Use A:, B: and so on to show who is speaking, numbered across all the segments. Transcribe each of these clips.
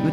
A: A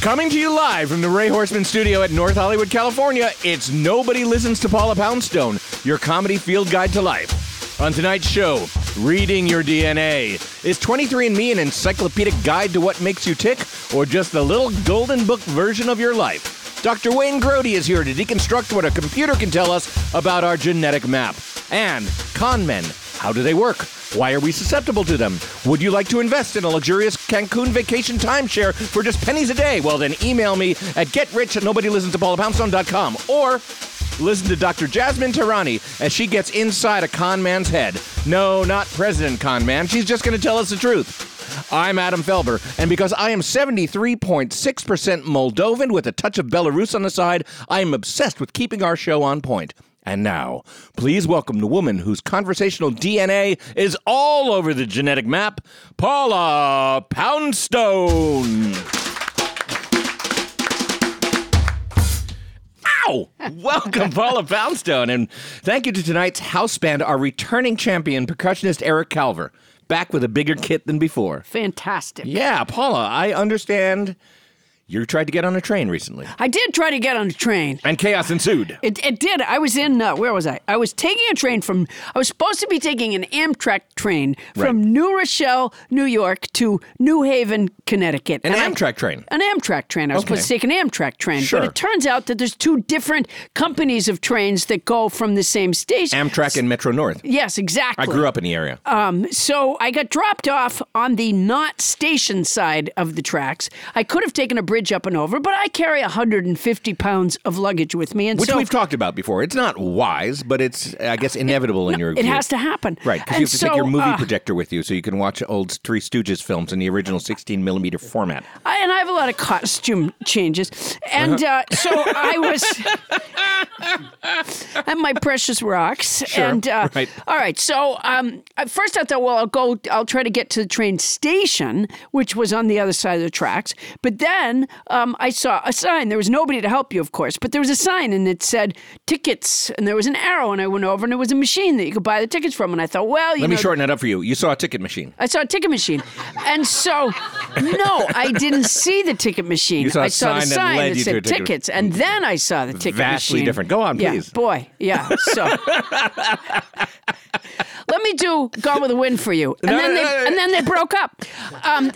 B: Coming to you live from the Ray Horseman studio at North Hollywood, California, it's Nobody Listens to Paula Poundstone, your comedy field guide to life. On tonight's show, Reading Your DNA. Is 23andMe an encyclopedic guide to what makes you tick, or just the little golden book version of your life? Dr. Wayne Grody is here to deconstruct what a computer can tell us about our genetic map. And con men, how do they work? Why are we susceptible to them? Would you like to invest in a luxurious Cancun vacation timeshare for just pennies a day? Well, then email me at getrich at nobodylistenstopaulapoundstone.com or listen to Dr. Jasmine Tarani as she gets inside a con man's head. No, not President Con Man. She's just going to tell us the truth. I'm Adam Felber, and because I am 73.6% Moldovan with a touch of Belarus on the side, I am obsessed with keeping our show on point. And now, please welcome the woman whose conversational DNA is all over the genetic map, Paula Poundstone. Ow! Welcome, Paula Poundstone, and thank you to tonight's house band, our returning champion, percussionist Eric Calver, back with a bigger kit than before.
C: Fantastic.
B: Yeah, Paula, I understand you tried to get on a train recently,
C: I did try to get on a train.
B: and chaos ensued.
C: It, it did. I was in, uh, where was I? I was taking a train from, I was supposed to be taking an Amtrak train from
B: Right.
C: New Rochelle, New York to New Haven, Connecticut.
B: An
C: And I-
B: Amtrak train.
C: An Amtrak train. I was
B: Okay.
C: supposed to take an Amtrak train.
B: Sure.
C: But it turns out that there's two different companies of trains that go from the same station.
B: Amtrak and Metro North.
C: yes, exactly.
B: I grew up in the area.
C: Uh, So I got dropped off on the not station side of the tracks. I could have taken a bridge up and over, but I carry 150 pounds of luggage with me, and
B: Which
C: so
B: we've talked about before. It's not wise, but it's, I guess, inevitable in your
C: it has to happen.
B: Right, because you
C: And
B: have to take your
C: so,
B: movie
C: uh,
B: projector with you so you can watch old Three Stooges films in the original 16 millimeter format.
C: I, and I have a lot of costume changes, and
B: Uh-huh.
C: uh, so I was. and my precious rocks.
B: Sure,
C: And uh,
B: right.
C: all right. So um, at first I thought, well, I'll go. I'll try to get to the train station, which was on the other side of the tracks. But then um, I saw a sign. There was nobody to help you, of course, but there was a sign, and it said tickets, and there was an arrow, and I went over, and it was a machine that you could buy the tickets from, and I thought, well, you
B: Let me
C: know,
B: shorten that up for you. You saw a ticket machine.
C: I saw a ticket machine. And so, no, I didn't see the ticket machine.
B: You saw a
C: I saw the
B: sign that
C: sign
B: led
C: that
B: you to a
C: said
B: ticket-
C: tickets. And then I saw the ticket
B: Vastly
C: machine.
B: different. Go on,
C: Yeah,
B: please.
C: boy. Yeah. So. Let me do Gone with the Wind for you. And,
B: No,
C: then,
B: no,
C: they,
B: no, no.
C: and then they broke up. Um,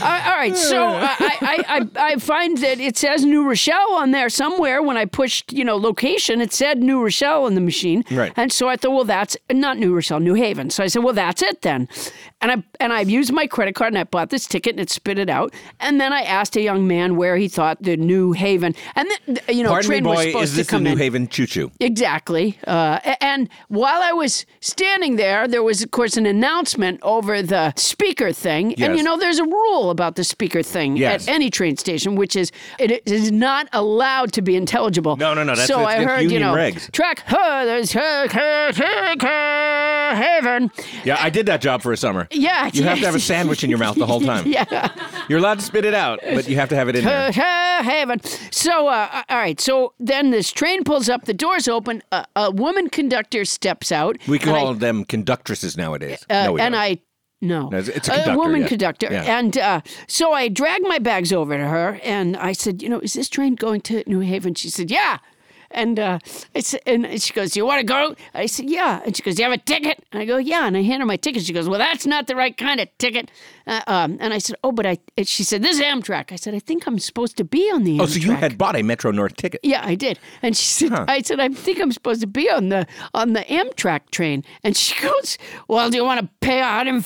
C: Uh, all right, so uh, I, I, I, I find that it says New Rochelle on there somewhere. When I pushed, you know, location, it said New Rochelle on the machine.
B: Right.
C: And so I thought, well, that's not New Rochelle, New Haven. So I said, well, that's it then. And I and I used my credit card and I bought this ticket and it spit it out. And then I asked a young man where he thought the New Haven and then you know
B: Pardon me,
C: train was
B: boy,
C: supposed
B: is this
C: to
B: the
C: come
B: New
C: in.
B: Haven Choo Choo?
C: Exactly. Uh, a- and while I was standing there, there was, of course, an announcement over the speaker thing.
B: Yes.
C: And you know, there's a rule about the speaker thing
B: Yes.
C: at any train station, which is it is not allowed to be intelligible.
B: No, no, no, that's-
C: so
B: that's
C: I
B: against
C: heard, you
B: union
C: know,
B: regs.
C: track, huh, there's huh, huh, huh, huh, heaven.
B: Yeah, I did that job for a summer.
C: Yeah,
B: You have to have a
C: yes.
B: sandwich in your mouth the whole time.
C: Yeah.
B: You're allowed to spit it out, but you have to have it in there.
C: Uh, heaven. So, uh, all right. So then this train pulls up, the doors open, a, a woman conductor steps out.
B: We
C: and I-
B: call them conductresses nowadays.
C: uh,
B: no, we
C: and
B: don't.
C: I no,
B: No, it's- it's a conductor,
C: woman
B: yeah.
C: conductor,
B: Yeah.
C: and uh, so I dragged my bags over to her, and I said, "You know, is this train going to New Haven?" She said, "Yeah." And uh, I said, and she goes, "Do you want to go?" I said, "Yeah." And she goes, "Do you have a ticket?" And I go, "Yeah." And I hand her my ticket. She goes, "Well, that's not the right kind of ticket." Uh, um, and I said, "Oh, but I." And she said, "This is Amtrak." I said, "I think I'm supposed to be on the Amtrak."
B: Oh, so you had bought a Metro North ticket.
C: Yeah, I did. And she said, I said, I think I'm supposed to be on the on the Amtrak train. And she goes, Well, do you want to pay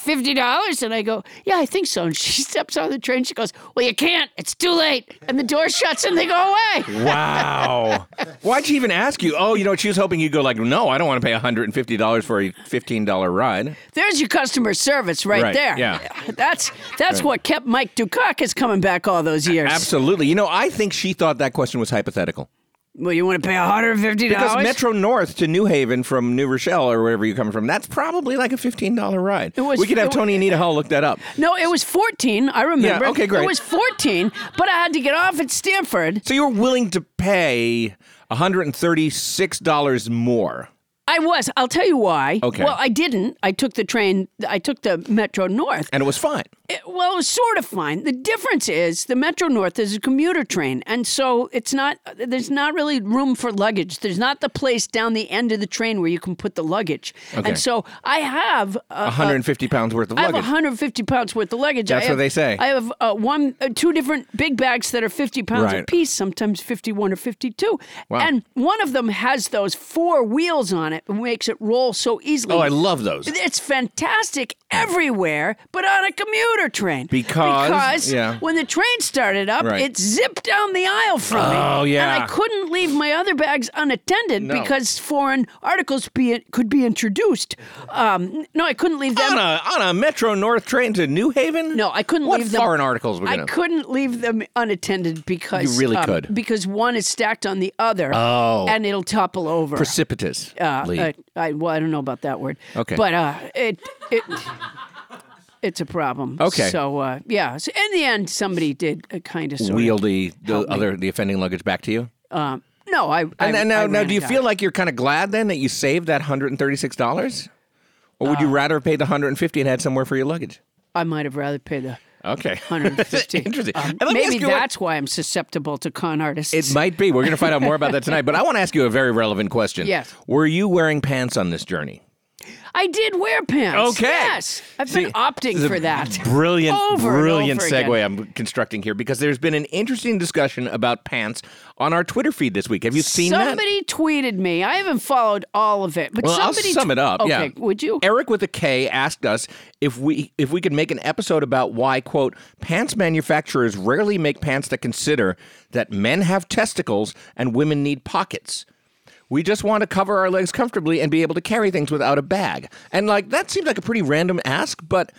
C: $150? And I go, Yeah, I think so. And she steps on the train. She goes, Well, you can't. It's too late. And the door shuts and they go away.
B: Wow. Why'd she even ask you? Oh, you know, what? she was hoping you'd go like, no, I don't want to pay $150 for a $15 ride.
C: There's your customer service right,
B: Right,
C: there.
B: yeah.
C: That's that's what kept Mike Dukakis coming back all those years.
B: Absolutely. You know, I think she thought that question was hypothetical.
C: Well, you want to pay $150?
B: Because Metro North to New Haven from New Rochelle or wherever you're coming from, that's probably like a $15 ride.
C: was-
B: we could have
C: it was-
B: Tony and Anita Hall look that up.
C: no, it was 14. I remember.
B: okay, great.
C: It was 14, but I had to get off at Stanford.
B: So you were willing to pay $136 more.
C: I was. I'll tell you why.
B: Okay.
C: Well, I didn't. I took the train. I took the Metro North.
B: And it was fine.
C: It- well, it was sort of fine. The difference is the Metro North is a commuter train, and so it's not. There's not really room for luggage. There's not the place down the end of the train where you can put the luggage.
B: Okay.
C: And so I have. Uh,
B: 150 pounds worth of
C: I have
B: luggage.
C: 150 pounds worth of luggage.
B: That's
C: I
B: what
C: have-
B: they say.
C: I have uh, one, uh, two different big bags that are 50 pounds
B: Right.
C: apiece, sometimes 51 or 52.
B: Wow.
C: And one of them has those four wheels on it, and makes it roll so easily.
B: Oh, I love those.
C: It's fantastic everywhere, but on a commuter train.
B: Because-
C: Because
B: yeah.
C: when the train started up,
B: Right.
C: it zipped down the aisle from me.
B: Oh,
C: And
B: yeah.
C: I couldn't leave my other bags unattended
B: No.
C: because foreign articles be, could be introduced. Um, no, I couldn't leave them.
B: on a on a Metro North train to New Haven?
C: No, I couldn't
B: What
C: leave them.
B: foreign articles were
C: I
B: gonna-
C: couldn't leave them unattended because
B: You really
C: um,
B: could.
C: because one is stacked on the other.
B: Oh.
C: and it'll topple over.
B: Precipitous.
C: Uh, uh, I, well, I don't know about that word.
B: Okay.
C: but uh, it it. It's a problem.
B: Okay.
C: So uh, yeah. So in the end, somebody did a kind of sort
B: Wheel the, the other the offending luggage back to you.
C: of. Um, no, I. I
B: And, and
C: I
B: now, now,
C: ran
B: do you
C: it
B: feel
C: out.
B: like you're kind of glad then that you saved that hundred and thirty six dollars, or
C: Uh,
B: would you rather have paid the hundred and fifty and had somewhere for your luggage?
C: I might have rather paid the
B: Okay,
C: 150.
B: Interesting.
C: Um,
B: And let me
C: maybe
B: ask you what-
C: that's why I'm susceptible to con artists.
B: It might be. We're going to find out more about that tonight. But I want to ask you a very relevant question.
C: Yes.
B: Were you wearing pants on this journey?
C: I did wear pants.
B: Okay.
C: Yes. I've
B: See,
C: been opting
B: This is
C: for
B: a
C: that.
B: Brilliant,
C: Over and
B: brilliant
C: over
B: segue
C: again.
B: I'm constructing here because there's been an interesting discussion about pants on our Twitter feed this week. Have you seen that?
C: somebody tweeted me. I haven't followed all of it, but
B: Well, I'll
C: somebody
B: sum it up.
C: Okay,
B: yeah.
C: would you?
B: Eric with a K asked us if we if we could make an episode about why quote pants manufacturers rarely make pants that consider that men have testicles and women need pockets. We just want to cover our legs comfortably and be able to carry things without a bag. And like that seems like a pretty random ask, but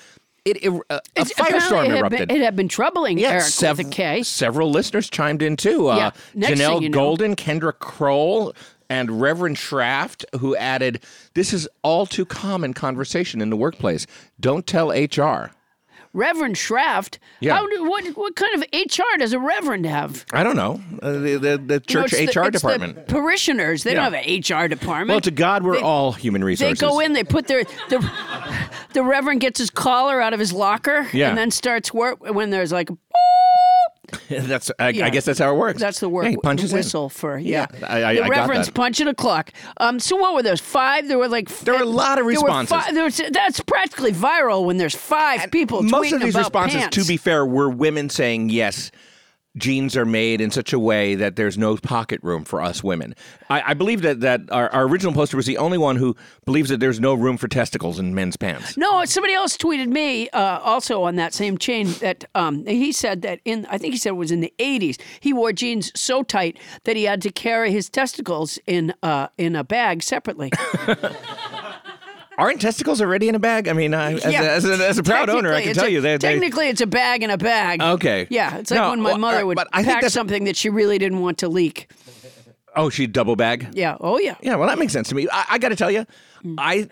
B: it, it a, a
C: It's- apparently
B: firestorm
C: it had
B: erupted.
C: Been, it had been troubling
B: Yeah,
C: Eric
B: sev-
C: with a K.
B: Several listeners chimed in too. Uh,
C: Yeah, next
B: Janelle
C: thing you know-
B: Golden, Kendra Kroll, and Reverend Shraft, who added, "This is all too common conversation in the workplace. Don't tell HR."
C: Reverend Shraft.
B: Yeah.
C: How do, what what kind of HR does a reverend have?
B: I don't know uh, the, the the
C: You know,
B: church
C: it's the-
B: HR
C: it's the
B: department.
C: parishioners. They
B: Yeah.
C: don't have an HR department.
B: well, to God, we're
C: They-
B: all human
C: They
B: resources.
C: go in, they put their the, the reverend gets his collar out of his locker,
B: Yeah.
C: and then starts work when there's like a
B: that's I,
C: Yeah.
B: I guess that's how it works.
C: That's the word.
B: Yeah, he punches in.
C: whistle for yeah.
B: Yeah, I- I-
C: the
B: I got
C: reference
B: that.
C: punching a clock. Um, so what were those five? There were like f-
B: There were a lot of
C: there were
B: responses.
C: fi- there was- that's practically viral when there's five people.
B: Most
C: tweeting
B: of these
C: about
B: responses,
C: pants.
B: to be fair, were women saying yes. Jeans are made in such a way that there's no pocket room for us women. I, I believe that that our, our original poster was the only one who believes that there's no room for testicles in men's pants.
C: No, somebody else tweeted me uh, also on that same chain that um, he said that in I think he said it was in the 80s he wore jeans so tight that he had to carry his testicles in uh, in a bag separately.
B: Aren't testicles already in a bag? I mean, I, as, a, as, a, as a proud owner,
C: Technically,
B: I can
C: it's
B: tell
C: a-
B: you that. they-
C: technically, it's a bag in a bag.
B: Okay.
C: Yeah, it's like
B: No,
C: when my
B: well,
C: mother
B: uh,
C: would
B: but I think
C: pack
B: that's-
C: something that she really didn't want to leak.
B: oh, she double bag.
C: Yeah. Oh yeah.
B: Yeah, well, that makes sense to me. I, I got to tell you, I,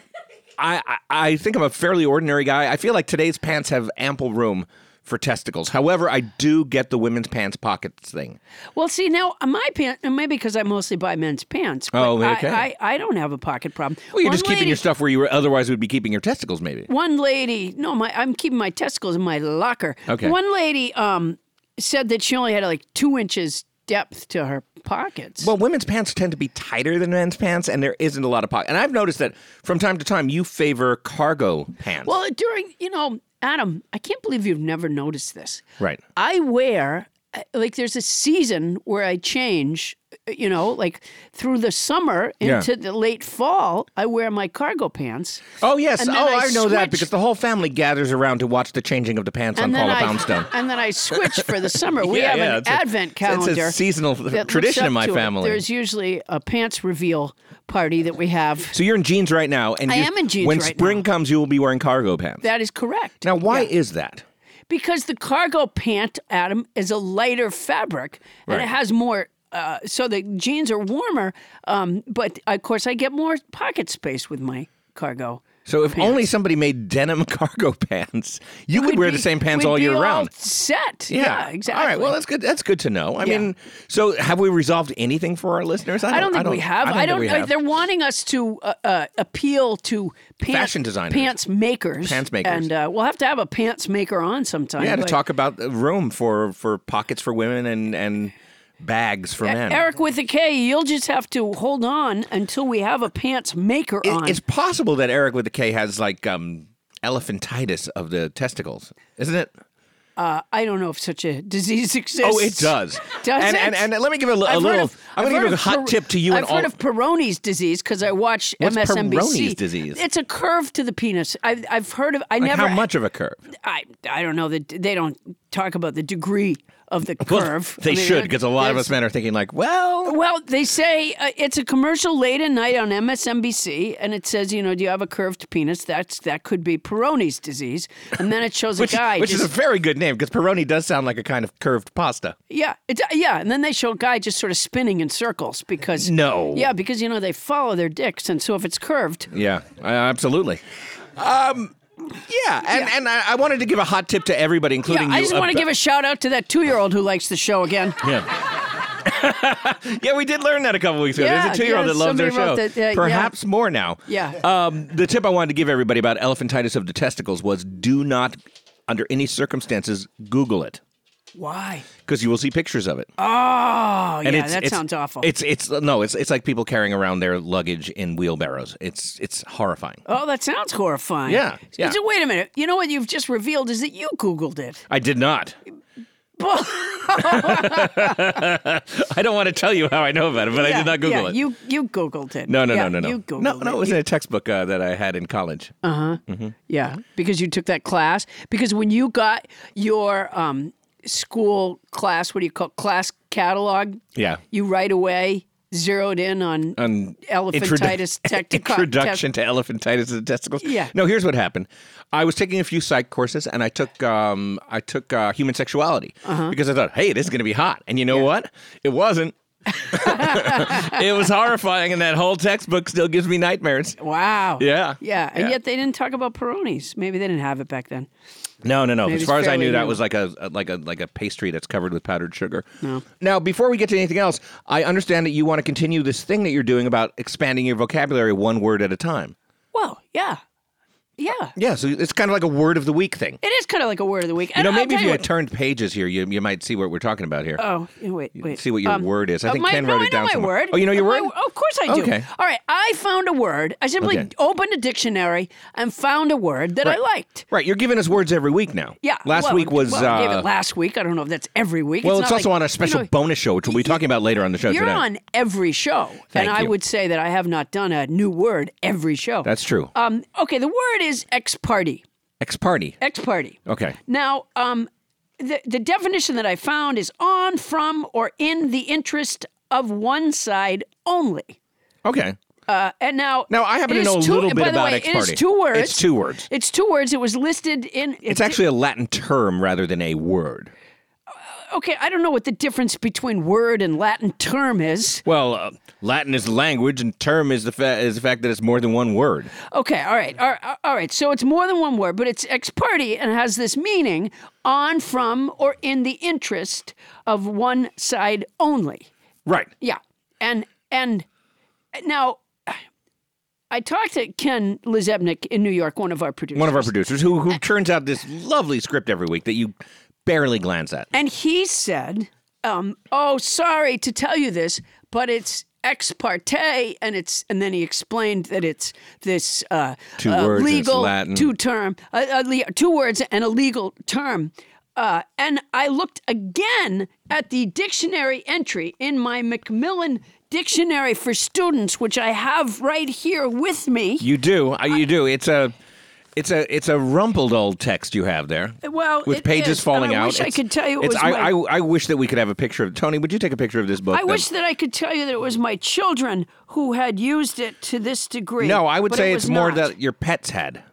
B: I, I- I think I'm a fairly ordinary guy. I feel like today's pants have ample room for testicles. However, I do get the women's pants pockets thing.
C: Well, see now uh, my pants, maybe because I mostly buy men's pants. but
B: Oh, okay.
C: I, I, I don't have a pocket problem.
B: Well, you're
C: One
B: just keeping
C: lady-
B: your stuff where you were, otherwise would be keeping your testicles, maybe.
C: One lady, no, my I'm keeping my testicles in my locker.
B: Okay.
C: One lady um said that she only had like two inches depth to her pockets.
B: Well, women's pants tend to be tighter than men's pants, and there isn't a lot of pocket. And I've noticed that from time to time you favor cargo pants.
C: well, during you know, Adam, I can't believe you've never noticed this.
B: right.
C: I wear uh, like there's a season where I change, uh, you know, like through the summer
B: Yeah.
C: into the late fall, I wear my cargo pants.
B: Oh yes.
C: And
B: Oh,
C: then I
B: I, know that
C: switch-
B: because the whole family gathers around to watch the changing of the pants on Paula Poundstone.
C: I, and then I switch for the summer. We
B: Yeah,
C: have
B: yeah,
C: an
B: it's a-
C: advent
B: it's a
C: calendar.
B: seasal
C: that looks
B: tradition in
C: up
B: my
C: to it.
B: family.
C: There's usually a pants reveal party that we have.
B: So you're in jeans right now, and
C: I
B: you-
C: am in jeans
B: When
C: right
B: spring
C: now.
B: comes, you will be wearing cargo pants.
C: That is correct.
B: now, why is that?
C: because the cargo pant, Adam, is a lighter fabric and
B: Right.
C: it has more. Uh, so the jeans are warmer, um, but of course I get more pocket space with my cargo.
B: So if
C: pants.
B: only somebody made denim cargo pants, you could
C: We'd
B: wear
C: be-
B: the same pants
C: we'd
B: all
C: be
B: year round.
C: Set. Yeah. exactly.
B: All right. Well, that's good. That's good to know. I
C: Yeah.
B: mean, so have we resolved anything for our listeners?
C: I don't think we have. I
B: think
C: don't.
B: we
C: uh,
B: have.
C: They're wanting us to uh, uh, appeal to pant,
B: Fashion designers.
C: pants makers,
B: Pants makers.
C: and uh, we'll have to have a pants maker on sometime.
B: yeah, to
C: but-
B: talk about the room for for pockets for women and and bags for men.
C: E-, Eric with a K, you'll just have to hold on until we have a pants maker
B: It-
C: on.
B: it's possible that Eric with the K has like um elephantitis of the testicles, isn't it?
C: I don't know if such a disease exists.
B: Oh, it does.
C: Does
B: and,
C: it?
B: And, and let me give a, li- a
C: I've heard
B: little.
C: of-
B: I'm
C: I've
B: going to
C: heard
B: give a
C: of
B: hot
C: Per-
B: tip to you
C: I've
B: and all.
C: heard of Peyronie's disease because I watch
B: What's
C: MSNBC.
B: Peyronie's disease?
C: It's a curve to the penis. I've, I've heard of. I
B: like
C: never.
B: how much of a curve?
C: I I don't know that they don't talk about the degree of the
B: Well,
C: curve.
B: they
C: I mean, uh,
B: should, because a lot of
C: there's-
B: us men are thinking like, well,
C: Well, they say uh, it's a commercial late at night on MSNBC, and it says, you know, do you have a curved penis? That's that could be Peyronie's disease, and then it shows
B: which,
C: a guy.
B: which
C: just,
B: is a very good name because pepperoni does sound like a kind of curved pasta.
C: yeah, it's, uh, yeah, and then they show a guy just sort of spinning in circles because
B: No.
C: yeah, because you know they follow their dicks, and so if it's curved,
B: Yeah, uh, absolutely. Um, yeah, and and I, I wanted to give a hot tip to everybody, including
C: yeah, I
B: you.
C: just want to
B: ab-
C: give a shout out to that two-year-old who likes the show again.
B: Yeah. yeah, we did learn that a couple weeks ago.
C: Yeah,
B: There's a two-year-old
C: yeah,
B: that loves their
C: somebody
B: show.
C: wrote that, uh, yeah.
B: Perhaps more now.
C: Yeah.
B: Um, the tip I wanted to give everybody about elephantitis of the testicles was: do not, under any circumstances, Google it
C: Why?
B: because you will see pictures of it.
C: Oh, yeah,
B: it's-
C: that
B: it's-
C: sounds awful.
B: It's it's no, it's it's like people carrying around their luggage in wheelbarrows. It's it's horrifying.
C: Oh, that sounds horrifying.
B: Yeah, yeah.
C: So wait a minute. You know what you've just revealed is that you Googled it.
B: I did not. I don't want to tell you how I know about it, but I did not Google
C: yeah,
B: it.
C: You you Googled it.
B: no, no,
C: yeah,
B: no, no, no.
C: You Googled
B: no, no, it
C: it. Uh.
B: was in a textbook uh, that I had in college.
C: Yeah, because you took that class. Because when you got your um, school class, what do you call it? class catalog?
B: Yeah.
C: You right away zeroed in on
B: on
C: elephantitis
B: introdu-
C: tectico-
B: introduction to elephantitis of the testicles.
C: Yeah.
B: No, here's what happened. I was taking a few psych courses, and I took um, I took uh, human sexuality
C: Uh-huh.
B: because I thought, hey, this is going to be hot. And you know what? It wasn't. it was horrifying, and that whole textbook still gives me nightmares.
C: Wow.
B: Yeah,
C: Yeah. And
B: yeah.
C: yet they didn't talk about Peronis. Maybe they didn't have it back then.
B: No, no, no.
C: Maybe
B: as
C: it's
B: far as I
C: fairly
B: knew, that
C: new.
B: was like a, a- like a like a pastry that's covered with powdered sugar. No. Now, before we get to anything else, I understand that you want to continue this thing that you're doing about expanding your vocabulary one word at a time.
C: Well, yeah. Yeah.
B: Yeah, so it's kind of like a word of the week thing.
C: It is kind of like a word of the week.
B: You
C: And
B: know,
C: I'll
B: maybe
C: tell
B: if you
C: what-
B: had turned pages here, you, you might see what we're talking about here.
C: Oh, yeah, wait, wait.
B: see what your word is. I
C: uh,
B: think
C: my,
B: Ken
C: no,
B: wrote
C: I
B: it
C: know
B: down
C: my
B: somewhere.
C: word.
B: Oh, you know your
C: My-
B: word?
C: of course I do.
B: Okay.
C: All right, I found a word. I simply
B: Okay.
C: opened a dictionary and found a word that
B: Right.
C: I liked.
B: Right, you're giving us words every week now.
C: Yeah.
B: Last
C: well,
B: week was.
C: well, I gave
B: uh,
C: it last week. I don't know if that's every week.
B: well, it's,
C: not
B: also
C: like-
B: on
C: you
B: a special
C: know,
B: bonus show, which we'll be talking about later on the show
C: You're
B: today.
C: on every show,
B: Thank
C: and I
B: you.
C: would say that I have not done a new word every show.
B: That's true.
C: Um, okay, the word is ex party.
B: Ex party.
C: Ex party.
B: Okay.
C: Now, um, the, the definition that I found is on, from, or in the interest of one side only.
B: Okay.
C: Uh, and now,
B: Now, I happen
C: it
B: to
C: is
B: know a
C: two-
B: little bit
C: by the
B: about
C: way,
B: Ex
C: it is
B: Party.
C: two words.
B: It's two words.
C: It's two words. It was listed in.
B: It's actually a Latin term rather than a word.
C: okay. I don't know what the difference between word and Latin term is.
B: Well, uh, Latin is the language, and term is the fa- is the fact that it's more than one word.
C: Okay, all right, all right, all right. So it's more than one word, but it's ex parte and has this meaning on, from, or in the interest of one side only.
B: Right.
C: Yeah, and and now I talked to Ken Lizebnik in New York, one of our producers.
B: One of our producers who who turns out this lovely script every week that you barely glance at.
C: And he said, um, "Oh, sorry to tell you this, but it's ex parte, and it's." And then he explained that it's this uh,
B: Two
C: uh,
B: words, it's
C: legal
B: Latin.
C: two term, uh, uh, le- two words, and a legal term. Uh, and I looked again at the dictionary entry in my Macmillan Dictionary for Students, which I have right here with me.
B: You do. I, you do. It's a it's a it's a rumpled old text you have there.
C: Well,
B: with
C: it
B: pages
C: is, and
B: falling
C: I
B: out.
C: wish I
B: It's-
C: could tell you it
B: it's-
C: was
B: I,
C: my-
B: I I wish that we could have a picture of Tony. Would you take a picture of this book?
C: I wish that I could tell you that it was my children who had used it to this degree.
B: No, I would
C: but
B: say
C: it
B: it's
C: was
B: more
C: not.
B: that your pets had.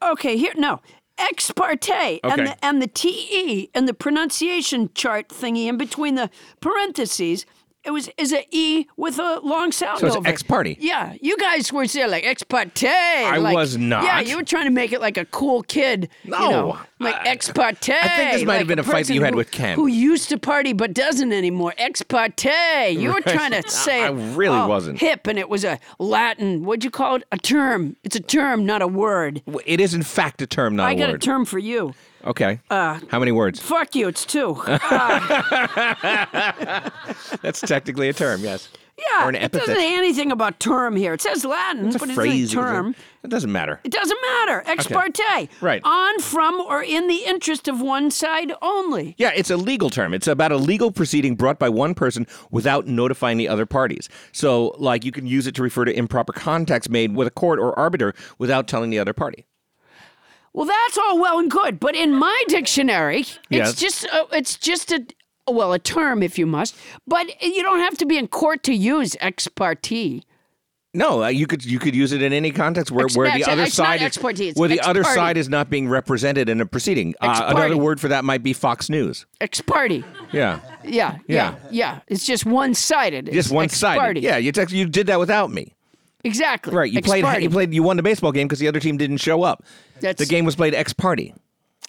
C: Okay, here no. Ex parte
B: Okay.
C: and the and the TE and the pronunciation chart thingy in between the parentheses. It was is a E with a long sound
B: So it's
C: over. it.
B: ex parte.
C: Yeah, you guys were saying like ex parte. I
B: was not.
C: Yeah, you were trying to make it like a cool kid. you
B: No.
C: know, like
B: I-
C: ex parte.
B: I think this might have
C: like
B: been a fight that you
C: person
B: had
C: who-
B: with Ken.
C: who used to party but doesn't anymore. Ex parte. You were trying to say
B: I
C: it
B: really
C: all
B: wasn't.
C: hip, and it was a Latin. What'd you call it? A term. It's a term, not a word.
B: W- It is in fact a term, not
C: I
B: a
C: got a
B: word.
C: term uh, for you.
B: Okay. How many words?
C: Fuck you. It's two. Uh,
B: That's technically a term. Yes.
C: yeah.
B: Or an
C: It doesn't
B: epithet.
C: say anything about term here. It says Latin,
B: It's a
C: but it
B: phrase.
C: isn't a term.
B: It doesn't matter.
C: It doesn't matter. Ex
B: Okay.
C: parte.
B: Right.
C: On, from, or in the interest of one side only.
B: Yeah, it's a legal term. It's about a legal proceeding brought by one person without notifying the other parties. So, like, you can use it to refer to improper contacts made with a court or arbiter without telling the other party.
C: Well, that's all well and good, but in my dictionary,
B: Yes.
C: it's just a, it's just a well a term if you must, but you don't have to be in court to use ex parte.
B: No, uh, you could you could use it in any context where,
C: Ex-
B: where
C: no,
B: the
C: it's-
B: other
C: it's not
B: side
C: ex
B: is
C: parte, it's
B: where the
C: ex
B: other
C: parte.
B: side is not being represented in a proceeding.
C: Ex
B: Uh, another
C: parte.
B: word for that might be Fox News.
C: Ex parte.
B: Yeah,
C: Yeah, yeah, yeah, It's just one sided.
B: just one sided. Yeah, you text, you did that without me.
C: exactly.
B: Right, you
C: Ex
B: played
C: parte.
B: you played you won the baseball game because the other team didn't show up.
C: That's-
B: the game was played ex party.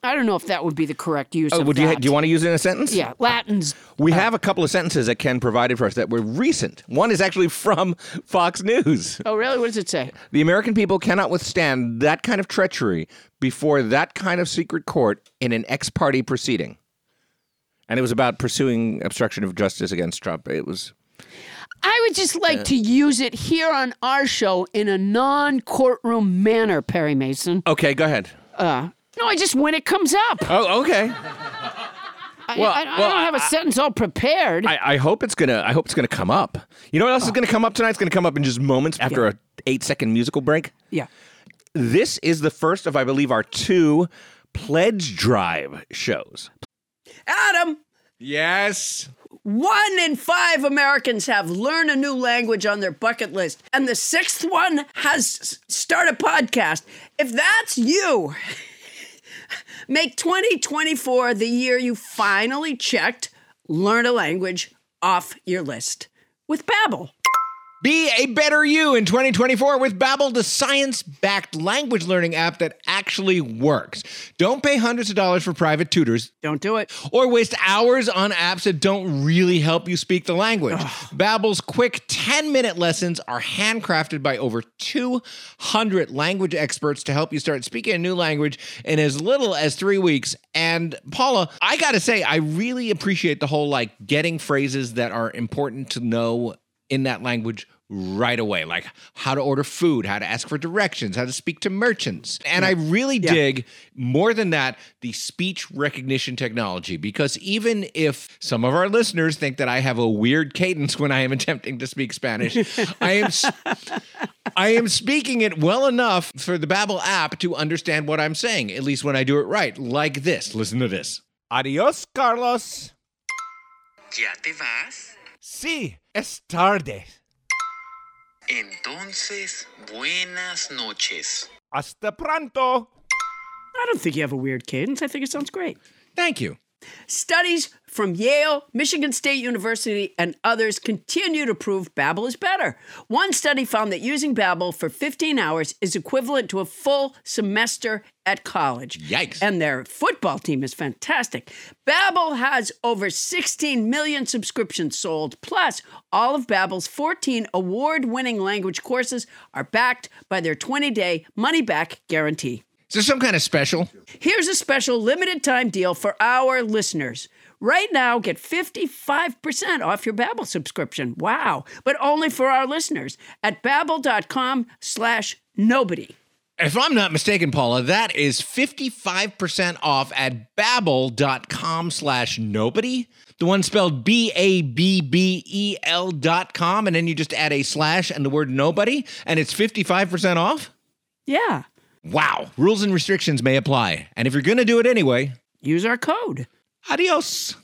C: I don't know if that would be the correct use.
B: Oh,
C: of
B: would you ha-
C: that.
B: do you want to use it in a sentence?
C: Yeah, Latin's.
B: We have a couple of sentences that Ken provided for us that were recent. One is actually from Fox News.
C: Oh, really? What does it say?
B: The American people cannot withstand that kind of treachery before that kind of secret court in an ex party proceeding. And it was about pursuing obstruction of justice against Trump. It was
C: I would just like to use it here on our show in a non courtroom manner, Perry Mason.
B: okay. Go ahead.
C: No, I just when it comes up.
B: Oh, okay.
C: I,
B: well,
C: I, I
B: well,
C: don't have a sentence all prepared.
B: I, I hope it's gonna. I hope it's gonna come up. You know what else is gonna come up tonight? It's gonna come up in just moments after a eight second musical break.
C: yeah.
B: This is the first of, I believe, our two pledge drive shows.
C: Adam,
B: Yes.
C: one in five Americans have learn a new language on their bucket list, and the sixth one has s- start a podcast. If that's you, make 2024 the year you finally checked learn a language off your list with Babbel.
B: Be a better you in 2024 with Babbel, the science-backed language learning app that actually works. Don't pay hundreds of dollars for private tutors
C: Don't do it.
B: or waste hours on apps that don't really help you speak the language. Babbel's quick 10-minute lessons are handcrafted by over 200 language experts to help you start speaking a new language in as little as 3 weeks. And Paula, I got to say I really appreciate the whole like getting phrases that are important to know in that language right away like how to order food how to ask for directions how to speak to merchants and i really dig more than that the speech recognition technology because even if some of our listeners think that i have a weird cadence when i am attempting to speak spanish i am s- I am speaking it well enough for the Babbel app to understand what I'm saying, at least when I do it right, like this. Listen to this. Adios, Carlos.
D: ¿Ya te vas?
B: Sí, es tarde.
D: Entonces, buenas noches.
B: Hasta pronto.
C: I don't think you have a weird cadence. I think it sounds great.
B: Thank you.
C: Studies from Yale, Michigan State University, and others continue to prove Babbel is better. One study found that using Babbel for 15 hours is equivalent to a full semester at college.
B: Yikes.
C: And their football team is fantastic. Babbel has over 16 million subscriptions sold. Plus, all of Babbel's 14 award-winning language courses are backed by their 20-day money-back guarantee.
E: Is this some kind of special?
C: Here's a special limited time deal for our listeners. Right now, get 55% off your Babbel subscription. Wow. But only for our listeners at babbel.com slash nobody.
E: If I'm not mistaken, Paula, that is 55% off at babbel.com slash nobody. The one spelled B-A-B-B-E-L E dot com. And then you just add a slash and the word nobody. And it's 55% off?
C: Yeah.
E: Wow. Rules and restrictions may apply. And if you're going to do it anyway,
C: use our code.
E: Adios.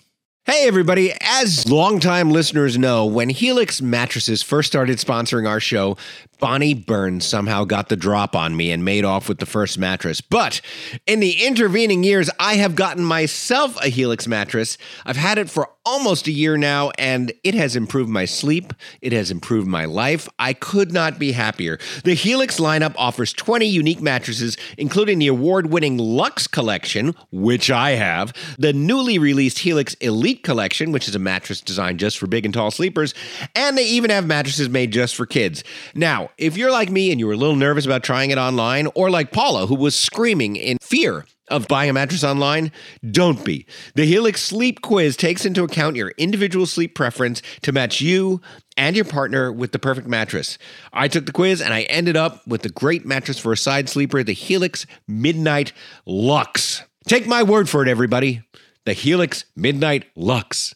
E: Hey, everybody. As longtime listeners know, when Helix Mattresses first started sponsoring our show, Bonnie Burns somehow got the drop on me and made off with the first mattress. But in the intervening years, I have gotten myself a Helix mattress. I've had it for almost a year now, and it has improved my sleep. It has improved my life. I could not be happier. The Helix lineup offers 20 unique mattresses, including the award winning Lux Collection, which I have, the newly released Helix Elite Collection, which is a mattress designed just for big and tall sleepers, and they even have mattresses made just for kids. Now, if you're like me and you were a little nervous about trying it online, or like Paula, who was screaming in fear of buying a mattress online, don't be. The Helix Sleep Quiz takes into account your individual sleep preference to match you and your partner with the perfect mattress. I took the quiz and I ended up with the great mattress for a side sleeper, the Helix Midnight Lux. Take my word for it, everybody. The Helix Midnight Lux.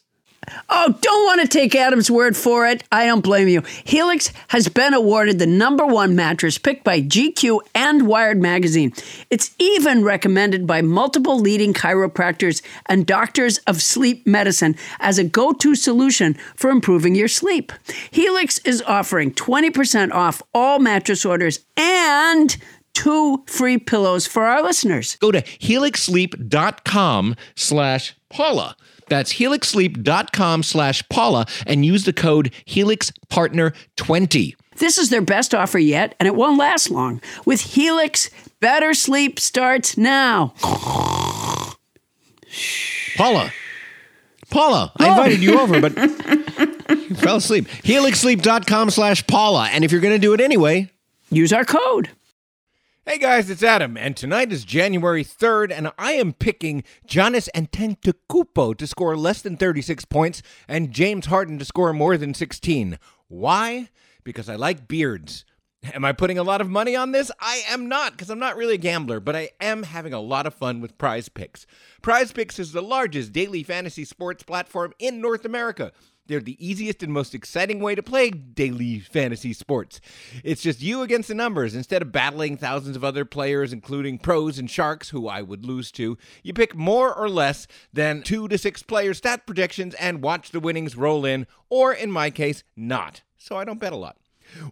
C: Oh, don't want to take Adam's word for it. I don't blame you. Helix has been awarded the number one mattress picked by GQ and Wired Magazine. It's even recommended by multiple leading chiropractors and doctors of sleep medicine as a go to solution for improving your sleep. Helix is offering 20% off all mattress orders and two free pillows for our listeners.
E: Go to helixsleep.com slash Paula. That's helixsleep.com slash Paula and use the code HelixPartner20.
C: This is their best offer yet, and it won't last long. With Helix, better sleep starts now.
E: Paula. Paula, I invited you over, but you fell asleep. Helixsleep.com slash Paula. And if you're going to do it anyway,
C: use our code.
B: Hey guys, it's Adam, and tonight is January 3rd, and I am picking Giannis Antetokounmpo to score less than 36 points and James Harden to score more than 16. Why? Because I like beards. Am I putting a lot of money on this? I am not, because I'm not really a gambler, but I am having a lot of fun with Prize Picks. Prize Picks is the largest daily fantasy sports platform in North America. They're the easiest and most exciting way to play daily fantasy sports. It's just you against the numbers. Instead of battling thousands of other players, including pros and sharks, who I would lose to, you pick more or less than two to six player stat projections and watch the winnings roll in, or in my case, not. So I don't bet a lot.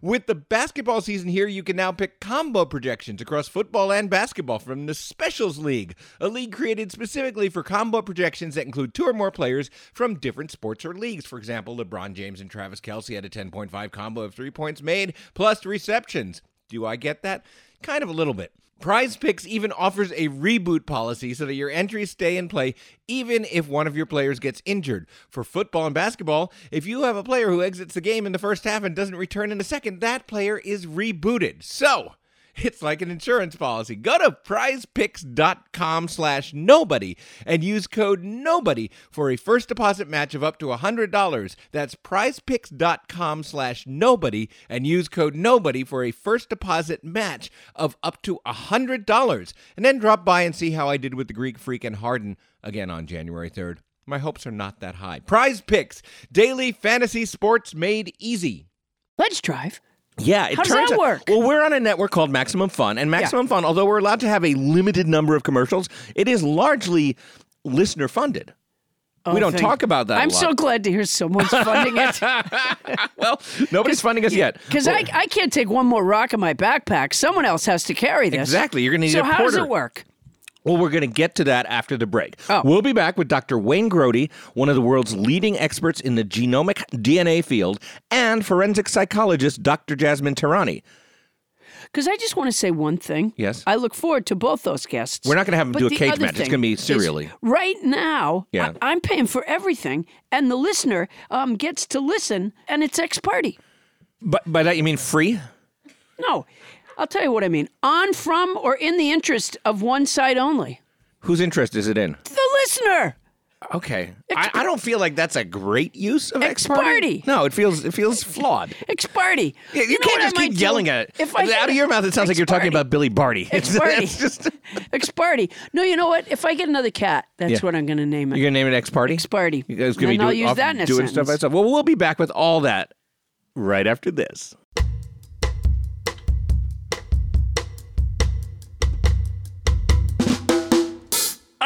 B: With the basketball season here, you can now pick combo projections across football and basketball from the Specials League, a league created specifically for combo projections that include two or more players from different sports or leagues. For example, LeBron James and Travis Kelsey had a 10.5 combo of three points made plus receptions. Do I get that? Kind of a little bit. Prize Picks even offers a reboot policy so that your entries stay in play even if one of your players gets injured. For football and basketball, if you have a player who exits the game in the first half and doesn't return in the second, that player is rebooted. So, it's like an insurance policy. Go to prizepicks.com slash nobody and use code nobody for a first deposit match of up to $100. That's prizepicks.com slash nobody and use code nobody for a first deposit match of up to $100. And then drop by and see how I did with the Greek Freak and Harden again on January 3rd. My hopes are not that high. Prize Picks, daily fantasy sports made easy.
C: Let's drive.
B: Yeah, it
C: How does
B: turns
C: that
B: out,
C: work?
B: Well, we're on a network called Maximum Fun, and Maximum Fun, although we're allowed to have a limited number of commercials, it is largely listener funded.
C: Oh,
B: we don't
C: thank-
B: talk about that.
C: I'm
B: a lot.
C: so glad to hear someone's funding it.
B: well, nobody's funding us yet.
C: Because I, I can't take one more rock in my backpack. Someone else has to carry this.
B: Exactly. You're gonna need
C: so
B: a
C: So how does
B: porter.
C: it work?
B: Well, we're going to get to that after the break.
C: Oh.
B: We'll be back with Dr. Wayne Grody, one of the world's leading experts in the genomic DNA field, and forensic psychologist Dr. Jasmine Tarani.
C: Because I just want to say one thing.
B: Yes.
C: I look forward to both those guests.
B: We're not gonna have 'em
C: But
B: do a
C: the
B: cage
C: other
B: match. It's
C: thing
B: gonna be
C: is,
B: serially.
C: Right now,
B: Yeah.
C: I, am paying for everything, and the listener um, gets to listen, and it's ex party.
B: But by that you mean free?
C: No, I'll tell you what I mean. On, from, or in the interest of one side only.
B: Whose interest is it in?
C: The listener.
B: Okay. I, I don't feel like that's a great use of ex
C: Ex-party.
B: No, it feels it feels flawed.
C: Ex party.
B: You, can't just keep yelling at it.
C: If I
B: out of your mouth, it sounds like you're talking about Billy Barty.
C: Ex party.
B: It's just
C: Ex party. No, you know what? If I get another cat, that's
B: Yeah.
C: what I'm going to name
B: You're
C: it.
B: gonna name it ex party. Ex
C: party.
B: You guys gonna be
C: Then I'll
B: doing,
C: use
B: off-
C: that in a
B: doing stuff by
C: sentence.
B: stuff. Well, we'll be back with all that right after this.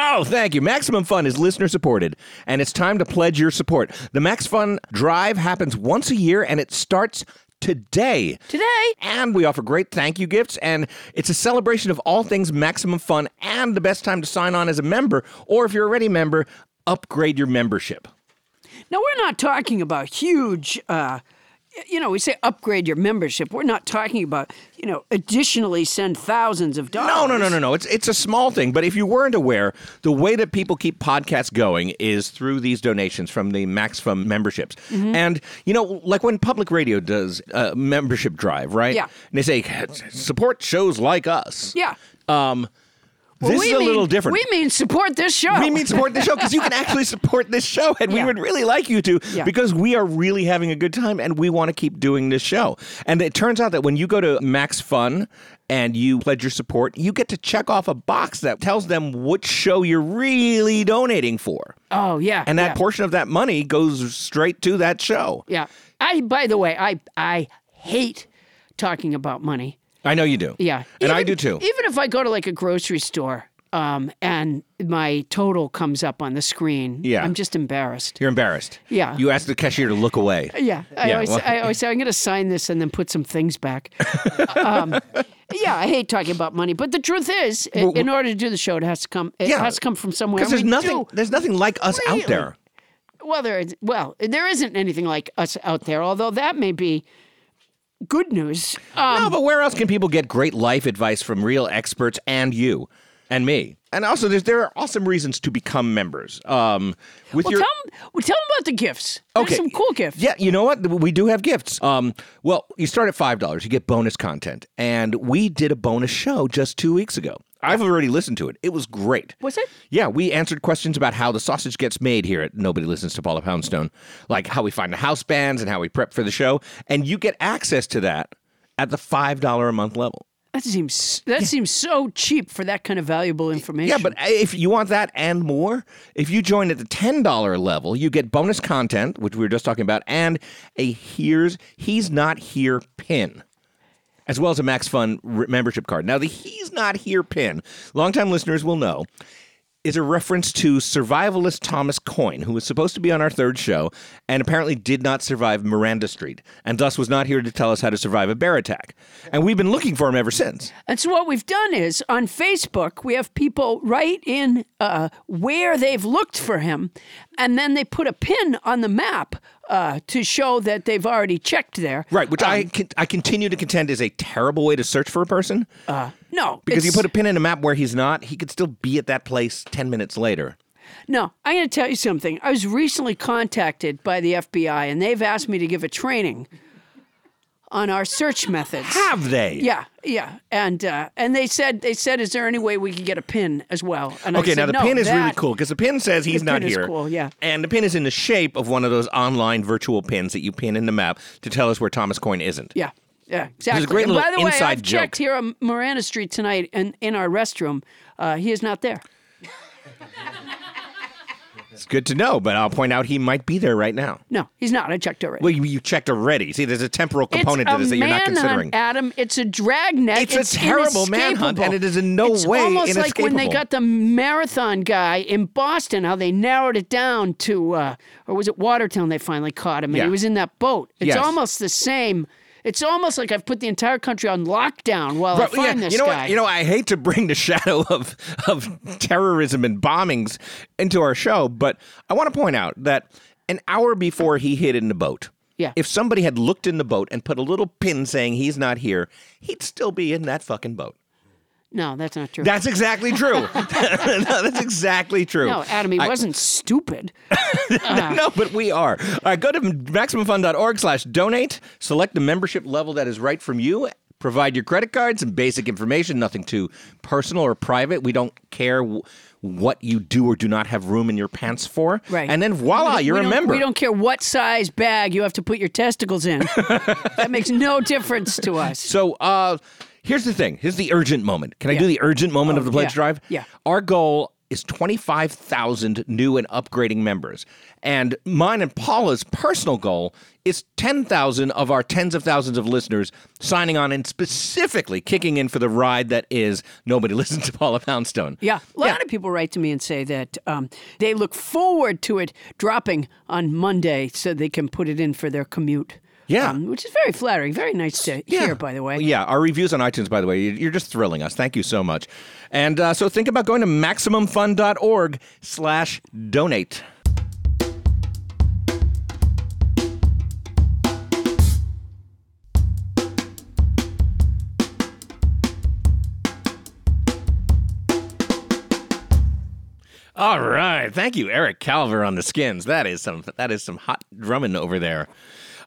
B: Oh, thank you. Maximum Fun is listener supported, and it's time to pledge your support. The Max Fun Drive happens once a year, and it starts today.
C: Today.
B: And we offer great thank you gifts, and it's a celebration of all things Maximum Fun and the best time to sign on as a member, or if you're already a member, upgrade your membership.
C: Now, we're not talking about huge, uh, y- you know, we say upgrade your membership. We're not talking about, you know, additionally send thousands of dollars.
B: No, no, no, no, no. It's it's a small thing, but if you weren't aware, the way that people keep podcasts going is through these donations from the Max Fund memberships.
C: Mm-hmm.
F: Mhm.
B: And you know, like when public radio does a membership drive, right?
C: Yeah.
B: And they say support shows like us.
C: Yeah.
B: Um
C: Well,
B: this
C: we
B: is a
C: mean-
B: little different.
C: We mean support this show.
B: We mean support the show because you can actually support this show, and we would really like you to
C: Yeah.
B: because we are really having a good time and we want to keep doing this show. And it turns out that when you go to Max Fun and you pledge your support, you get to check off a box that tells them which show you're really donating for.
C: Oh, yeah.
B: And that
C: yeah.
B: portion of that money goes straight to that show.
C: Yeah. I, by the way, I, I hate talking about money.
B: I know you do.
C: Yeah.
B: And I
C: Even-
B: do too.
C: Even if I go to like a grocery store um, and my total comes up on the screen,
B: Yeah.
C: I'm just embarrassed.
B: You're embarrassed.
C: Yeah.
B: You ask the cashier to look away.
C: Yeah, I,
B: Yeah,
C: always,
B: well-
C: I always say I'm going to sign this and then put some things back. um, yeah, I hate talking about money, but the truth is, i-
B: Well,
C: in order to do the show, it has to come. It
B: Yeah.
C: has to come from somewhere.
B: Because
C: and
B: there's
C: we
B: nothing
C: do-
B: there's nothing like us out
C: Really?
B: there.
C: well, there is. Well, there isn't anything like us out there. Although that may be good news. Um,
B: no, but where else can people get great life advice from real experts and you and me? And also, there's, there are awesome reasons to become members. Um, with
C: well,
B: your
C: tell 'em- well, tell 'em about the gifts. There's some cool gifts.
B: Yeah, you know what? We do have gifts. Um, well, you start at five dollars, you get bonus content, and we did a bonus show just two weeks ago. I've already listened to it. It was great.
C: Was it?
B: Yeah, we answered questions about how the sausage gets made here at Nobody Listens to Paula Poundstone, like how we find the house bands and how we prep for the show, and you get access to that at the five dollar a month level.
C: That seems that seems so cheap for that kind of valuable information.
B: Yeah, but uh, if you want that and more, if you join at the $10 level, you get bonus content, which we were just talking about, and a here's he's not here pin. As well as a Max Fun re- membership card. Now, the He's Not Here pin, longtime listeners will know, is a reference to survivalist Thomas Coyne, who was supposed to be on our third show and apparently did not survive Miranda Street, and thus was not here to tell us how to survive a bear attack. And we've been looking for him ever since.
C: And so what we've done is on Facebook, we have people write in uh, where they've looked for him, and then they put a pin on the map uh, to show that they've already checked there.
B: Right, which I con- I continue to contend is a terrible way to search for a person. Uh,
C: No,
B: because you
C: it's-
B: put a pin in a map where he's not, he could still be at that place ten minutes later.
C: No, I'm going to tell you something. I was recently contacted by the FBI, and they've asked me to give a training on our search methods.
B: Have they?
C: Yeah, yeah, and uh, and they said they said, is there any way we could get a pin as well? And I
B: okay, now
C: said,
B: the
C: "No,
B: pin is really
C: that-
B: cool because the pin says he's
C: the
B: not
C: pin is
B: here.
C: cool, yeah.
B: and the pin is in the shape of one of those online virtual pins that you pin in the map to tell us where Thomas Coyne isn't.
C: Yeah. Yeah,
B: a
C: exactly.
B: great
C: and
B: little
C: by the way,
B: inside
C: I've checked
B: joke.
C: here on Miranda Street tonight and in our restroom. Uh, he is not there.
B: It's good to know, but I'll point out he might be there right now.
C: No, he's not. I checked already.
B: Well, you, you checked already. See, there's a temporal component
C: it's
B: to this
C: a
B: that you're not
C: manhunt,
B: considering.
C: Adam, it's a dragnet.
B: It's a terrible manhunt,
C: inescapable.
B: and it is in no
C: it's
B: way
C: almost like when they
B: inescapable.
C: got the marathon guy in Boston, how they narrowed it down to, uh, or was it Watertown? They finally caught him, and
B: Yeah.
C: he was in that boat. It's
B: Yes.
C: almost the same. It's almost like I've put the entire country on lockdown while I
B: But, yeah,
C: Oh, find this
B: you know
C: guy.
B: what? You know, I hate to bring the shadow of of terrorism and bombings into our show, but I want to point out that an hour before he hid in the boat,
C: Yeah.
B: if somebody had looked in the boat and put a little pin saying he's not here, he'd still be in that fucking boat.
C: no, that's not true.
B: That's exactly true. no, that's exactly true.
C: No, Adam, he
B: I-
C: wasn't stupid.
B: no, but we are. All right, go to MaximumFun.org slash donate, select the membership level that is right from you, provide your credit cards and basic information, nothing too personal or private. We don't care w- what you do or do not have room in your pants for.
C: Right.
B: And then voila,
C: We-
B: you're
C: we
B: a
C: don't-
B: member.
C: We don't care what size bag you have to put your testicles in. that makes no difference to us.
B: So uh, here's the thing. Here's the urgent moment. Can I do the urgent moment
C: Oh,
B: of the pledge
C: yeah.
B: drive?
C: Yeah.
B: Our goal is 25,000 new and upgrading members. And mine and Paula's personal goal is 10,000 of our tens of thousands of listeners signing on and specifically kicking in for the ride that is Nobody Listens to Paula Poundstone.
C: Yeah, a lot of people write to me and say that um, they look forward to it dropping on Monday so they can put it in for their commute.
B: Yeah.
C: Um, which is very flattering. Very nice to hear, by the way.
B: Yeah, our reviews on iTunes, by the way, you- you're just thrilling us. Thank you so much. And uh, so think about going to MaximumFun.org slash donate. All right, thank you, Eric Calver on the skins. That is some that is some hot drumming over there.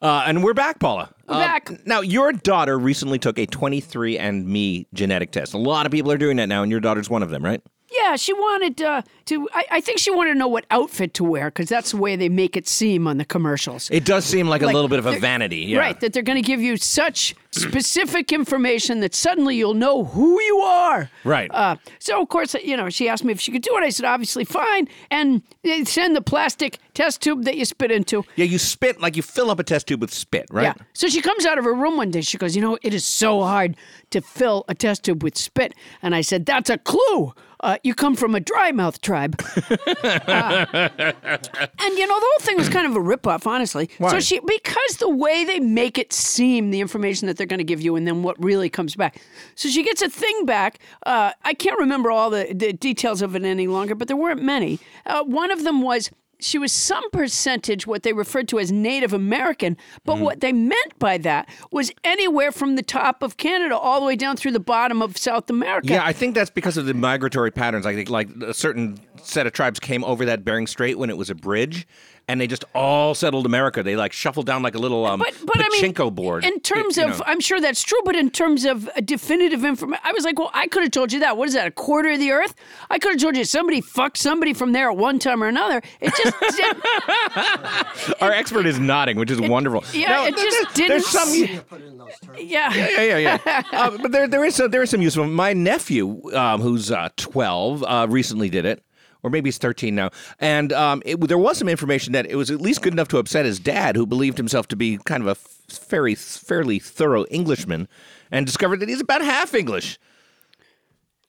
B: Uh, and we're back, Paula. We're
C: back.
B: Now, your daughter recently took a 23andMe genetic test. A lot of people are doing that now, and your daughter's one of them, right?
C: Yeah, she wanted uh, to. I, I think she wanted to know what outfit to wear because that's the way they make it seem on the commercials.
B: It does seem like, a
C: Like,
B: little bit of a
C: they're-
B: vanity. Yeah.
C: Right, that they're going to give you such specific information that suddenly you'll know who you are.
B: Right.
C: Uh, so, of course, you know, she asked me if she could do it. I said, obviously, fine. And they send the plastic test tube that you spit into.
B: Yeah, you spit, like you fill up a test tube with spit, right?
C: Yeah. So she comes out of her room one day. She goes, You know, it is so hard to fill a test tube with spit. And I said, That's a clue. Uh, you come from a dry mouth tribe. Uh, And you know, the whole thing was kind of a ripoff, honestly.
F: Why?
C: So she because the way they make it seem the information that they're going to give you, and then what really comes back. So she gets a thing back. Uh, I can't remember all the, the details of it any longer, but there weren't many. Uh, one of them was. She was some percentage what they referred to as Native American, but
B: Mm-hmm.
C: what they meant by that was anywhere from the top of Canada all the way down through the bottom of South America.
B: Yeah, I think that's because of the migratory patterns. I think like a certain set of tribes came over that Bering Strait when it was a bridge, and they just all settled America. They like shuffled down like a little um,
C: but I mean,
B: pachinko board.
C: In terms
B: you
C: of,
B: know.
C: I'm sure that's true, but in terms of uh, definitive information, I was like, well, I could have told you that. What is that, a quarter of the earth? I could have told you somebody fucked somebody from there at one time or another. It just didn't.
B: our expert is nodding, which is wonderful.
C: Yeah,
B: Now,
C: it
B: th-
C: just
B: th-
C: didn't.
B: There's some.
C: yeah.
B: Yeah, yeah, yeah. yeah. uh, but there, there is some, there is some useful. My nephew, um, who's uh, 12, uh, recently did it, or maybe he's 13 now, and um, it, there was some information that it was at least good enough to upset his dad, who believed himself to be kind of a f- very, fairly thorough Englishman, and discovered that he's about half English.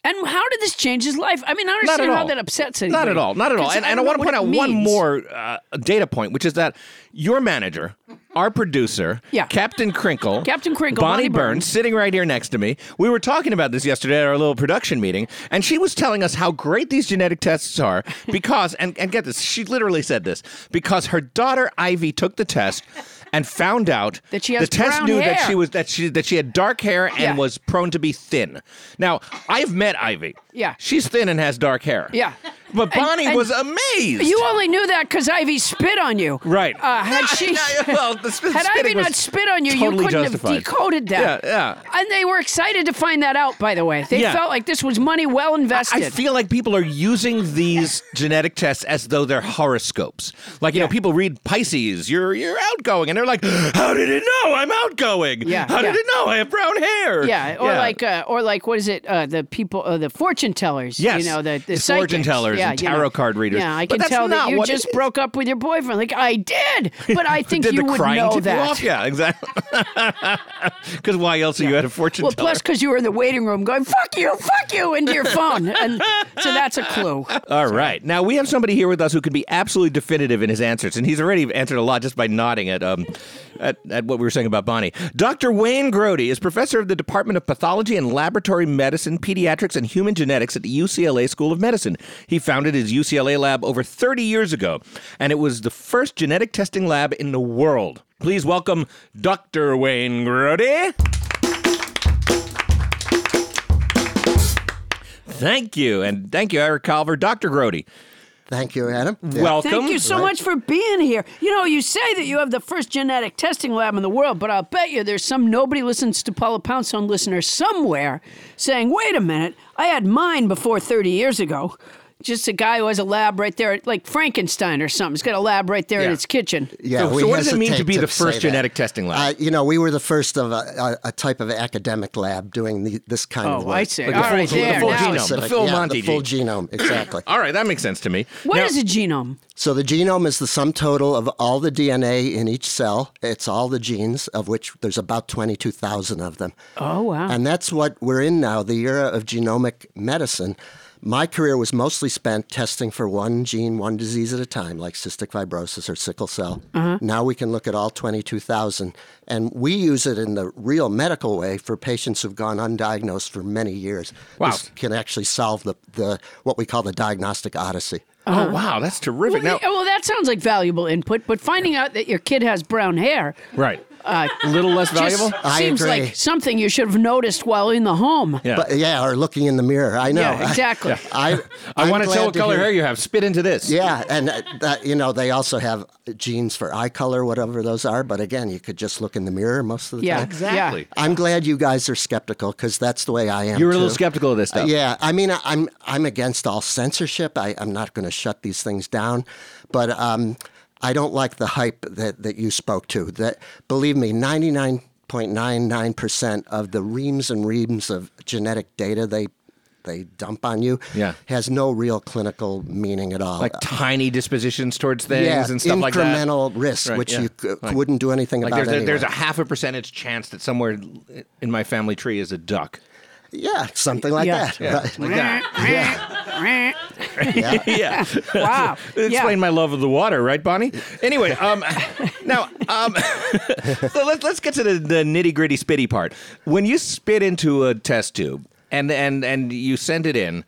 C: And how did this change his life? I mean, I don't
B: Not at
C: understand how
B: all.
C: that upsets anybody.
B: Not at all. Not at all.
C: 'Cause
B: And, and I
C: don't
B: want
C: know
B: to point out
C: what it
B: one
C: means.
B: more uh, data point, which is that your manager, our producer,
C: Yeah.
B: Captain Crinkle,
C: Captain Crinkle, Bonnie
B: Bonnie, Burns,
C: Burns.
B: sitting right here next to me. We were talking about this yesterday at our little production meeting, and she was telling us how great these genetic tests are because, and, and get this, she literally said this because her daughter Ivy took the test. And found out
C: That she has
B: the test
C: brown
B: knew that
C: hair.
B: she was that she that she had dark hair and
C: Yeah.
B: was prone to be thin. Now I've met Ivy.
C: Yeah.
B: she's thin and has dark hair.
C: Yeah.
B: But
C: And-
B: Bonnie
C: and
B: was amazed.
C: You only knew that because Ivy spit on you.
B: Right.
C: Uh, had
B: No,
C: she,
B: no, well, the sp-
C: had Ivy
B: spitting was
C: not spit on you,
B: totally
C: you couldn't
B: justified.
C: have decoded that.
B: Yeah, yeah.
C: And they were excited to find that out. By the way, they
B: Yeah.
C: felt like this was money well invested.
B: I feel like people are using these genetic tests as though they're horoscopes. Like you know, people read Pisces, you're you're outgoing, and they're like, "How did it know I'm outgoing?
C: Yeah,
B: How did
C: yeah.
B: it know I have brown hair?
C: yeah, or like, uh, or like, what is it? Uh, the people, uh, the fortune tellers.
B: Yes.
C: you know the, the
B: It's fortune
C: psychics.
B: tellers,
C: yeah,
B: and
C: you know.
B: tarot card readers.
C: Yeah, I
B: But
C: can
B: that's
C: tell that
B: not
C: you
B: what-
C: just broke up with your boyfriend. Like I did, but I think
B: Did
C: you
B: the
C: would
B: crying
C: know
B: tip you
C: that.
B: off? Yeah, exactly. Because why else are you at a fortune
C: Well,
B: teller?
C: plus because you were in the waiting room going "fuck you, fuck you" into your phone, and so that's a clue.
B: All right. Now we have somebody here with us who could be absolutely definitive in his answers, and he's already answered a lot just by nodding at um at, at what we were saying about Bonnie. Dr. Wayne Grody is professor of the Department of Pathology and Laboratory Medicine, Pediatrics, and Human Genetics at the UCLA School of Medicine. He founded his UCLA lab over 30 years ago, and it was the first genetic testing lab in the world. Please welcome Dr. Wayne Grody. Thank you, and thank you, Eric Calver, Dr. Grody.
F: Thank you, Adam.
B: Welcome.
C: Thank you so much for being here. You know, you say that you have the first genetic testing lab in the world, but I'll bet you there's some nobody listens to Paula Poundstone listener somewhere saying, wait a minute, I had mine before 30 years ago. Just a guy who has a lab right there, like Frankenstein or something. He's got a lab right there in his kitchen.
B: So-
F: we
B: so what does it mean to
F: hesitate
B: be the
F: say
B: first
F: that.
B: genetic testing lab?
F: Uh, you know, we were the first of a, a, a type of academic lab doing the, this kind of
B: Oh,
F: work.
B: I see. Like the All full right, gen- the there, full now genome, the
F: Specific,
B: full
F: yeah,
B: Monty
F: The full
B: gene.
F: genome, exactly.
B: All right, that makes sense to me.
C: What is a genome?
F: So the genome is the sum total of all the DNA in each cell. It's all the genes, of which there's about 22,000 of them.
C: Oh, wow.
F: And that's what we're in now, the era of genomic medicine. My career was mostly spent testing for one gene, one disease at a time, like cystic fibrosis or sickle cell.
G: Uh-huh.
F: Now we can look at all 22,000. And we use it in the real medical way for patients who've gone undiagnosed for many years.
B: Wow.
F: This can actually solve the, the what we call the diagnostic odyssey.
C: Uh-huh.
B: Oh, wow. That's terrific.
C: Well, yeah, well, that sounds like valuable input, but finding out that your kid has brown hair
B: Right.
C: uh,
B: A little less
C: just
B: valuable?
F: uh,
C: seems like something you should have noticed while in the home.
F: But, yeah, or looking in the mirror. I know.
C: Yeah, exactly. Yeah.
F: I,
B: I
F: I'm
B: wanna tell
F: glad
B: what color
F: hear-
B: hair you have. Spit into this.
F: Yeah, and uh, that, you know they also have genes for eye color, whatever those are. But again, you could just look in the mirror most of the
C: Yeah,
F: time.
C: exactly. Yeah.
F: I'm glad you guys are skeptical because that's the way I am.
B: You're a little
F: too.
B: skeptical of this
F: Uh,
B: stuff.
F: yeah, I mean, I- I'm I'm against all censorship. I, I'm not going to shut these things down, but um, I don't like the hype that that you spoke to. That believe me, 99.99% of the reams and reams of genetic data they they dump on you
B: Yeah.
F: has no real clinical meaning at all.
B: Like tiny dispositions towards things
F: yeah,
B: and stuff like that.
F: incremental risk,
B: Right,
F: which
B: yeah.
F: you c-
B: Right.
F: wouldn't do anything
B: Like
F: about
B: there's,
F: anyway.
B: a, there's a half a percentage chance that somewhere in my family tree is a duck.
F: yeah, something like that.
B: Yeah,
F: Right.
B: like that.
C: yeah.
B: yeah.
C: Wow.
B: Explain
C: Yeah.
B: my love of the water, right, Bonnie? Anyway, um, now, um, so let's let's get to the, the nitty gritty spitty part. When you spit into a test tube and and and you send it in,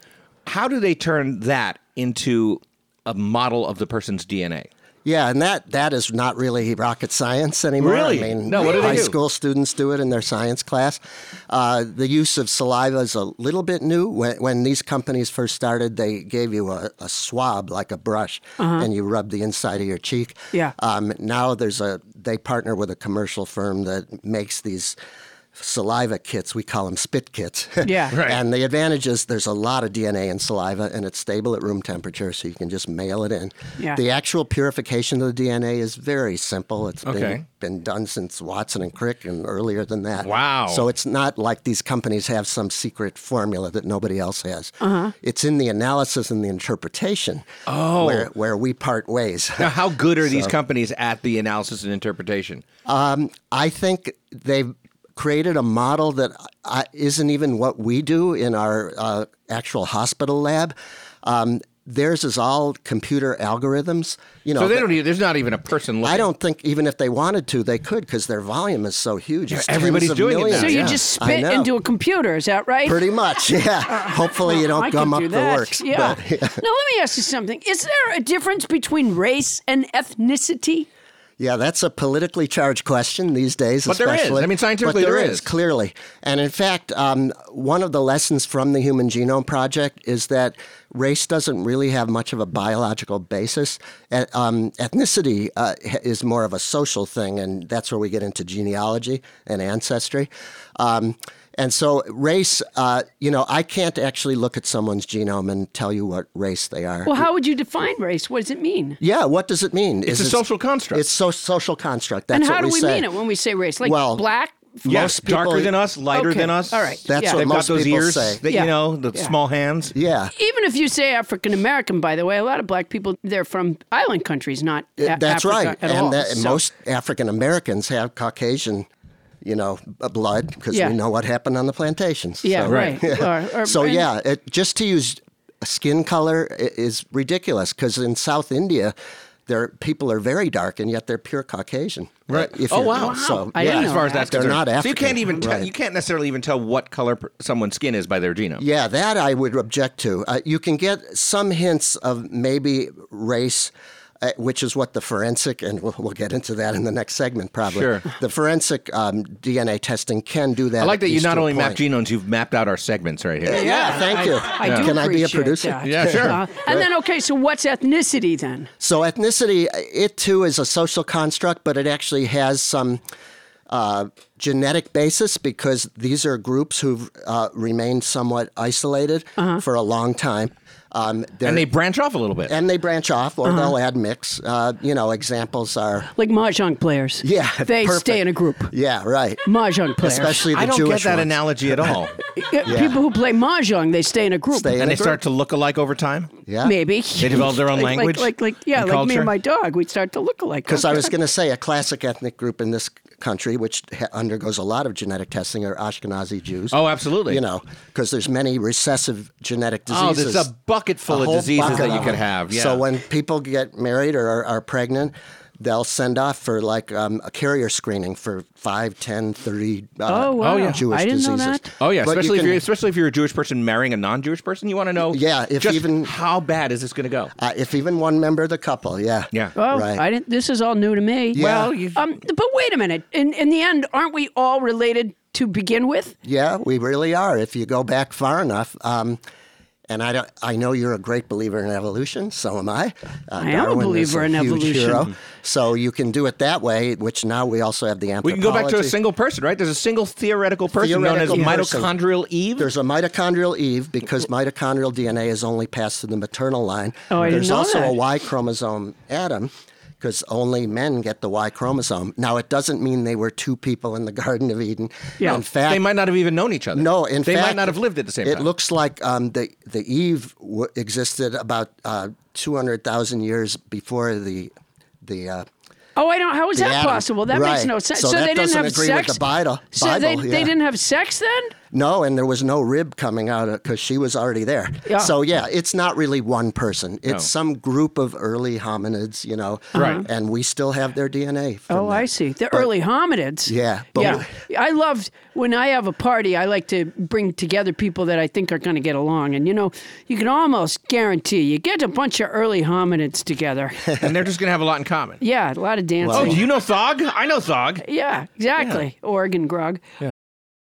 B: how do they turn that into a model of the person's DNA?
F: Yeah, and that that is not really rocket science anymore.
B: Really?
F: I mean,
B: No, what do they
F: high
B: do?
F: school students do it in their science class. Uh, the use of saliva is a little bit new. When, when these companies first started, they gave you a, a swab like a brush,
C: Uh-huh.
F: and you rubbed the inside of your cheek.
C: Yeah.
F: Um, now there's a they partner with a commercial firm that makes these saliva kits. We call them spit kits.
C: Yeah. Right.
F: And the advantage is there's a lot of DNA in saliva, and it's stable at room temperature, so you can just mail it in.
C: Yeah.
F: The actual purification of the DNA is very simple. It's
B: Okay.
F: been, been done since Watson and Crick and earlier than that.
B: Wow.
F: So it's not like these companies have some secret formula that nobody else has.
B: Uh-huh.
F: It's in the analysis and the interpretation
B: Oh.
F: where, where we part ways.
B: Now, how good are these
F: So-
B: companies at the analysis and interpretation?
F: Um, I think they've created a model that I, isn't even what we do in our uh, actual hospital lab. Um, theirs is all computer algorithms. You know,
B: so they
F: that-
B: don't. Even, there's not even a person. Looking.
F: I don't think even if they wanted to, they could because their volume is so huge.
B: Yeah,
F: It's
B: everybody's
F: tens of
B: doing it now,
F: millions.
C: So you
F: Yeah.
C: just
F: I
C: spit
F: know.
C: into a computer, is that right? Oh,
F: Pretty much, yeah. Hopefully you don't
C: I
F: gum
C: could
F: up
C: do
F: the
C: that.
F: works.
C: Yeah.
F: but-
C: now let me ask you something. Is there a difference between race and ethnicity?
F: Yeah, that's a politically charged question these days.
B: But there is.
F: especially.
B: I mean, scientifically
F: But
B: there
F: there
B: is.
F: is clearly. And in fact, um, one of the lessons from the Human Genome Project is that race doesn't really have much of a biological basis. E- um, ethnicity uh, h- is more of a social thing, and that's where we get into genealogy and ancestry. Um, and so, race, uh, you know, I can't actually look at someone's genome and tell you what race they are.
C: Well, how would you define race? What does it mean?
F: Yeah, what does it mean?
B: It's
F: Is
B: a social construct.
F: It's so social construct. That's
C: and how
F: what
C: do
F: we,
C: we
F: say.
C: mean it when we say race? Like
F: Well-
C: black,
B: Yes, darker than us, lighter
C: Okay,
B: than us.
C: all right,
F: That's yeah. what
B: They've
F: most
B: got those
F: people
B: ears
F: say.
B: That,
C: Yeah.
B: You know, the
C: Yeah.
B: small hands.
F: Yeah.
C: Even if you say African American, by the way, a lot of black people they're from island countries, not a-
F: That's
C: Africa
F: right.
C: At
F: and
C: all.
F: that- and
C: So-
F: most African Americans have Caucasian, you know, b- blood because
C: Yeah.
F: we know what happened on the plantations.
C: Yeah,
F: so,
C: Right. right. Or- or-
F: so
C: and-
F: yeah, it, just to use skin color i- is ridiculous because in South India, their people are very dark and yet they're pure Caucasian. uh,
B: Right.
F: If
B: oh
F: you-
B: wow.
F: So
B: yeah, as far as that's
F: they're
B: concerned.
F: not African.
B: So you can't even tell,
F: right.
B: you can't necessarily even tell what color per- someone's skin is by their genome.
F: Yeah, that I would object to. Uh, you can get some hints of maybe race. Uh, which is what the forensic, and we'll, we'll get into that in the next segment probably.
B: Sure.
F: The forensic um, DNA testing can do that.
B: I like
F: at
B: that you
F: least
B: not
F: to a
B: only map
F: point.
B: genomes, you've mapped out our segments right here.
F: Yeah, thank you.
C: I, do
F: Can I be a
C: appreciate
F: producer?
C: that.
B: Yeah, sure.
C: Uh, and then okay, so what's ethnicity then?
F: So ethnicity, uh, it too is a social construct, but it actually has some uh, genetic basis because these are groups who've uh, remained somewhat isolated
C: Uh-huh.
F: for a long time. Um,
B: And they branch off a little bit.
F: and they branch off, or they'll add mix. Uh, you know, examples are
C: Like mahjong players.
F: yeah,
C: They
F: perfect.
C: stay in a group.
F: Yeah, right.
C: Mahjong players.
F: Especially the
B: I don't
F: Jewish
B: get that
F: ones.
B: analogy at all.
C: Yeah,
F: Yeah.
C: People who play mahjong, they stay in a group.
F: Stay in
B: and
F: a
B: they start to look alike over time.
F: Yeah,
C: Maybe
B: They develop their own
C: Like- like-
B: language
C: Like, like, yeah,
B: and
C: like me
B: culture.
C: and my dog, we start to look alike. Oh,
F: Because I was going to say a classic ethnic group in this country, which ha- undergoes a lot of genetic testing, are Ashkenazi Jews.
B: Oh, absolutely.
F: You know, because there's many recessive genetic
B: Oh,
F: diseases.
B: there's a bucket full of
F: whole
B: diseases
F: bucket
B: that you
F: of
B: could
F: them.
B: have. Yeah.
F: So when people get married or are, are pregnant, they'll send off for like um, a carrier screening for 5, 10, 30 uh,
C: Oh, wow. Oh, yeah.
F: Jewish
C: I didn't know
F: diseases.
C: that.
B: Oh yeah,
F: But you
B: especially if
F: can-
B: you're especially if you're a Jewish person marrying a non-Jewish person, you want to know
F: Yeah, if
B: just
F: even-
B: how bad is this going to go?
F: uh, if even one member of the couple, yeah.
B: Yeah.
C: Oh,
F: Right.
C: I didn't. This is all new to me.
F: Well,
B: you-
C: um, but wait a minute. In in the end, aren't we all related to begin with?
F: Yeah, we really are. If you go back far enough, um, and I don't, I know you're a great believer in evolution. So am I. Uh,
C: I am a
F: Darwin is
C: believer in
F: huge
C: evolution.
F: Hero, so you can do it that way. Which now we also have the anthropology.
B: We can go back to a single person, right? There's a single theoretical person known as
F: Theoretical person.
B: mitochondrial Eve.
F: There's a mitochondrial Eve because mitochondrial DNA is only passed through the maternal line.
C: Oh, I didn't
F: There's
C: know
F: also
C: that.
F: a Y chromosome Adam because only men get the Y chromosome. Now, it doesn't mean they were two people in the Garden of Eden.
C: Yeah.
F: In fact,
B: they might not have even known each other.
F: No, in
B: they
F: fact,
B: might not have lived at the same
F: It
B: time.
F: looks like um, the the Eve w- existed about uh, two hundred thousand years before the the. Uh,
C: Oh, I don't. How is
F: The
C: that
F: atom.
C: possible? That makes
F: Right.
C: no sense.
F: So that
C: they didn't
F: doesn't
C: have
F: agree with
C: sex.
F: the Bible-
C: so they,
F: Bible,
C: they
F: yeah.
C: didn't have sex then.
F: no, and there was no rib coming out because she was already there.
C: Yeah.
F: So yeah, it's not really one person. It's
B: No.
F: some group of early hominids, you know.
B: Right.
F: And we still have their DNA. From
C: Oh,
F: that.
C: I see. The early hominids.
F: Yeah, but
C: yeah. I love when I have a party, I like to bring together people that I think are going to get along. And, you know, you can almost guarantee you get a bunch of early hominids together.
B: and they're just going to have a lot in common.
C: yeah, a lot of dancing.
B: Oh, do you know Thog? I know Thog.
C: yeah, exactly. Oregon grog.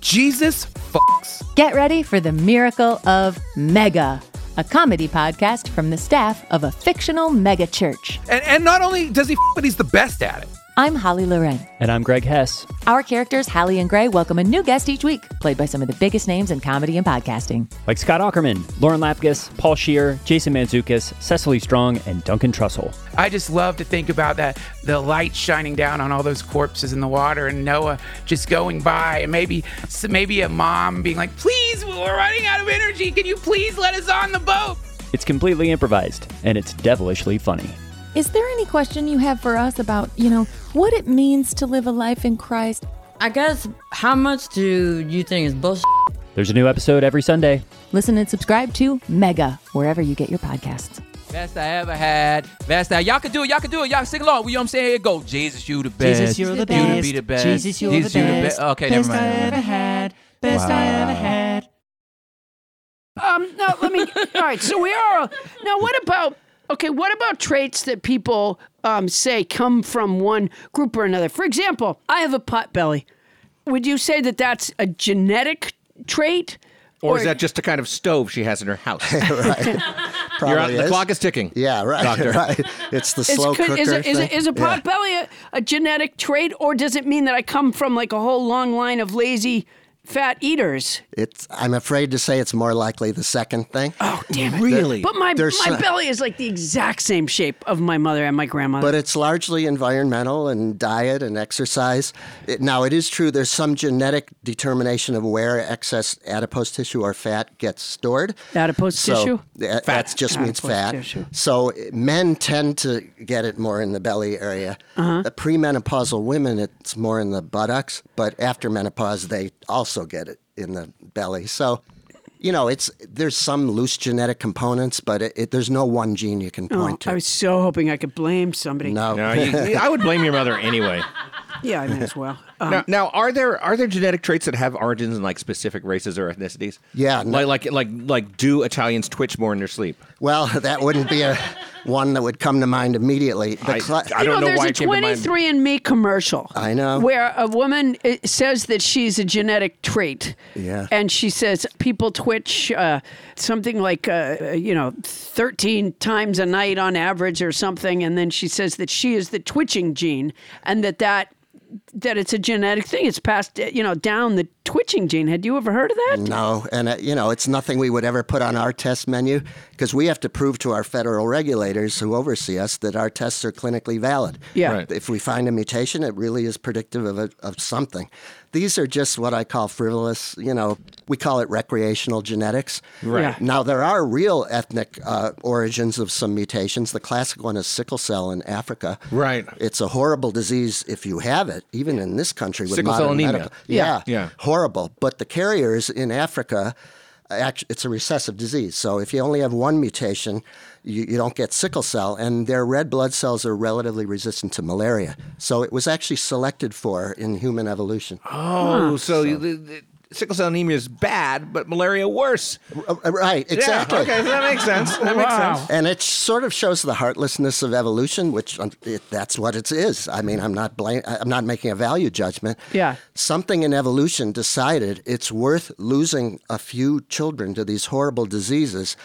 H: Jesus fucks.
I: Get ready for the miracle of Mega, a comedy podcast from the staff of a fictional mega church.
H: And, and not only does he f, but he's the best at it.
I: I'm Holly Loren.
J: And I'm Greg Hess.
I: Our characters, Hallie and Gray, welcome a new guest each week, played by some of the biggest names in comedy and podcasting.
J: Like Scott Ackerman, Lauren Lapkus, Paul Shear, Jason Manzukis, Cecily Strong, and Duncan Trussell.
K: I just love to think about that the light shining down on all those corpses in the water and Noah just going by and maybe s- maybe a mom being like, "Please, we're running out of energy. Can you please let us on the boat?"
J: It's completely improvised, and it's devilishly funny.
L: Is there any question you have for us about, you know, what it means to live a life in Christ?
M: I guess how much do you think is bullshit
J: There's a new episode every Sunday.
I: Listen and subscribe to Mega wherever you get your podcasts.
H: Best I ever had. Best I. Y'all can do it. Y'all can do it. Y'all sing along. You know what I'm saying? Here it go. Jesus, you the best.
M: Jesus, you're the
H: You
M: best.
H: be the best.
M: Jesus, you're the best.
H: be- Okay,
M: Best
H: never mind.
M: I ever had. Best I ever had.
C: Um, no, let me. all right, so we are. Now, what about? Okay, what about traits that people um, say come from one group or another? For example, I have a pot belly. Would you say that that's a genetic trait?
B: Or is that just a kind of stove she has in her house? You're on,
F: Probably
B: the
F: is.
B: clock is ticking.
F: Yeah, right.
B: Doctor.
F: Right. It's the
C: Is-
F: slow
C: could-
F: cooker.
C: is, a, is,
F: thing.
C: a, is a pot belly a, a genetic trait, or does it mean that I come from like a whole long line of lazy fat eaters?
F: Yeah. It's. I'm afraid to say it's more likely the second thing.
C: Oh, damn it.
F: Really?
C: But my,
F: There's
C: my
F: some-
C: belly is like the exact same shape of my mother and my grandmother.
F: But it's largely environmental and diet and exercise. It- now, it is true there's some genetic determination of where excess adipose tissue or fat gets stored.
C: Adipose
F: So uh,
C: tissue?
F: That that's just means
C: Adipose
F: fat.
C: tissue.
F: So men tend to get it more in the belly area.
C: Uh-huh.
F: The premenopausal women, it's more in the buttocks, but after menopause, they also get it in the belly. So. You know, it's there's some loose genetic components, but it, it, there's no one gene you can
C: Oh,
F: point
C: I was so hoping I could blame somebody.
F: No.
B: No, you- I would blame your mother anyway.
C: Yeah, I may as well. Um,
B: now, now, are there are there genetic traits that have origins in like specific races or ethnicities?
F: Yeah, no-
B: like like like like do Italians twitch more in their sleep?
F: Well, that wouldn't be a one that would come to mind immediately. The cla-
C: you know, there's a 23 and Me commercial
F: I know.
C: where a woman uh, says that she's a genetic trait.
F: Yeah.
C: And she says people twitch uh, something like, uh, you know, 13 times a night on average or something. And then she says that she is the twitching gene and that that. That it's a genetic thing. It's passed, uh, you know, down the twitching gene. Had you ever heard of that?
F: No, and uh, you know it's nothing we would ever put on our test menu because we have to prove to our federal regulators who oversee us that our tests are clinically valid.
C: Yeah. Right.
F: If we find a mutation, it really is predictive of a, of something. These are just what I call frivolous. You know, we call it recreational genetics.
B: Right. Yeah.
F: Now there are real ethnic uh, origins of some mutations. The classic one is sickle cell in Africa.
B: Right.
F: It's a horrible disease if you have it, even in this country with
B: Sickle cell
F: modern
B: anemia.
F: medical.
B: Yeah.
F: Yeah.
B: Yeah.
F: horrible. But the carriers in Africa, act- it's a recessive disease. So if you only have one mutation, you, you don't get sickle cell, and their red blood cells are relatively resistant to malaria. So it was actually selected for in human evolution.
B: Oh, so, you- the, the sickle cell anemia is bad, but malaria worse.
F: Right, exactly.
B: Yeah, okay, so that makes sense. That makes sense.
F: And it sort of shows the heartlessness of evolution, which um, it, that's what it is. I mean, I'm not blame, I'm not making a value judgment.
C: Yeah.
F: Something in evolution decided it's worth losing a few children to these horrible diseases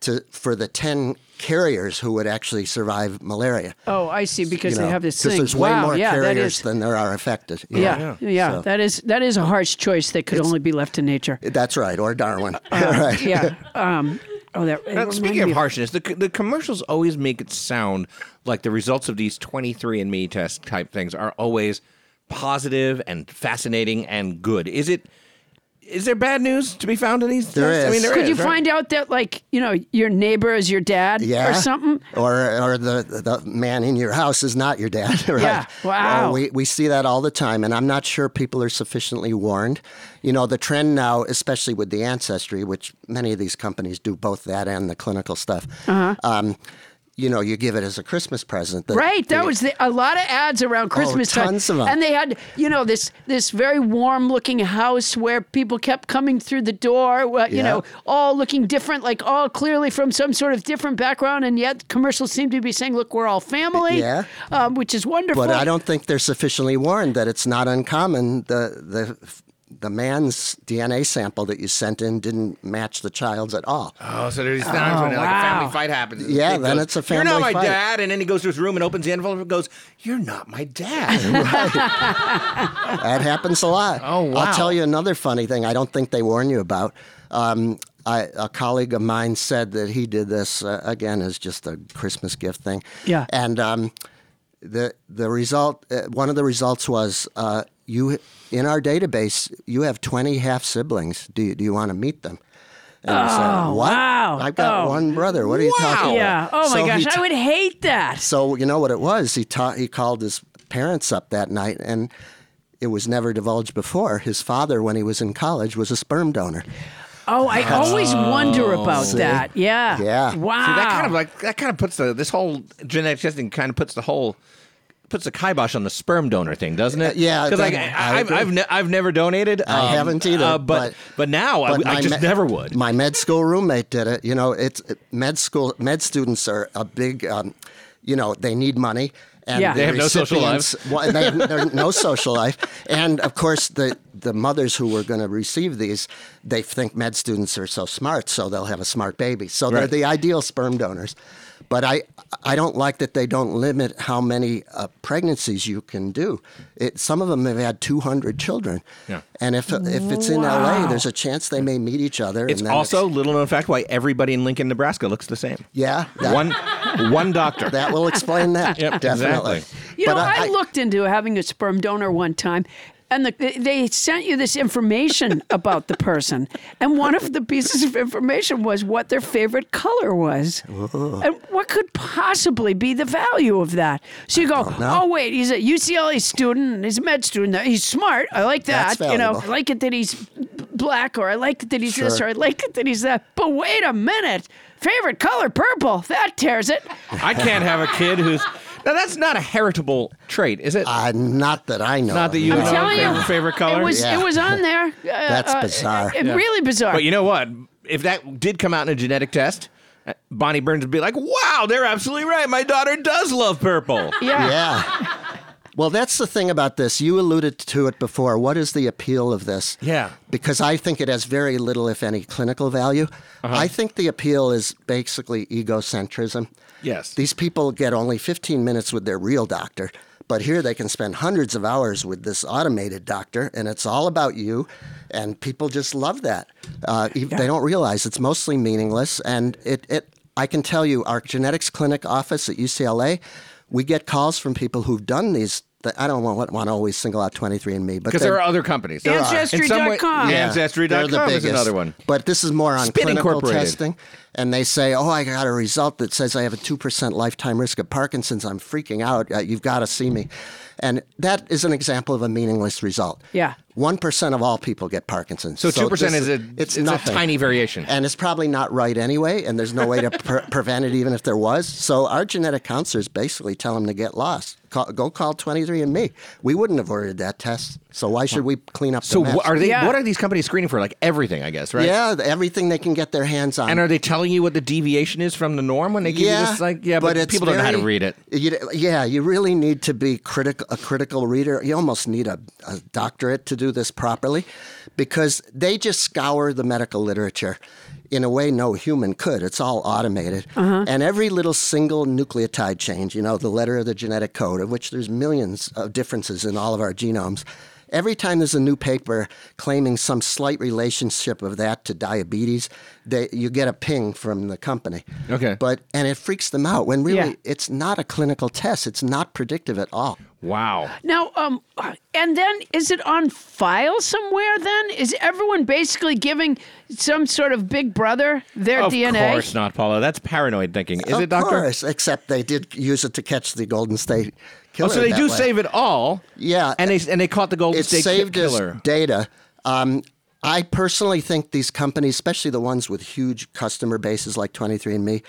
F: to for the 10 carriers who would actually survive malaria.
C: Oh, I see. Because
F: you know,
C: they have this
F: 'cause
C: thing.
F: there's way
C: Wow,
F: more
C: yeah, that
F: carriers
C: is-
F: than there are affected. you
C: Yeah,
F: know,
C: yeah,
F: so.
C: that is that is a harsh choice that could only be left to nature.
F: That's right, or Darwin.
C: Uh-huh.
F: right.
C: Yeah. Um, oh, that. it
B: Now, speaking
C: reminded
B: of
C: me
B: harshness, the, the commercials always make it sound like the results of these 23andMe test type things are always positive and fascinating and good. Is it? Is there bad news to be found in these?
F: There
B: tests? I
F: is.
B: mean, there
C: Could
B: is,
C: you
B: right?
C: find out that like you know your neighbor is your dad
F: yeah.
C: or something?
F: Or or the the man in your house is not your dad, right?
C: Yeah. Wow.
F: Uh, we we see that all the time, and I'm not sure people are sufficiently warned. You know, the trend now, especially with the ancestry, which many of these companies do both that and the clinical stuff.
C: Uh-huh.
F: Um, you know, you give it as a Christmas present. The-
C: right. That
F: the-
C: was the, a lot of ads around Christmas
F: Oh, tons
C: time,
F: of 'em.
C: and they had you know this this very warm looking house where people kept coming through the door, well, you
F: Yeah.
C: know, all looking different, like all clearly from some sort of different background, and yet commercials seem to be saying, "Look, we're all family,"
F: Yeah.
C: um, which is wonderful.
F: But I don't think they're sufficiently warned that it's not uncommon the the the man's DNA sample that you sent in didn't match the child's at all.
B: Oh, so there's times when
F: Oh,
B: like a family
F: wow.
B: fight happens. and
F: Yeah,
B: the kid
F: then
B: goes,
F: it's a
B: You're not
F: family
B: my
F: fight."
B: dad, and then he goes to his room and opens the envelope and goes, "You're not my dad."
F: that happens a lot. Oh,
B: wow.
F: I'll tell you another funny thing I don't think they warn you about. Um, I, a colleague of mine said that he did this, uh, again, as just a Christmas gift thing.
C: Yeah.
F: And um, the, the result, uh, one of the results was uh, you, in our database, you have 20 half siblings. Do you, do you want to meet them? And I said,
C: Oh,
F: what?
C: wow.
F: I've got
C: Oh.
F: one brother. What are you talking
C: Yeah.
F: about?
C: Oh my
F: So he
C: gosh, I
F: t-
C: would hate that.
F: so you know what it was? He taught. He called his parents up that night, and it was never divulged before. His father, when he was in college, was a sperm donor.
C: Oh, I always wonder about
F: See?
C: that. Yeah.
F: Yeah.
C: Wow.
B: See, that kind of like that kind of puts the this whole genetic testing kind of puts the whole puts the kibosh on the sperm donor thing, doesn't it?
F: Uh, Yeah,
B: because like,
F: that-
B: I,
F: I
B: I've
F: agree.
B: I've, ne- I've never donated.
F: I
B: um,
F: haven't either.
B: uh, but, but now
F: but
B: I, I
F: my
B: just
F: me-
B: never would.
F: My med school roommate did it. You know, it's med school. Med students are a big, um, you know, they need money. And
B: Yeah.
F: the
B: They have no social
F: recipients-
B: lives.
F: Well, they have they're no social life. And of course, the, the mothers who were going to receive these, they think med students are so smart, so they'll have a smart baby. So they're
N: Right.
F: the ideal sperm donors. But I, I don't like that they don't limit how many uh, pregnancies you can do. It, some of them have had 200 children.
B: Yeah.
F: And if, if it's in
B: Wow.
F: LA, there's a chance they may meet each other.
B: It's
F: and then
B: also little known fact why everybody in Lincoln, Nebraska looks the same.
F: Yeah, that-
B: one one doctor.
F: that will explain that.
B: Yep,
F: definitely.
B: exactly.
C: You know, I, looked into having a sperm donor one time, and the, they sent you this information about the person, and one of the pieces of information was what their favorite color was, and what could possibly be the value of that. So you go, oh wait, he's a UCLA student, and he's a med student. He's smart. I like that.
F: That's
C: You know, I
F: valuable.
C: like it that he's black, or I like it that he's this,
F: Sure.
C: or I like it that he's that. But wait a minute, favorite color purple. That tears it.
B: I can't have a kid who's now that's not a heritable trait, is it?
F: Uh, not that I know.
B: Not that you
C: I'm
B: know
C: telling
B: favorite,
C: you,
B: favorite color.
C: It was it was on there. Uh,
B: That's
C: uh,
B: bizarre.
C: It,
B: Yeah.
C: Really bizarre.
B: But you know what? If that did come out in a genetic test, uh, Bonnie Burns would be like, "Wow, they're absolutely right. My daughter does love purple."
C: Yeah.
F: Yeah. Well, that's the thing about this. You alluded to it before. What is the appeal of this?
B: Yeah.
F: Because I think it has very little, if any, clinical value.
B: Uh-huh.
F: I think the appeal is basically egocentrism.
B: Yes.
F: These people get only 15 minutes with their real doctor, but here they can spend hundreds of hours with this automated doctor, and it's all about you, and people just love that. Uh, ev- They don't realize it's mostly meaningless, and it, it. I can tell you, our genetics clinic office at UCLA, we get calls from people who've done these. th- I don't want, want to always single out 23andMe, but
B: Because
F: they-
B: there are other companies. There are. In some way-
F: Ancestry.com.
B: Yeah,
F: They're the
B: Ancestry.com is
F: biggest.
B: another one.
F: But this is more on
B: Spin
F: clinical
B: Incorporated.
F: testing. And they say, oh, I got a result that says I have a 2% lifetime risk of Parkinson's. I'm freaking out. Uh, you've got to see me. And that is an example of a meaningless result.
C: Yeah.
F: 1% of all people get Parkinson's.
B: So 2%
F: this
B: is a-
F: it's
B: it's a
F: nothing.
B: tiny variation.
F: And it's probably not right anyway, and there's no way to pre- prevent it even if there was. So our genetic counselors basically tell them to get lost. Call, go call 23andMe. We wouldn't have ordered that test, so why should we clean up the
B: So
F: mess?
B: wh- are they? What are these companies screening for? Like everything, I guess, right?
F: Yeah, th- everything they can get their hands on.
B: And are they telling you what the deviation is from the norm when they give you this? Like, yeah, but,
F: it's
B: people don't know how to
F: very-
B: read it.
F: You, d- yeah, you really need to be critical, a critical reader. You almost need a, a doctorate to do this properly, because they just scour the medical literature in a way no human could. It's all automated, and every little single nucleotide change, you know, the letter of the genetic code, of which there's millions of differences in all of our genomes. Every time there's a new paper claiming some slight relationship of that to diabetes, they, you get a ping from the company.
B: Okay.
F: But and it freaks them out when really
C: Yeah.
F: it's not a clinical test. It's not predictive at all.
B: Wow.
C: Now, um, and then is it on file somewhere? Then is everyone basically giving some sort of Big Brother their
B: of
C: DNA?
B: course not, Paula. That's paranoid thinking, is
F: of
B: it, Doctor?
F: course, except they did use it to catch the Golden State
B: Oh,
F: Killer.
B: so they
F: that
B: do
F: way.
B: save it all.
F: Yeah,
B: and they and they caught the Golden
F: it
B: State
F: saved
B: Ki-
F: us
B: Killer.
F: data. Um, I personally think these companies, especially the ones with huge customer bases like 23andMe,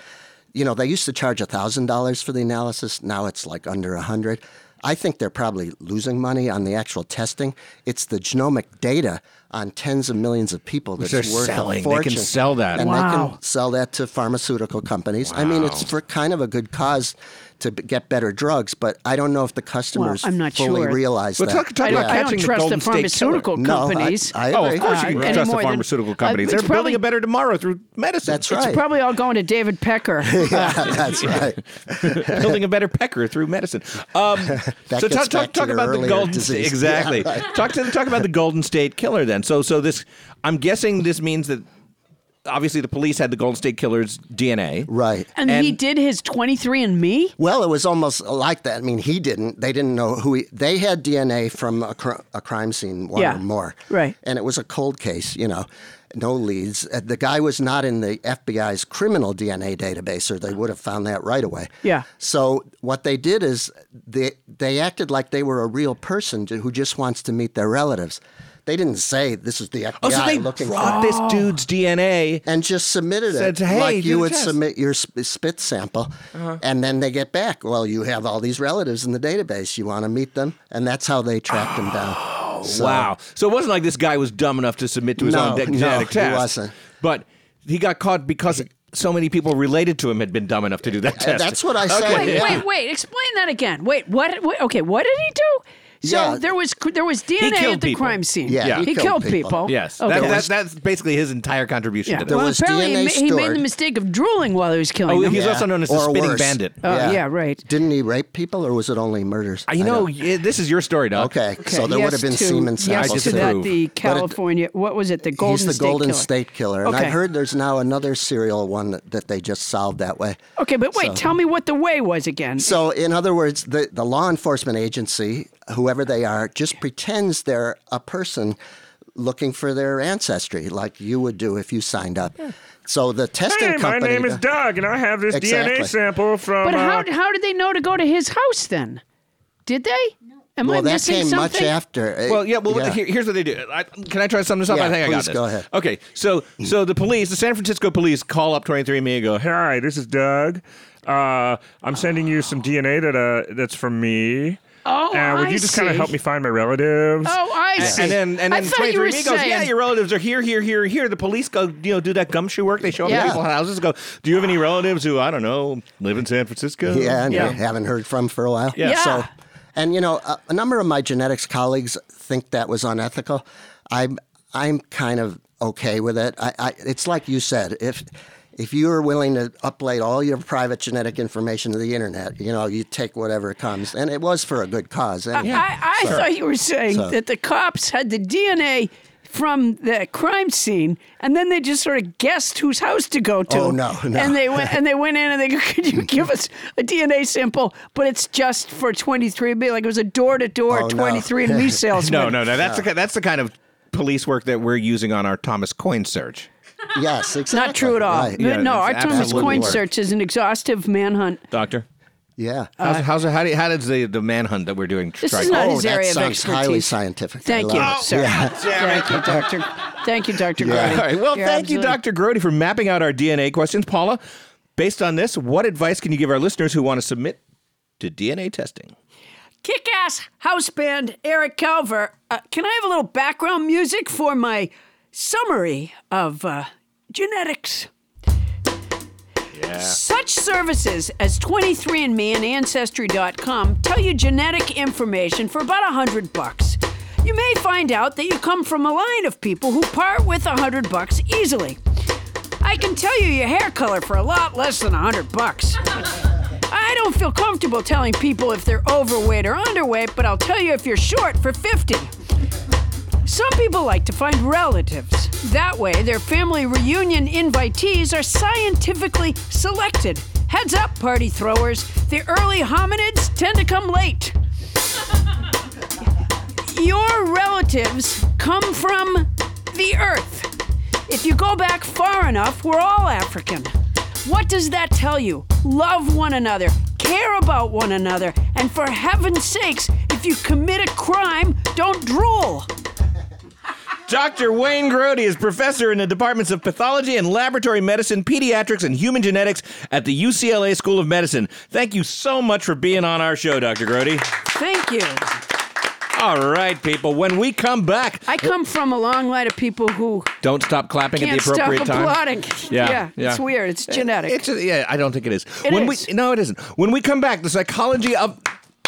F: you know, they used to charge $1,000 for the analysis. Now it's like under 100 I think they're probably losing money on the actual testing. It's the genomic data on tens of millions of people
B: Which
F: that's
B: they're
F: worth
B: selling. They
F: a
B: can
F: fortune.
B: sell that.
F: And they
B: Wow.
F: can sell that to pharmaceutical companies. I mean, it's
B: Wow.
F: for kind of a good cause to b- get better drugs, but I don't know if the customers
C: I'm not
F: fully
C: sure.
F: realize
B: Well,
F: that.
B: talk- talk
C: I don't,
B: about
C: I don't
B: catching the
C: trust the,
B: Golden State
C: pharmaceutical
F: Killer. No, I-
C: companies.
F: I
B: Oh, of course
C: Uh,
B: you can
C: any
B: trust the
C: more than-
B: pharmaceutical
C: uh,
B: companies.
C: it's
B: They're
C: probably-
B: building a better tomorrow through medicine.
F: That's
C: It's
F: right.
C: probably all going to David Pecker.
F: yeah, that's right.
B: building a better pecker through medicine. Um, so
F: gets back
B: talk, talk,
F: to
B: talk
F: your
B: about the
F: earlier
B: Golden
F: disease.
B: State. Exactly.
F: Yeah, right.
B: Talk to talk about the Golden State Killer then. So so this, I'm guessing this means that obviously the police had the Golden State Killer's DNA.
F: Right.
C: and, he did his 23 and Me.
F: Well, it was almost like that. I mean, he didn't. They didn't know who he. They had DNA from a, cr- a crime scene, one
C: Yeah,
F: or more.
C: right.
F: And it was a cold case, you know. no leads. Uh, The guy was not in the FBI's criminal DNA database, or they would have found that right away.
C: Yeah.
F: So what they did is they they acted like they were a real person ju- who just wants to meet their relatives. They didn't say this is the FBI
E: Oh, so they
F: looking
E: brought
F: for
E: this dude's DNA
F: and just submitted
E: Said,
F: it
E: "Hey,
F: like
E: do
F: you
E: the
F: would
E: test."
F: submit your sp- spit sample,
E: Uh-huh.
F: and then they get back. Well, you have all these relatives in the database. You want to meet them, and that's how they tracked him down. So-
B: wow. So it wasn't like this guy was dumb enough to submit to his
F: No,
B: own de-
F: no,
B: genetic
F: he
B: test.
F: wasn't.
B: But he got caught because so many people related to him had been dumb enough to do that test.
C: Wait, wait, wait. Explain that again. Wait, what? what okay, what did he do? So
B: Yeah.
C: there was there was DNA at the crime scene. he, killed, people.
B: Yes.
C: Oh, Okay.
B: That, that, that's basically his entire contribution
C: yeah.
B: to this.
C: Well, apparently he, ma- he made the mistake of drooling while he was killing
B: Oh,
C: them.
B: he's also known as the
F: Or
B: spitting
F: worse.
B: bandit.
C: Oh, yeah, right. Uh,
F: Didn't he rape people, or was it only murders?
B: You know, yeah, this is your story, Doc.
F: Okay, so there would have been
C: to,
F: semen
C: Yes,
F: samples.
C: to that, the
F: But it-
C: California. what was it? The Golden
F: He's the
C: State
F: Golden
C: Killer.
F: State Killer, and
C: okay.
F: I've heard there's now another serial one that, that they just solved that way.
C: Okay, but wait.
F: So-
C: Tell me what the way was again.
F: So, in other words, the, the law enforcement agency, whoever they are, just pretends they're a person looking for their ancestry, like you would do if you signed up. So the testing
N: Hey, my
F: company.
N: name is Doug, and I have this
F: Exactly.
N: DNA sample from.
C: But
N: uh,
C: how how did they know to go to his house then? Did they? Am
F: well,
C: I
F: that
C: missing
F: came
C: something?
F: much after. uh, It-
B: Well, yeah. Well, what- here- here's what they do. I, can I try to sum this up?
F: Yeah,
B: I think I got
F: please,
B: this.
F: go ahead.
B: Okay, so so the police, the San Francisco police, call up 23andMe and go,
N: Hi, this is Doug. Uh, I'm sending you some DNA that uh, that's from me.
C: Oh,
B: Uh,
N: And would
C: I
N: you just kind of
C: see.
N: help me find my relatives?
C: Oh, I
N: And-
C: see.
B: And then and
C: I
B: then
C: thought you were
B: 23andMe goes, yeah,
C: saying-
B: your relatives are here, here, here, here. The police go, you know, do that gumshoe work. They show up
C: Yeah.
B: at people's houses. and Go, do you have any relatives who I don't know live in San Francisco?
F: Yeah, and I haven't heard from for a while.
B: Yeah. Yeah.
F: So, and you know, a, a number of my genetics colleagues think that was unethical. I'm I'm kind of okay with it. I, I it's like you said, if if you are willing to upload all your private genetic information to the internet, you know, you take whatever comes, and it was for a good cause.
C: I,
F: anyway.
C: I, I
F: So-
C: thought you were saying
F: so-
C: that the cops had the DNA from the crime scene, and then they just sort of guessed whose house to go to.
F: Oh, no, no.
C: And they went and they went in and they go, "Could you give us a DNA sample?" But it's just for twenty three and me, like it was a door to door twenty three and me salesman.
B: Oh, No, no, no. That's the, that's the kind of police work that we're using on our Thomas Coin search.
F: yes, exactly.
C: not true at all.
B: Right.
C: No,
B: Yeah,
C: no, our
B: it's
C: Thomas
B: absolutely
C: Coin
B: work.
C: search is an exhaustive manhunt.
B: Doctor.
F: Yeah.
B: How's,
C: Uh,
B: how's how, do, how does the, the manhunt that we're doing?
C: This
B: strike Oh,
C: is not
B: you?
C: his area of
F: Oh, sounds
C: expertise.
F: highly scientific. I
C: Thank you,
F: love it.
C: sir.
F: Yeah.
C: Thank you, Doctor. Thank you, Doctor.
B: All
C: Grody.
B: right. Well,
C: You're
B: thank you,
C: absolutely-
B: Dr. Grody, for mapping out our DNA questions. Paula, based on this, what advice can you give our listeners who want to submit to DNA testing?
C: kick ass house band Eric Calver. Uh, can I have a little background music for my summary of uh, genetics? Such services as 23andMe and Ancestry.com tell you genetic information for about a hundred bucks. You may find out that you come from a line of people who part with a hundred bucks easily. I can tell you your hair color for a lot less than a hundred bucks. I don't feel comfortable telling people if they're overweight or underweight, but I'll tell you if you're short for 50. Some people like to find relatives. That way, their family reunion invitees are scientifically selected. Heads up, party throwers, the early hominids tend to come late. Your relatives come from the earth. If you go back far enough, we're all African. What does that tell you? Love one another, care about one another, and for heaven's sakes, if you commit a crime, don't drool.
B: Dr. Wayne Grody is professor in the departments of pathology and laboratory medicine, pediatrics, and human genetics at the UCLA School of Medicine. Thank you so much for being on our show, Dr. Grody.
C: Thank you.
B: All right, people, when we come back,
C: I come from a long line of people who
B: don't stop clapping
C: can't
B: at the appropriate
C: stop
B: time.
C: applauding.
B: Yeah, yeah.
C: it's weird. It's genetic.
B: It's yeah, I don't think it is.
C: It
B: when
C: is.
B: we no, it isn't. When we come back, the psychology of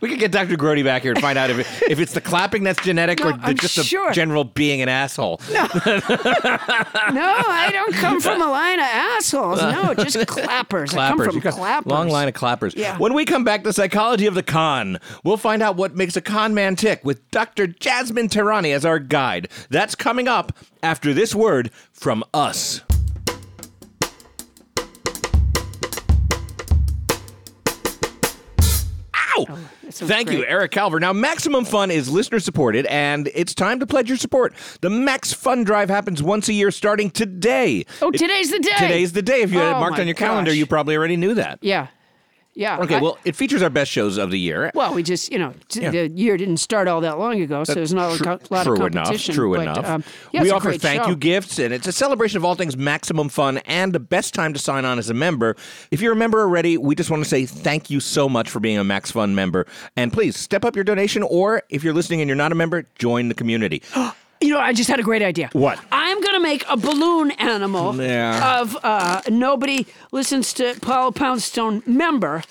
B: We could get Dr. Grody back here and find out if, it, if it's the clapping that's genetic
C: No,
B: or the,
C: I'm
B: just the
C: sure.
B: general being an asshole. No.
C: no, I don't come from a line of assholes. No, just clappers. I come from clappers.
B: Long line of clappers.
C: Yeah.
B: When we come back, the psychology of the con. We'll find out what makes a con man tick with Dr. Jasmine Terrani as our guide. That's coming up after this word from us. Wow!
C: Oh,
B: Thank you, Eric Calver. Now, Maximum Fun is listener supported, and it's time to pledge your support. The Max Fun Drive happens once a year starting today.
C: Oh, today's the day.
B: Today's the day. If you had it
C: Oh,
B: marked
C: my
B: on your calendar,
C: gosh.
B: you probably already knew that.
C: Yeah. Yeah.
B: Okay,
C: I-
B: well, it features our best shows of the year.
C: Well, we just, you know, t-
B: Yeah.
C: the year didn't start all that long ago, so
B: That's
C: there's not
B: tru-
C: a co- lot
B: true
C: of
B: enough.
C: competition.
B: True
C: but,
B: enough.
C: um, yeah,
B: we
C: it's a
B: offer
C: great
B: thank
C: show.
B: you gifts, and it's a celebration of all things maximum fun and the best time to sign on as a member. If you're a member already, we just want to say thank you so much for being a Max Fun member, and please step up your donation. Or if you're listening and you're not a member, join the community.
C: You know, I just had a great idea.
B: What?
C: I'm going to make a balloon animal
B: Yeah.
C: of uh, nobody listens to Paula Poundstone member.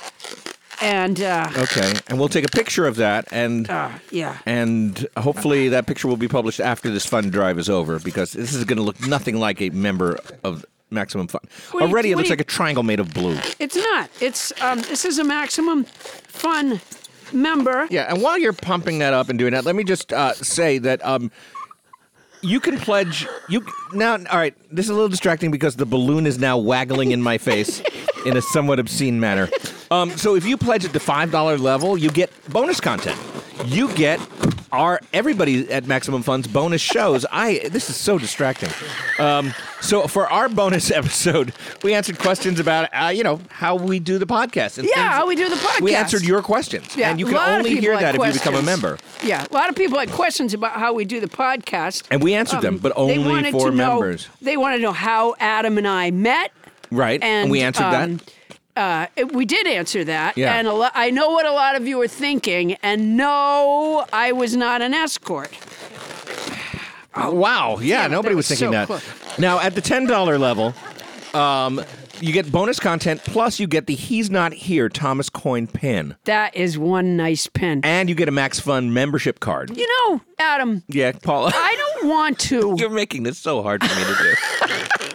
C: And uh,
B: Okay, and we'll take a picture of that, and
C: Ah, yeah.
B: and hopefully that picture will be published after this fun drive is over because this is going to look nothing like a member of Maximum Fun.
C: What do you-
B: Already, it
C: what
B: looks
C: do you-
B: like a triangle made of blue.
C: it's not. It's um, This is a maximum fun member.
B: Yeah, and while you're pumping that up and doing that, let me just uh, say that um, you can pledge. You now, all right. This is a little distracting because the balloon is now waggling in my face in a somewhat obscene manner. Um, so if you pledge at the five dollar level, you get bonus content. You get our everybody at Maximum Funds bonus shows. I this is so distracting. Um, so for our bonus episode, we answered questions about uh, you know how we do the podcast. and
C: Yeah,
B: things-
C: how we do the podcast.
B: We answered your questions,
C: Yeah,
B: and you
C: a
B: can
C: lot of
B: only
C: people
B: hear
C: had
B: that if you become a
C: questions.
B: member.
C: Yeah, a lot of people had questions about how we do the podcast,
B: And we answered them, but only
C: Um, they wanted
B: for
C: to know-
B: members.
C: they wanted to know how Adam and I met,
B: Right. And, we answered
C: um,
B: that.
C: Uh, it- we did answer that,
B: Yeah.
C: and a lo- I know what a lot of you are thinking. And no, I was not an escort.
B: Oh, wow. Yeah, nobody
C: that
B: was
C: was
B: thinking
C: so
B: that.
C: close.
B: Now, at the $10 level, um, you get bonus content, plus you get the He's Not Here Thomas Coin pin.
C: That is one nice pin.
B: And you get a Max Fun membership card.
C: You know, Adam,
B: Yeah, Paula.
C: I don't want to.
B: You're making this so hard for me to do.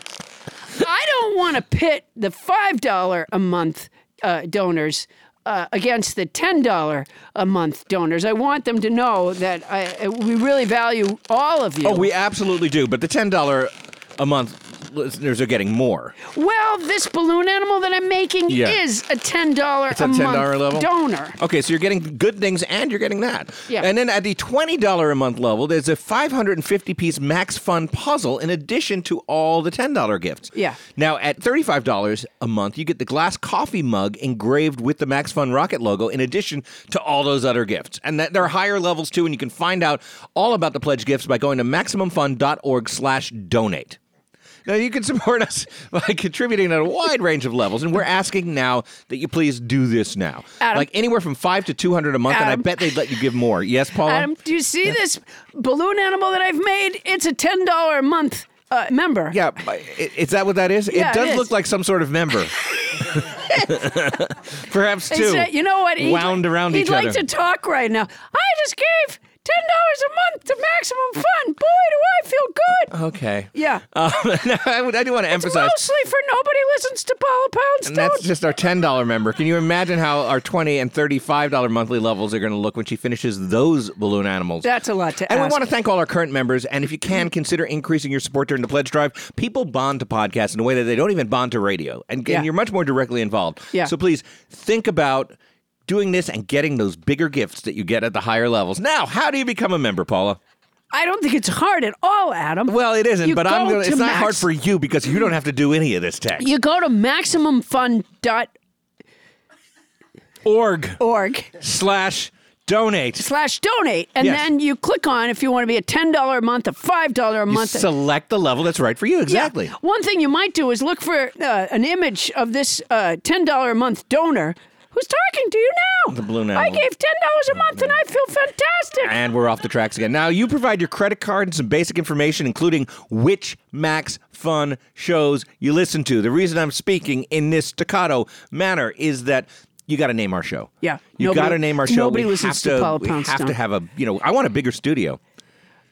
C: I don't want to pit the five dollar a month uh, donors uh, against the ten dollar a month donors. I want them to know that I, uh, we really value all of you.
B: Oh, we absolutely do. But the $10 a month listeners are getting more.
C: well, this balloon animal that I'm making
B: Yeah.
C: is a ten dollar
B: It's
C: a
B: at
C: month
B: ten dollar level Oh,
C: donor.
B: Okay, so you're getting good things and you're getting that.
C: Yeah.
B: And then at the twenty dollar a month level, there's a five hundred and fifty piece max fun puzzle in addition to all the ten dollar gifts.
C: Yeah.
B: Now at thirty five dollars a month, you get the glass coffee mug engraved with the Max Fun Rocket logo in addition to all those other gifts. And that there are higher levels too, and you can find out all about the pledge gifts by going to maximumfun.org slash donate. Now, you can support us by contributing at a wide range of levels, and we're asking now that you please do this now.
C: Adam.
B: Like anywhere from five to 200 a month, and I
C: Adam.
B: bet they'd let you give more. Yes, Paula?
C: Adam, do you see this balloon animal that I've made? It's a ten dollar a month uh, member.
B: Yeah, i- is that what that is?
C: Yeah,
B: it
C: it
B: does
C: is.
B: look like some sort of member. Perhaps
C: He
B: two.
C: said, you know what? He'd-
B: wound around
C: he'd
B: each
C: like
B: other.
C: to talk right now. I just gave ten dollars a month to Maximum Fun. Boy, do I feel good.
B: Okay.
C: Yeah.
B: Um, I, would- I do want to
C: It's
B: emphasize.
C: mostly for nobody listens to Paula Poundstone.
B: And that's just our ten dollar member. Can you imagine how our twenty and thirty five dollar monthly levels are going to look when she finishes those balloon animals?
C: That's a lot uh, to
B: And we
C: ask.
B: want to thank all our current members. And if you can, consider increasing your support during the pledge drive. People bond to podcasts in a way that they don't even bond to radio, and, and
C: Yeah.
B: you're much more directly involved.
C: Yeah.
B: So please think about doing this and getting those bigger gifts that you get at the higher levels. Now, how do you become a member, Paula?
C: I don't think it's hard at all, Adam.
B: Well, it isn't,
C: You
B: but I'm
C: go
B: gonna,
C: to
B: it's not
C: Max-
B: hard for you because you don't have to do any of this tech.
C: You go to maximumfun.org
B: Org slash donate.
C: slash donate, and
B: Yes.
C: then you click on if you want to be a $10 a month, a $5 a
B: You
C: month.
B: select the level that's right for you. Exactly.
C: Yeah. One thing you might do is look for uh, an image of this uh, ten dollar a month donor who's talking to you now.
B: The balloon
C: I
B: animal.
C: gave ten dollars a month and I feel fantastic.
B: And we're off the tracks again. Now, you provide your credit card and some basic information, including which Max Fun shows you listen to. The reason I'm speaking in this staccato manner is that you got to name our show.
C: Yeah,
B: You
C: nobody-
B: got to name our show.
C: nobody
B: we
C: listens
B: have
C: to Paula
B: we have to
C: Poundstone.
B: have a, you know, I want a bigger studio.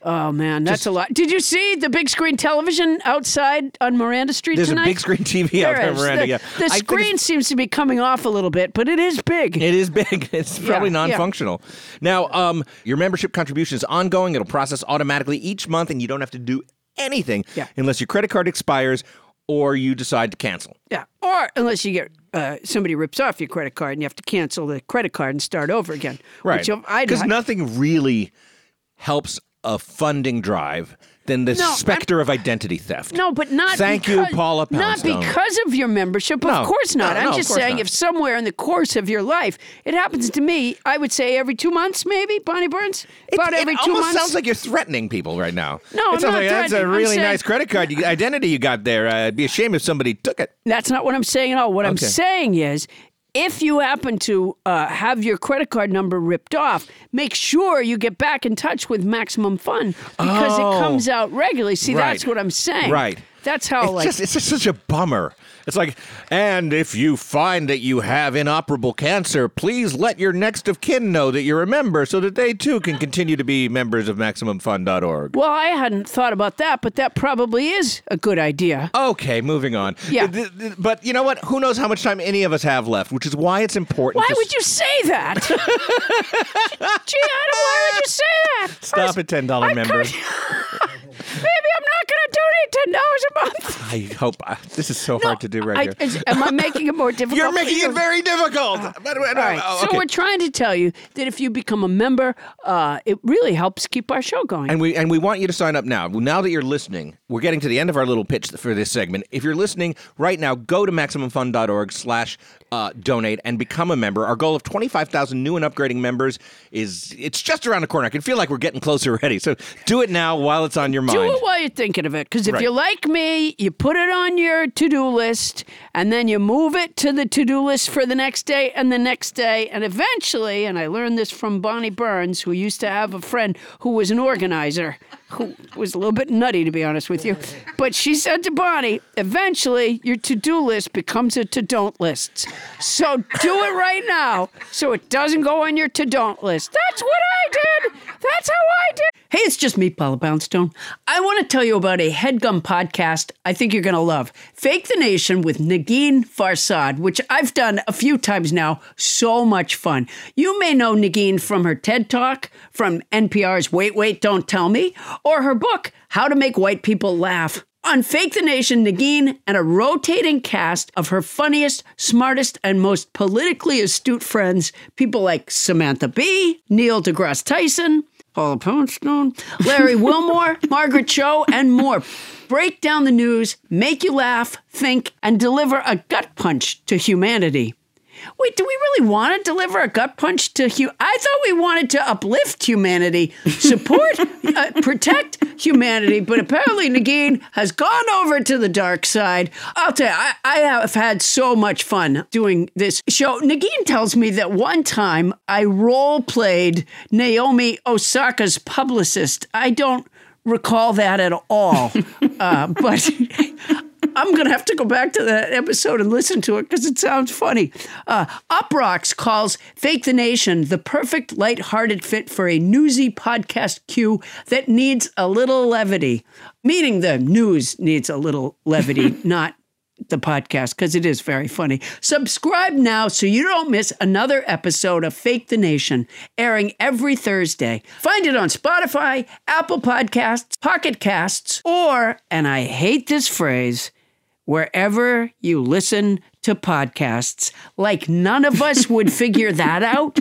C: Oh man, that's a lot. Did you see the big screen television outside on Miranda Street
B: There's
C: tonight?
B: a big screen TV out there,
C: is.
B: Miranda.
C: The,
B: yeah.
C: the
B: I think it's
C: screen seems to be coming off a little bit, but it is big.
B: It is big. It's
C: Yeah,
B: probably
C: yeah.
B: non-functional. Now, um, your membership contribution is ongoing. It'll process automatically each month, and you don't have to do anything
C: Yeah.
B: unless your credit card expires or you decide to cancel.
C: Yeah, or unless you get uh, somebody rips off your credit card and you have to cancel the credit card and start over again.
B: Right.
C: Which if I
B: Because nothing really helps a funding drive than the
C: No, I'm-
B: specter of identity theft.
C: No, but not.
B: Thank you,
C: because-
B: Paula
C: Not
B: Poundstone.
C: because of your membership.
B: No,
C: of course not.
B: no, no,
C: I'm
B: of
C: just
B: course
C: saying,
B: not.
C: if somewhere in the course of your life it happens to me, I would say every two months, maybe Bonnie Burns. About every
B: it
C: two
B: almost
C: months.
B: sounds like you're threatening people right now.
C: No,
B: it
C: I'm
B: sounds
C: not
B: like that's a
C: threatening. I'm
B: really
C: saying-
B: nice credit card you- identity you got there. Uh, it'd be a shame if somebody took it.
C: That's not what I'm saying at all. What I'm
B: Okay.
C: saying is, if you happen to uh, have your credit card number ripped off, make sure you get back in touch with Maximum Fun because
B: Oh.
C: it comes out regularly. See,
B: Right.
C: that's what I'm saying.
B: Right.
C: That's how
B: it's
C: like
B: just it's just such a bummer. It's like, and if you find that you have inoperable cancer, please let your next of kin know that you're a member, so that they too can continue to be members of MaximumFun.org.
C: Well, I hadn't thought about that, but that probably is a good idea.
B: Okay, moving on.
C: Yeah.
B: Th- th- But you know what? Who knows how much time any of us have left, which is why it's important.
C: Why
B: to
C: would you say that? Gee, Adam, why would you say that? I was-
B: stop at ten dollar member?
C: Maybe I'm not going to donate ten dollars a month.
B: I hope I, this is so hard to do right
C: I-
B: here.
C: is- am I making it more difficult?
B: You're
C: for
B: making
C: you?
B: it very difficult. But- but-
C: All right.
B: oh,
C: So
B: okay.
C: we're trying to tell you that if you become a member, uh, it really helps keep our show going.
B: And we and we want you to sign up now. Now that you're listening, we're getting to the end of our little pitch for this segment. If you're listening right now, go to maximumfund.org slash uh, donate and become a member. Our goal of 25,000 new and upgrading members is it's just around the corner. I can feel like we're getting closer already. So do it now while it's on your mind.
C: Do it while you're thinking of it, because if
B: Right.
C: you're like me, you put it on your to-do list, and then you move it to the to-do list for the next day and the next day, and eventually. And I learned this from Bonnie Burns, who used to have a friend who was an organizer, who was a little bit nutty, to be honest with you. But she said to Bonnie, eventually your to-do list becomes a to-don't list. So do it right now, so it doesn't go on your to-don't list. That's what I did. That's how I did. Hey, it's just me, Paula Poundstone. I want to tell you about a headgum podcast I think you're going to love Fake the Nation with Nagin Farsad, which I've done a few times now. So much fun. You may know Nagin from her TED Talk, from NPR's Wait, Wait, Don't Tell Me, or her book, How to Make White People Laugh. On Fake the Nation, Nagin and a rotating cast of her funniest, smartest, and most politically astute friends, people like Samantha Bee, Neil deGrasse Tyson, Paula Poundstone, Larry Wilmore, Margaret Cho, and more. Break down the news, make you laugh, think, and deliver a gut punch to humanity. Wait, do we really want to deliver a gut punch to hu I thought we wanted to uplift humanity, support, uh, protect humanity, but apparently Nagin has gone over to the dark side. I'll tell you, I, I have had so much fun doing this show. Nagin tells me that one time I role played Naomi Osaka's publicist. I don't recall that at all, uh, but. I'm going to have to go back to that episode and listen to it because it sounds funny. Uh, Uprox calls Fake the Nation the perfect lighthearted fit for a newsy podcast cue that needs a little levity, meaning the news needs a little levity, not the podcast because it is very funny. Subscribe now so you don't miss another episode of Fake the Nation airing every Thursday. Find it on Spotify, Apple Podcasts, Pocket Casts, or, and I hate this phrase, wherever you listen to podcasts. Like none of us would figure that out.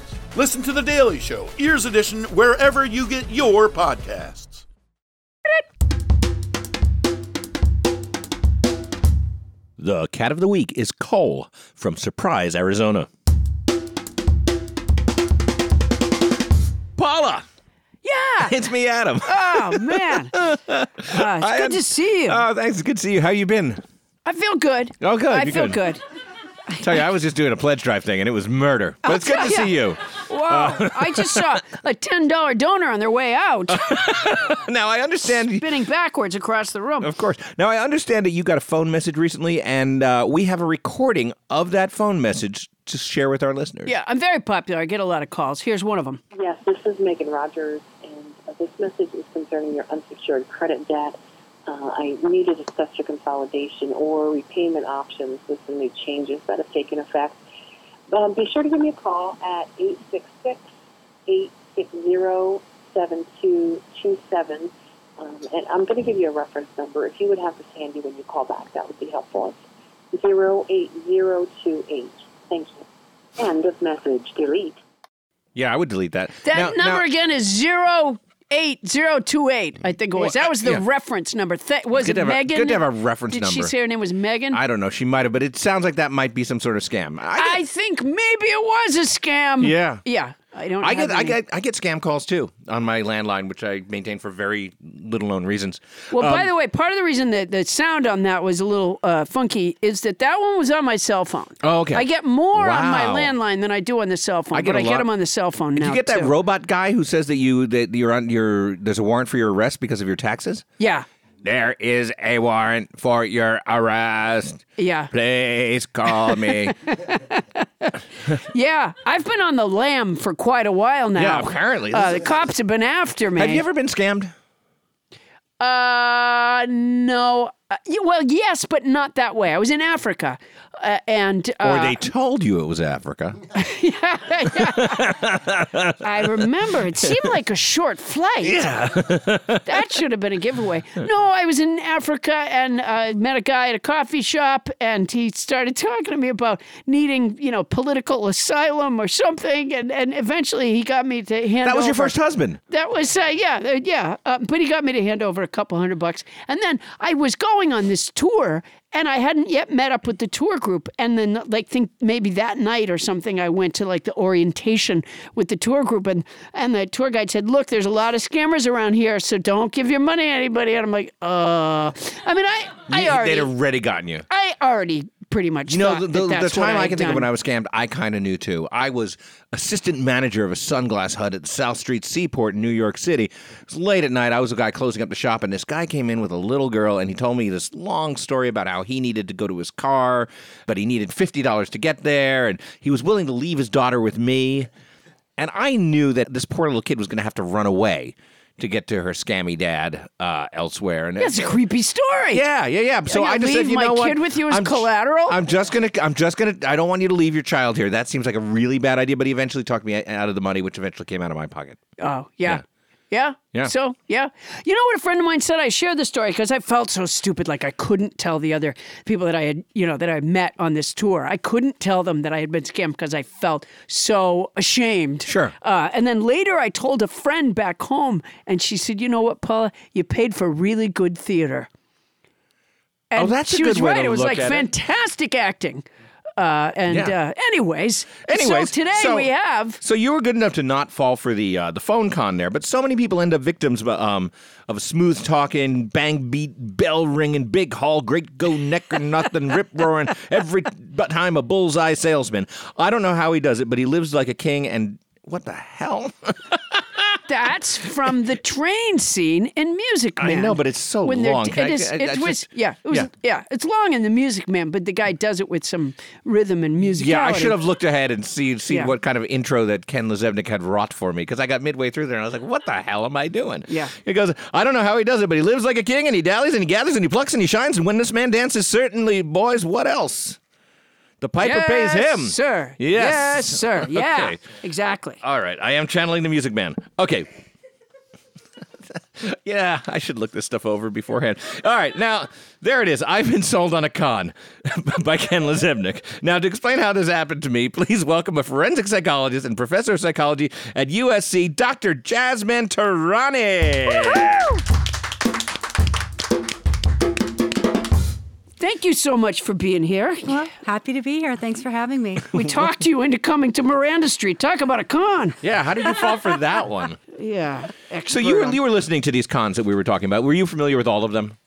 O: Listen to The Daily Show, Ears Edition, wherever you get your podcasts.
B: The cat of the week is Cole from Surprise, Arizona. Paula,
C: Yeah.
B: it's me, Adam.
C: Oh, man. Uh, Ah. it's
B: I
C: good
B: am-
C: to see you.
B: Oh, thanks. Good to see you. How you been?
C: I feel good.
B: Oh, good.
C: I
B: You're
C: feel
B: good.
C: good.
B: Tell you, I was just doing a pledge drive thing, and it was murder. But
C: I'll
B: it's good
C: tell
B: to see
C: ya.
B: you.
C: Whoa!
B: Uh,
C: I just saw a ten dollar donor on their way out.
B: now I understand.
C: Spinning backwards across the room.
B: Of course. Now I understand that you got a phone message recently, and uh, we have a recording of that phone message to share with our listeners.
C: Yeah, I'm very popular. I get a lot of calls. Here's one of them.
P: Yes, this is Megan Rogers, and uh, this message is concerning your unsecured credit debt. Uh, I need to discuss your consolidation or repayment options with some new changes that have taken effect. Um, be sure to give me a call at 866-860-7227, um, and I'm going to give you a reference number. If you would have this handy when you call back, that would be helpful. It's 08028. Thank you. End of message. Delete.
B: Yeah, I would delete that.
C: That
B: Now- now-
C: number again is zero eight zero two eight. I think it was.
B: Well,
C: That was the
B: yeah.
C: reference number. Th- was
B: Good
C: it
B: to have a-
C: Megan?
B: good to have a reference
C: Did she
B: number.
C: say her name was Megan?
B: I don't know. She might have, but it sounds like that might be some sort of scam. I,
C: I think maybe it was a scam.
B: Yeah.
C: Yeah. I don't.
B: I
C: have
B: get I
C: any-
B: get I get scam calls too on my landline, which I maintain for very little known reasons.
C: Well, by
B: Um,
C: the way, part of the reason that the sound on that was a little uh, funky is that that one was on my cell phone.
B: Oh, okay.
C: I get more on my
B: Wow.
C: landline than I do on the cell phone,
B: I get
C: but
B: a
C: I get
B: lot-
C: them on the cell phone
B: Did
C: now.
B: you get that
C: too.
B: robot guy who says that you that you're on your there's a warrant for your arrest because of your taxes?
C: Yeah.
B: There is a warrant for your arrest.
C: Yeah.
B: Please call me.
C: Yeah. I've been on the lam for quite a while now.
B: Yeah, apparently.
C: Uh, the
B: This is-
C: cops have been after me.
B: Have you ever been scammed?
C: Uh, no. Uh, y- well, yes, but not that way. I was in Africa, uh, and uh,
B: or they told you it was Africa.
C: I remember it seemed like a short flight.
B: Yeah.
C: that should have been a giveaway. No, I was in Africa and uh, met a guy at a coffee shop, and he started talking to me about needing, you know, political asylum or something, and, and eventually he got me to hand.
B: that was your
C: over-
B: first husband.
C: That was uh, yeah, uh, yeah. Uh, but he got me to hand over a couple hundred bucks, and then I was going on this tour, and I hadn't yet met up with the tour group. And then, like, think maybe that night or something, I went to like the orientation with the tour group, and and the tour guide said, "Look, there's a lot of scammers around here, so don't give your money to anybody." And I'm like, "Uh, I mean, I, I
B: You-
C: already,
B: They'd already gotten you.
C: I already pretty much
B: You know,
C: thought
B: the,
C: that
B: the, the
C: that's what
B: time I
C: had
B: can think of
C: done.
B: when I was scammed, I kind of knew too. I was assistant manager of a sunglass hut at the South Street Seaport in New York City. It was late at night. I was a guy closing up the shop, and this guy came in with a little girl, and he told me this long story about how he needed to go to his car, but he needed $50 to get there, and he was willing to leave his daughter with me. And I knew that this poor little kid was going to have to run away to get to her scammy dad uh, elsewhere. And
C: That's a creepy story.
B: Yeah, yeah, yeah. So
C: You're
B: I
C: gonna
B: just
C: leave
B: said, you
C: my
B: know what?
C: kid with you as
B: I'm j-
C: collateral.
B: I'm just gonna. I'm just gonna. I don't want you to leave your child here. That seems like a really bad idea. But he eventually talked me out of the money, which eventually came out of my pocket.
C: Oh, yeah. Yeah.
B: Yeah.
C: So, yeah. You know what a friend of mine said? I shared the story because I felt so stupid. Like, I couldn't tell the other people that I had, you know, that I met on this tour. I couldn't tell them that I had been scammed because I felt so ashamed. Sure. Uh, and then later I told a friend back home, and she said, You know what, Paula? You paid for really good theater. And
B: Oh, that's a
C: she
B: good
C: was
B: way
C: right.
B: to
C: it was
B: look
C: like
B: at it.
C: fantastic acting. Uh, and
B: Yeah.
C: uh, anyways,
B: Anyways,
C: so today
B: so-
C: we have
B: So you were good enough to not fall for the uh, the phone con there, but so many people end up victims um, of smooth talking, bang beat, bell ringing, big haul, great go neck or nothing, rip roaring every but time a bullseye salesman. I don't know how he does it, but he lives like a king. And what the hell?
C: That's from the train scene in Music
B: I
C: Man.
B: know, but it's so
C: when they're-
B: long. Can I-
C: It, is,
B: I- I
C: it was,
B: just-
C: yeah, it was, yeah.
B: yeah.
C: it's long in the Music Man, but the guy does it with some rhythm and musicality.
B: Yeah, I should have looked ahead and see see
C: Yeah.
B: what kind of intro that Ken Lezebnik had wrought for me because I got midway through there and I was like, "What the hell am I doing?"
C: Yeah.
B: he goes, "I don't know how he does it, but he lives like a king and he dallies and he gathers and he plucks and he shines and when this man dances, certainly, boys, what else? The piper pays
C: Yes,
B: him,
C: sir.
B: Yes,
C: Yes, sir. Yeah,
B: okay.
C: exactly.
B: All right, I am channeling the Music Man. Okay. yeah, I should look this stuff over beforehand. All right, now there it is. I've been sold on a con by Ken Lezebnik. Now, to explain how this happened to me, please welcome a forensic psychologist and professor of psychology at USC, Dr. Jasmine Tarani.
C: Thank you so much for being here.
A: Well, happy to be here. Thanks for having me.
C: We talked you into coming to Miranda Street. Talk about a con.
B: Yeah, how did you fall for that one?
C: Yeah. Expert
B: So you were
C: on-
B: you were listening to these cons that we were talking about. Were you familiar with all of them?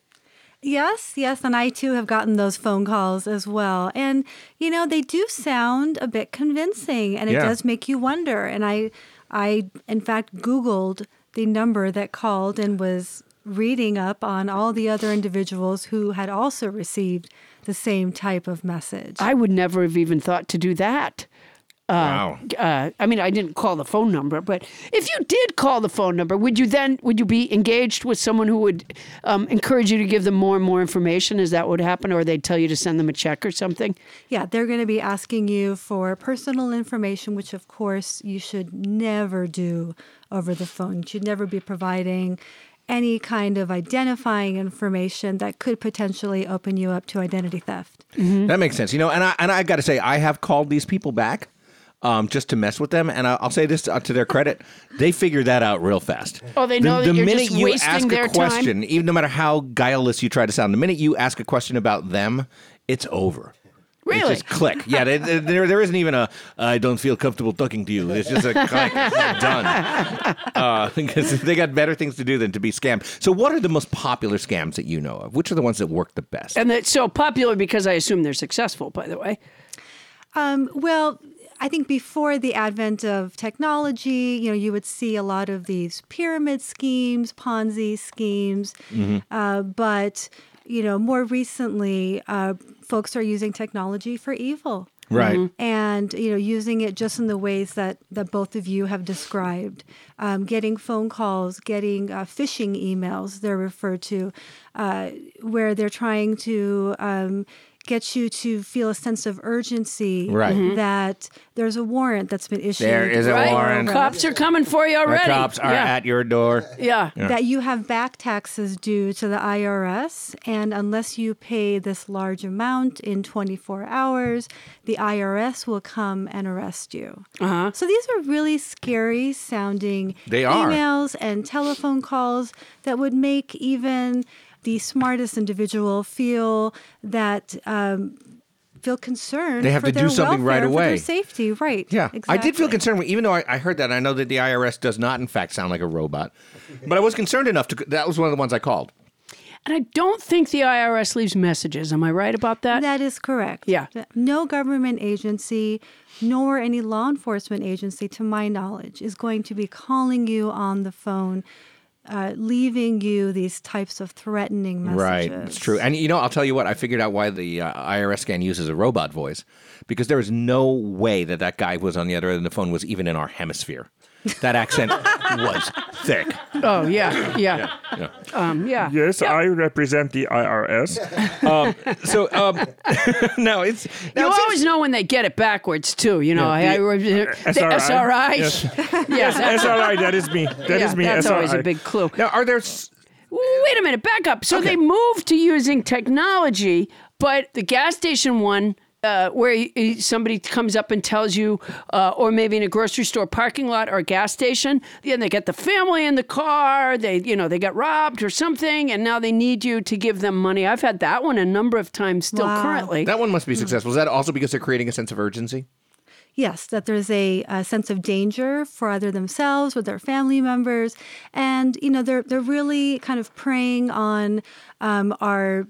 A: Yes, yes. And I too have gotten those phone calls as well. And, you know, they do sound a bit convincing and it
Q: Yeah.
A: does make you wonder. And I, I, in fact, Googled the number that called and was reading up on all the other individuals who had also received the same type of message.
C: I would never have even thought to do that. Uh,
A: Wow.
C: Uh, I mean, I didn't call the phone number, but if you did call the phone number, would you then would you be engaged with someone who would um, encourage you to give them more and more information? Is that what happened, or they'd tell you to send them a check or something?
A: Yeah, they're going to be asking you for personal information, which of course you should never do over the phone. You should never be providing any kind of identifying information that could potentially open you up to identity theft.
B: That makes sense. You know, and I and I got to say, I have called these people back um, just to mess with them, and I, I'll say this uh, to their credit: they figure that out real fast.
C: Oh, they know
B: the,
C: that
B: the
C: you're
B: minute
C: just
B: you
C: wasting
B: ask
C: their
B: a question,
C: time.
B: even no matter how guileless you try to sound, the minute you ask a question about them, it's over.
C: Really?
B: It's just click. Yeah, they, they- there, there isn't even a I don't feel comfortable talking to you. It's just a click. done. Uh, because they got better things to do than to be scammed. So, what are the most popular scams that you know of? Which are the ones that work the best?
C: And that's so popular because I assume they're successful. By the way,
A: Um, well, I think before the advent of technology, you know, you would see a lot of these pyramid schemes, Ponzi schemes. Uh, but you know, more recently, uh, folks are using technology for evil,
Q: Right.
C: Mm-hmm.
Q: Mhm.
A: And you know, using it just in the ways that that both of you have described, um, getting phone calls, getting uh, phishing emails. They're referred to, uh, where they're trying to. Um, Get you to feel a sense of urgency
B: Right. Mhm.
A: that there's a warrant that's been issued.
B: There is a Right. warrant.
C: cops are coming for you
B: The
C: already.
B: cops are
C: Yeah.
B: at your door.
C: Yeah.
A: That you have back taxes due to the IRS, and unless you pay this large amount in 24 hours, the IRS will come and arrest you.
C: Uh-huh.
A: So these are really scary sounding
Q: They are.
A: emails and telephone calls that would make even the smartest individual feel that. Um, feel concerned
B: They have
A: for
B: to do
A: their
B: something right
A: welfare, for their
B: away.
A: safety right
B: Yeah,
A: exactly.
B: I did feel concerned, when, even though I, I heard that. I know that the IRS does not, in fact, sound like a robot, but I was concerned enough to. That was one of the ones I called.
C: And I don't think the IRS leaves messages. Am I right about that?
A: That is correct.
C: Yeah.
A: No government agency nor any law enforcement agency, to my knowledge, is going to be calling you on the phone, uh, leaving you these types of threatening messages.
B: Right, it's true. And you know, I'll tell you what. I figured out why the uh, IRS scan uses a robot voice, because there is no way that that guy who was on the other end of the phone was even in our hemisphere. That accent was thick.
C: Oh yeah, yeah,
B: Yeah.
C: um, yeah.
N: Yes, I represent the IRS.
B: um, so um, no, it's
C: you always know when they get it backwards too. You know,
N: Yeah,
C: I,
N: the-
C: I,
N: uh,
C: the
N: SRI.
C: SRI.
N: Yes.
C: Yeah.
N: Yes, SRI, that is me. That is
C: Yeah,
N: me,
C: That's
N: SRI.
C: always a big clue.
B: Now, are there?
C: Wait a minute, back up. So they moved to using technology, but the gas station one. Uh, where y- y- somebody comes up and tells you, uh, or maybe in a grocery store parking lot or a gas station, then they get the family in the car. They, you know, they got robbed or something, and now they need you to give them money. I've had that one a number of times still currently.
B: that one
A: Hmm.
B: must be successful. Is that also because they're creating a sense of urgency?
A: Yes, that there's a, a sense of danger for either themselves or their family members, and you know they're they're really kind of preying on um, our,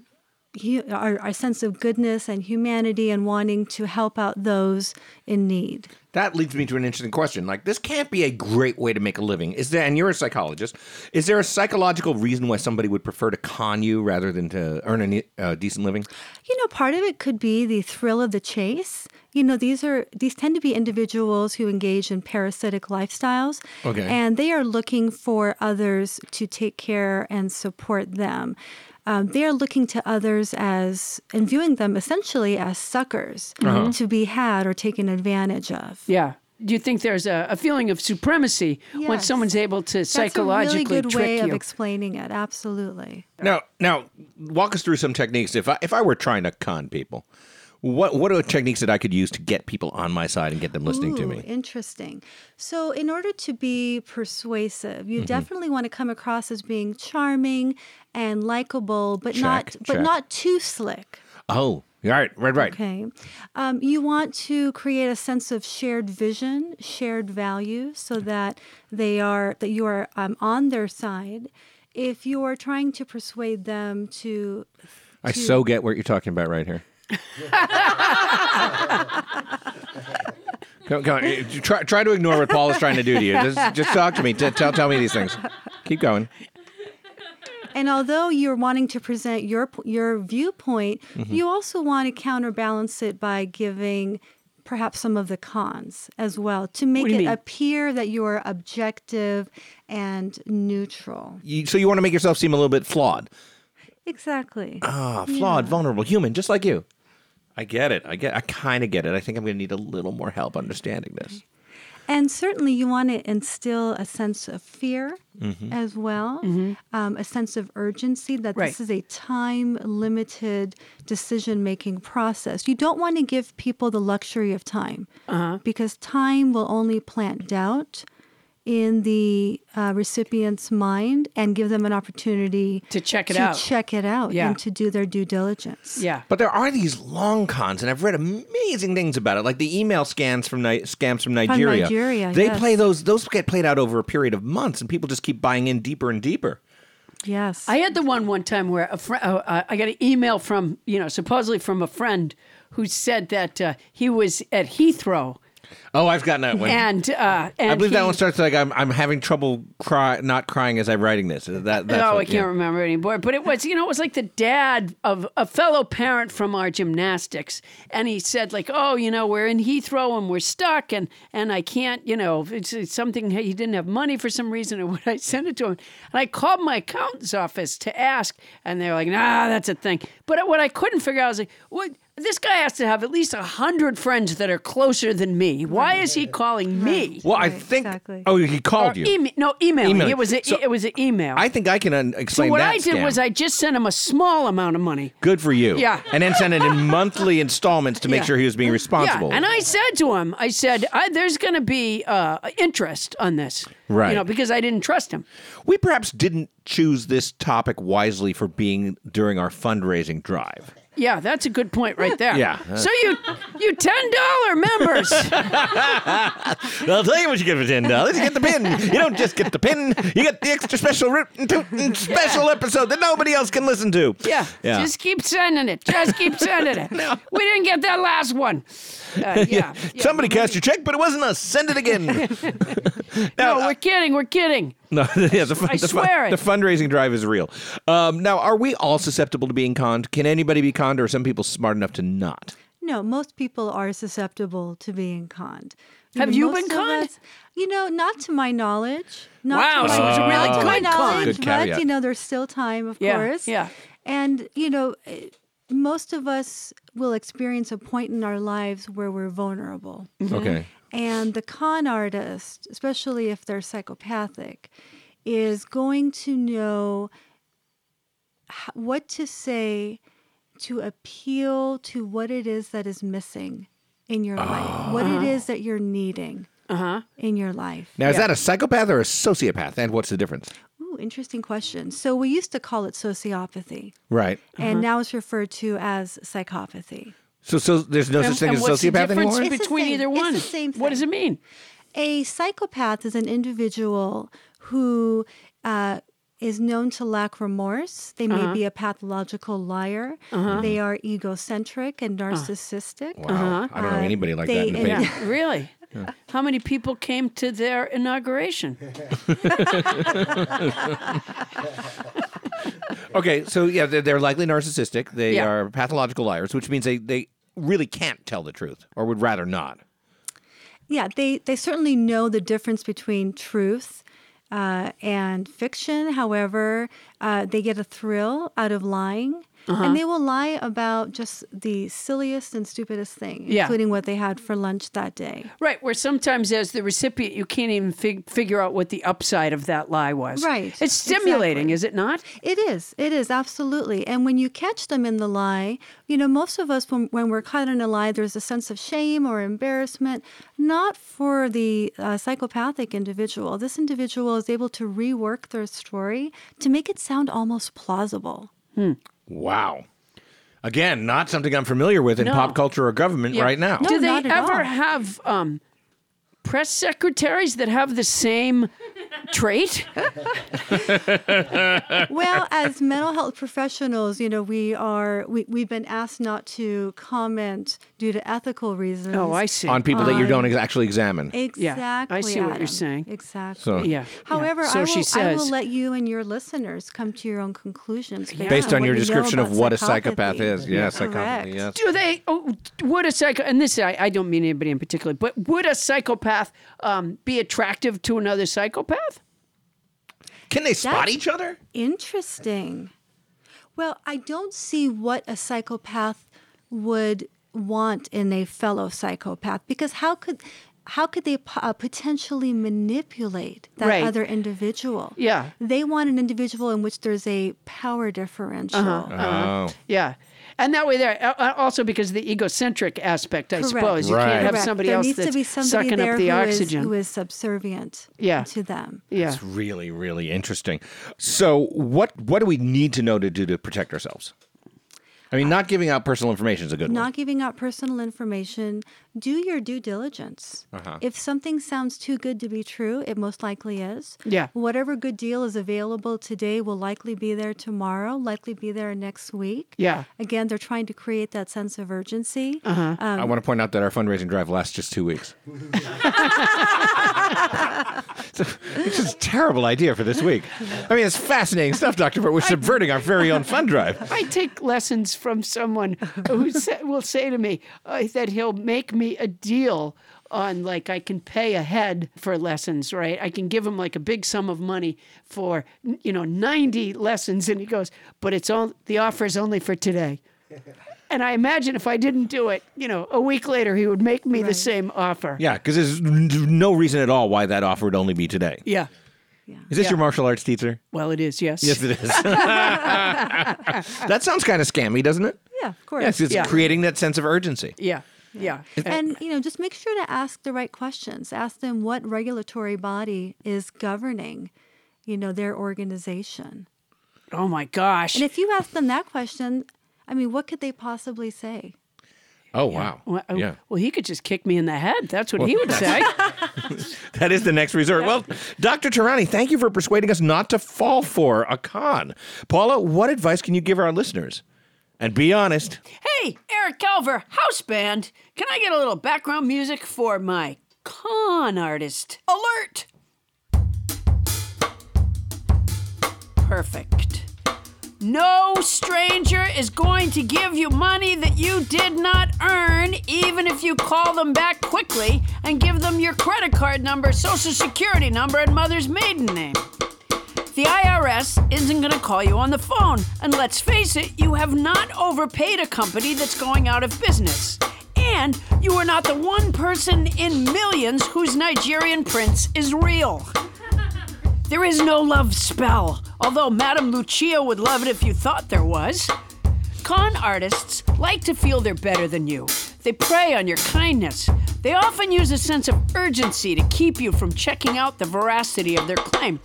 A: hu- our our sense of goodness and humanity and wanting to help out those in need.
B: That leads me to an interesting question. Like, this can't be a great way to make a living. Is there, and you're a psychologist, is there a psychological reason why somebody would prefer to con you rather than to earn a ne- uh, decent living?
A: You know, part of it could be the thrill of the chase. You know, these are these tend to be individuals who engage in parasitic lifestyles.
Q: Okay.
A: And they are looking for others to take care and support them. Um, they are looking to others as and viewing them essentially as suckers
C: Uh-huh.
A: to be had or taken advantage of.
C: Yeah. Do you think there's a, a feeling of supremacy when
A: Yes.
C: someone's able to psychologically
A: That's a really good
C: trick
A: way
C: you?
A: of explaining it. Absolutely.
B: Now, now, walk us through some techniques. If I, if I were trying to con people, what, what are techniques that I could use to get people on my side and get them listening to
A: Ooh,
B: me?
A: Interesting. So, in order to be persuasive, you
B: Mhm.
A: definitely want to come across as being charming and likable, but not
B: Check,
A: but
B: check.
A: not too slick.
B: Oh, all right, right, right.
A: Okay. Um, you want to create a sense of shared vision, shared value, so that they are that you are um, on their side.
B: if you are trying to persuade them to
E: I so get what you're talking about right here. Go, go, eh, try, try to ignore what Paul is trying to do to you. Just, just talk to me. T- tell, tell me these things. Keep going.
B: And although you're wanting to present your your viewpoint,
E: Mhm.
B: you also want to counterbalance it by giving perhaps some of the cons as well to make
E: do you
B: it
E: mean?
B: appear that you are objective and neutral.
E: You, so you want to make yourself seem a little bit flawed.
B: Exactly.
E: Ah,
B: Yeah.
E: flawed, vulnerable, human, just like you. I get it. I get. I kind of get it. I think I'm going to need a little more help understanding this.
B: And certainly, you want to instill a sense of fear
E: Mhm.
B: as well, um, a sense of urgency that
C: Mm-hmm. Right.
B: this is a time limited decision making process. You don't want to give people the luxury of time
C: Uh-huh.
B: because time will only plant doubt in the uh, recipient's mind and give them an opportunity to
C: check it out.
B: check it out
C: Yeah.
B: and to do their due diligence.
C: Yeah.
E: But there are these long cons, and I've read amazing things about it, like the email scans from Ni- scams from Nigeria.
B: Nigeria,
E: they
B: yes.
E: play those; those get played out over a period of months, and people just keep buying in deeper and deeper.
B: Yes.
C: I had the one one time where a friend, uh, uh, I got an email from, you know, supposedly from a friend who said that uh, he was at Heathrow
E: Oh, I've gotten that one.
C: and, uh, and
E: I believe that
C: he-
E: one starts like I'm, I'm having trouble cry, not crying as I'm writing this. That, that's
C: oh,
E: what-
C: I can't
E: yeah.
C: remember anymore. But it was, you know, it was like the dad of a fellow parent from our gymnastics, and he said, like, oh, you know, we're in Heathrow and we're stuck, and and I can't, you know, it's, it's something he didn't have money for some reason, or what I sent it to him, and I called my accountant's office to ask, and they're like, nah, that's a thing. But what I couldn't figure out I was like, what. This guy has to have at least a hundred friends that are closer than me. Why is he calling me?
E: Well, I think. Oh, he called
C: Or
E: you.
C: email- no, email.
E: Email.
C: It was a,
E: So-
C: it was an email.
E: I think I can un- explain
C: So what
E: that
C: I did
E: scam.
C: was I just sent him a small amount of money.
E: Good for you.
C: Yeah.
E: And then sent it in monthly installments to make
C: Yeah.
E: sure he was being responsible.
C: Yeah, and I said to him, I said, I, "There's going to be uh, interest on this,
E: Right.
C: You know, because I didn't trust him.
E: we perhaps didn't choose this topic wisely for being during our fundraising drive.
C: Yeah, that's a good point right there.
E: Yeah.
C: So you you ten dollar members.
E: I'll tell you what you get for ten dollars. You get the pin. You don't just get the pin. You get the extra special written tootin' special episode that nobody else can listen to.
C: Yeah,
E: Yeah.
C: Just keep sending it. Just keep sending it. We didn't get that last one. Uh, yeah.
E: Somebody cast your check, but it wasn't us. Send it again. uh,
C: no, we're kidding. We're kidding.
E: no, yeah, the, fun-
C: I
E: the,
C: swear it.
E: the fundraising drive is real. Um, now, are we all susceptible to being conned? Can anybody be conned, or are some people smart enough to not?
B: No, most people are susceptible to being conned.
C: Have you
B: most
C: been
B: of
C: conned?
B: us- you know, not to my knowledge. Not
C: Wow,
B: to
C: so
B: my,
C: it's a really
B: not to my
C: good con.
B: knowledge,
C: Good
B: but
C: caveat.
B: you know, there's still time, of
C: Yeah,
B: course.
C: yeah.
B: And you know, eh, most of us will experience a point in our lives where we're vulnerable.
E: Okay.
B: And the con artist, especially if they're psychopathic, is going to know h- what to say to appeal to what it is that is missing in your life, what it
C: Uh-huh.
B: is that you're needing in your life.
E: Now, is that a psychopath or a sociopath, and what's the difference?
B: Ooh, interesting question. So we used to call it sociopathy,
E: Right.
B: and now it's referred to as psychopathy.
E: So, so there's no such thing as a
C: what's the
E: sociopath
C: difference
E: anymore.
C: between either one?
B: It's the same
C: What does it mean?
B: A psychopath is an individual who uh, is known to lack remorse. They may
C: Uh-huh.
B: be a pathological liar.
C: Uh-huh. Uh.
B: They are egocentric and narcissistic.
E: Wow. I don't know anybody like
B: Uh-huh. they-
E: that in the
B: and-
E: paper.
C: Yeah, really? How many people came to their inauguration?
E: okay, so yeah, they're, they're likely narcissistic. They
B: Yeah.
E: are pathological liars, which means they, they really can't tell the truth or would rather not.
B: Yeah, they, they certainly know the difference between truth uh, and fiction. However, uh, they get a thrill out of lying.
C: Uh-huh.
B: And they will lie about just the silliest and stupidest thing,
C: Yeah.
B: including what they had for lunch that day.
C: Right, where sometimes as the recipient, you can't even fig- figure out what the upside of that lie was.
B: Right,
C: It's stimulating, is it not?
B: It is. It is absolutely. And when you catch them in the lie, you know, most of us when, when we're caught in a lie, there's a sense of shame or embarrassment. Not for the uh, psychopathic individual. This individual is able to rework their story to make it sound almost plausible.
E: Wow. Again, not something I'm familiar with in
C: No.
E: pop culture or government
C: Yeah.
E: right now.
C: Do they
B: not at
C: ever
B: all.
C: have um, press secretaries that have the same
R: trait?
B: well, as mental health professionals, you know, we are we, we've been asked not to comment due to ethical reasons.
C: Oh, I see.
E: on people that you
B: on-
E: don't ex- actually examine.
B: Exactly.
C: Yeah, I see what you're
B: Adam.
C: saying.
B: Exactly.
E: So- Yeah, yeah.
B: However,
C: So
B: I, will,
C: she
B: I will
C: says-
B: let you and your listeners come to your own conclusions
E: Based on
B: what
E: your
B: you know
E: description of
B: about
E: what a
B: psychopathy.
E: psychopath is. Yeah,
B: Correct.
E: psychopathy. Yes.
C: Do they? Oh, would a psycho? And this, I, I don't mean anybody in particular, but would a psychopath um, be attractive to another psychopath?
E: Can they
B: That's Interesting. Well, I don't see what a psychopath would want in a fellow psychopath because how could how could they po- uh, potentially manipulate that
C: Right.
B: other individual?
C: Yeah.
B: They want an individual in which there's a power differential.
C: Uh-huh. Yeah. And that way, there uh, uh, also because of the egocentric aspect, I suppose you can't have
B: Correct.
C: somebody
B: there
C: else
B: needs
C: that's
B: to be somebody
C: sucking
B: there
C: up the
B: who is-
C: oxygen.
B: who is subservient
C: Yeah.
B: to them.
C: yeah.
E: It's really, really interesting. So, what what do we need to know to do to protect ourselves? I mean, not giving out personal information is a good
B: Not giving out personal information. Do your due diligence.
E: Uh-huh.
B: If something sounds too good to be true, it most likely is.
C: Yeah.
B: Whatever good deal is available today will likely be there tomorrow, likely be there next week.
E: Yeah.
B: Again, they're trying to create that sense of urgency.
C: Uh-huh.
E: one.
B: Um,
E: I want to point out that our fundraising drive lasts just two weeks. It's just a terrible idea for this week. I mean, it's fascinating stuff, Doctor. But we're subverting our very own fund drive.
C: I take lessons from someone who sa- will say to me uh, that he'll make me a deal on like I can pay ahead for lessons, right? I can give him like a big sum of money for you know 90 lessons and he goes, "But it's all the offer is only for today." And I imagine if I didn't do it, you know, a week later he would make me the same offer.
E: Yeah, because there's n- no reason at all why that offer would only be today.
C: Yeah.
E: Is this
C: Yeah.
E: your martial arts teacher?
C: Well, it is, yes.
E: Yes, it is. that sounds kind of scammy, doesn't it?
B: yeah, of course.
E: Yes, it's creating that sense of urgency.
C: Yeah. Yeah.
B: And you know, just make sure to ask the right questions. Ask them what regulatory body is governing, you know, their organization.
C: Oh my gosh.
B: And if you ask them that question, I mean, what could they possibly say?
E: Oh wow.
C: Well, oh,
E: Yeah.
C: well, he could just kick me in the head. That's what he
E: Well,
C: would say.
E: that's- That is the next resort. Well, Dr. Tarani, thank you for persuading us not to fall for a con. Paula, what advice can you give our listeners? And be honest.
C: Hey, Eric Calver, house band. Can I get a little background music for my con artist? Alert! Perfect. No stranger is going to give you money that you did not earn, even if you call them back quickly and give them your credit card number, social security number, and mother's maiden name. The IRS isn't going to call you on the phone. And let's face it, you have not overpaid a company that's going out of business. And you are not the one person in millions whose Nigerian prince is real. There is no love spell, although Madame Lucia would love it if you thought there was. Con artists like to feel they're better than you. They prey on your kindness. They often use a sense of urgency to keep you from checking out the veracity of their claim.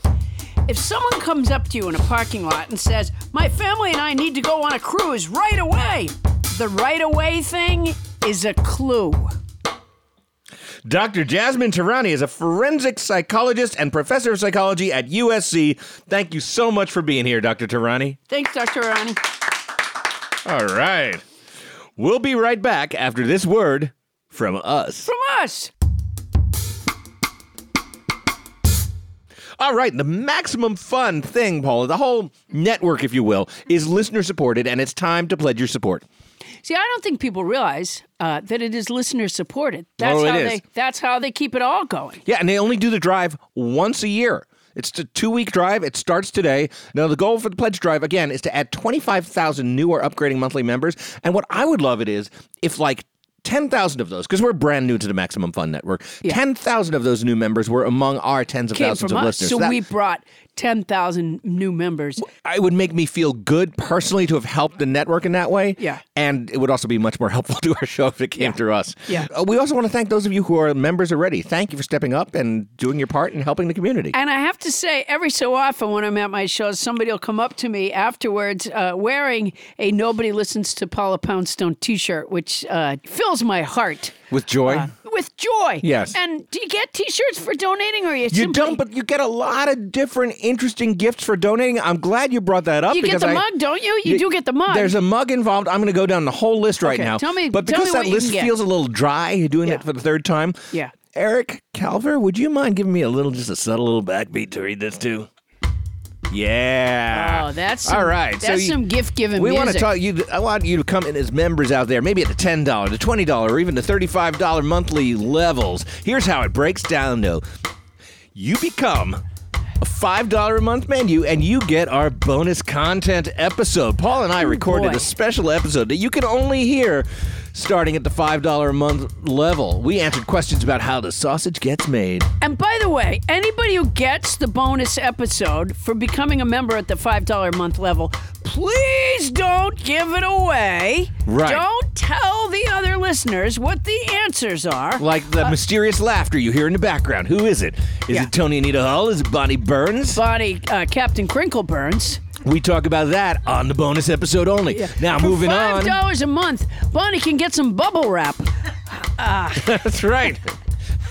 C: If someone comes up to you in a parking lot and says, My family and I need to go on a cruise right away, the right away thing is a clue.
E: Dr. Jasmine Tarani is a forensic psychologist and professor of psychology at USC. Thank you so much for being here, Dr. Tarani.
C: Thanks, Dr. Ronnie.
E: All right. We'll be right back after this word from us.
C: From us.
E: All right, the maximum fun thing, Paula, the whole network, if you will, is listener supported, and it's time to pledge your support.
C: See, I don't think people realize uh, that it is listener supported. That's
E: Oh, it
C: how
E: is.
C: they that's how they keep it all going.
E: Yeah, and they only do the drive once a year. It's a two week drive. It starts today. Now, the goal for the pledge drive, again, is to add 25,000 new or upgrading monthly members. And what I would love it is if, like, 10,000 of those, because we're brand new to the Maximum Fun Network, 10,000 of those new members were among our tens of
C: Came
E: thousands
C: from
E: of
C: us.
E: listeners.
C: So
E: That-
C: we brought 10,000 new members.
E: it would make me feel good personally to have helped the network in that way.
C: Yeah.
E: And it would also be much more helpful to our show if it came through us.
C: Yeah.
E: Uh, we also want to thank those of you who are members already. Thank you for stepping up and doing your part and helping the community.
C: And I have to say, every so often when I'm at my shows, somebody will come up to me afterwards uh, wearing a Nobody Listens to Paula Poundstone t shirt, which uh, fills my heart
E: With joy.
C: with with joy.
E: Yes.
C: And do you get T-shirts for donating, or you?
E: You don't, but you get a lot of different interesting gifts for donating. I'm glad you brought that up.
C: You get
E: because
C: the
E: I-
C: mug, don't you? You do get the mug.
E: There's a mug involved. I'm going to go down the whole list right
C: Okay,
E: now.
C: tell me-
E: but
C: tell me
E: because that
C: what you
E: list
C: can get.
E: feels a little dry, you're doing it for the third time.
C: Yeah.
E: Eric Calver, would you mind giving me a little, just a subtle little backbeat to read this to? Yeah.
C: Oh, that's some-
E: all right. so
C: that's
E: you-
C: some gift giving.
E: We
C: music.
E: want to talk. You, I want you to come in as members out there, maybe at the ten dollar, the twenty dollar, or even the thirty-five dollar monthly levels. Here's how it breaks down, though. You become a five dollar a month menu, and you get our bonus content episode. Paul and I recorded
C: boy.
E: a special episode that you can only hear starting at the five dollar a month level. We answered questions about how the sausage gets made.
C: And by the way, anybody who gets the bonus episode for becoming a member at the $5 a month level, please don't give it away.
E: Right.
C: Don't tell the other listeners what the answers are.
E: Like the
C: Uh,
E: mysterious laughter you hear in the background. Who is it? Is it Tony Anita Hull? Is it Bonnie Burns?
C: Bonnie, uh, Captain Crinkle Burns.
E: We talk about that on the bonus episode only. Now,
C: for
E: moving
C: $5
E: on.
C: a month, Bonnie can get some bubble wrap. Ah,
E: That's right.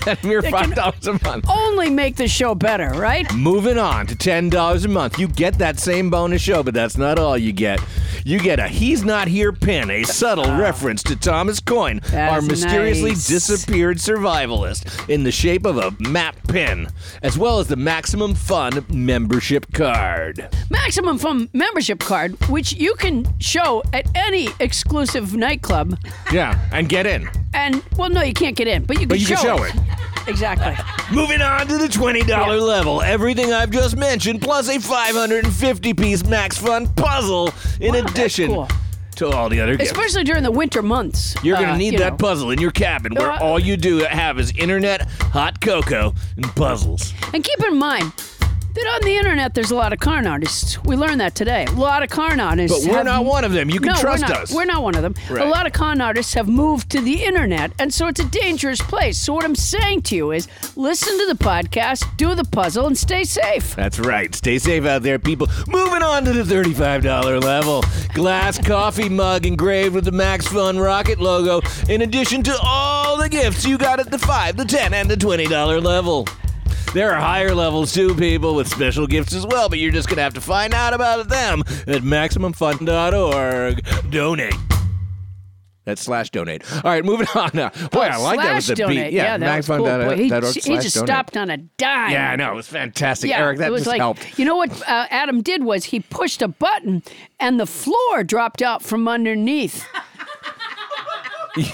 E: At mere
C: They can-
E: $5 a month.
C: only make the show better, right?
E: Moving on to $10 a month. You get that same bonus show, but that's not all you get. You get a He's Not Here pin, a subtle reference to Thomas Coyne,
C: Ah. That
E: our
C: is
E: mysteriously
C: nice.
E: disappeared survivalist, in the shape of a map pin, as well as the Maximum Fun membership card.
C: Maximum Fun membership card, which you can show at any exclusive nightclub.
E: Yeah, and get in.
C: And, well, no, you can't get in, but you can,
E: But you can show it.
C: Exactly.
E: Moving on to the $20 level, everything I've just mentioned, plus a 550 piece Max Fun puzzle, in addition to all the other gifts.
C: Especially during the winter months.
E: You're going
C: uh,
E: to need
C: you
E: that
C: know.
E: puzzle in your cabin where
C: Uh,
E: all you do have is internet, hot cocoa, and puzzles.
C: And keep in mind that on the internet, there's a lot of con artists. We learned that today. A lot of con artists.
E: But we're
C: have-
E: not one of them. You can
C: No, we're
E: trust
C: not-
E: us.
C: We're not one of them.
E: Right.
C: A lot of con artists have moved to the internet, and so it's a dangerous place. So what I'm saying to you is, listen to the podcast, do the puzzle, and stay safe.
E: That's right. Stay safe out there, people. Moving on to the $35 level. Glass coffee mug engraved with the Max Fun Rocket logo, in addition to all the gifts you got at the 5 the 10 and the $20 level. There are higher levels too, people, with special gifts as well, but you're just going to have to find out about them at MaximumFun.org. Donate. That's slash donate. All right, moving on now. Boy, I like that
C: slash
E: with the
C: donate.
E: beat.
C: Yeah, that was cool. Boy, he,
E: maxfun.org
C: he
E: slash
C: just
E: donate.
C: stopped on a dime.
E: Yeah, I know. It was fantastic.
C: Yeah,
E: Eric, that
C: it was
E: just
C: like,
E: helped.
C: You know what uh, Adam did was he pushed a button and the floor dropped out from underneath.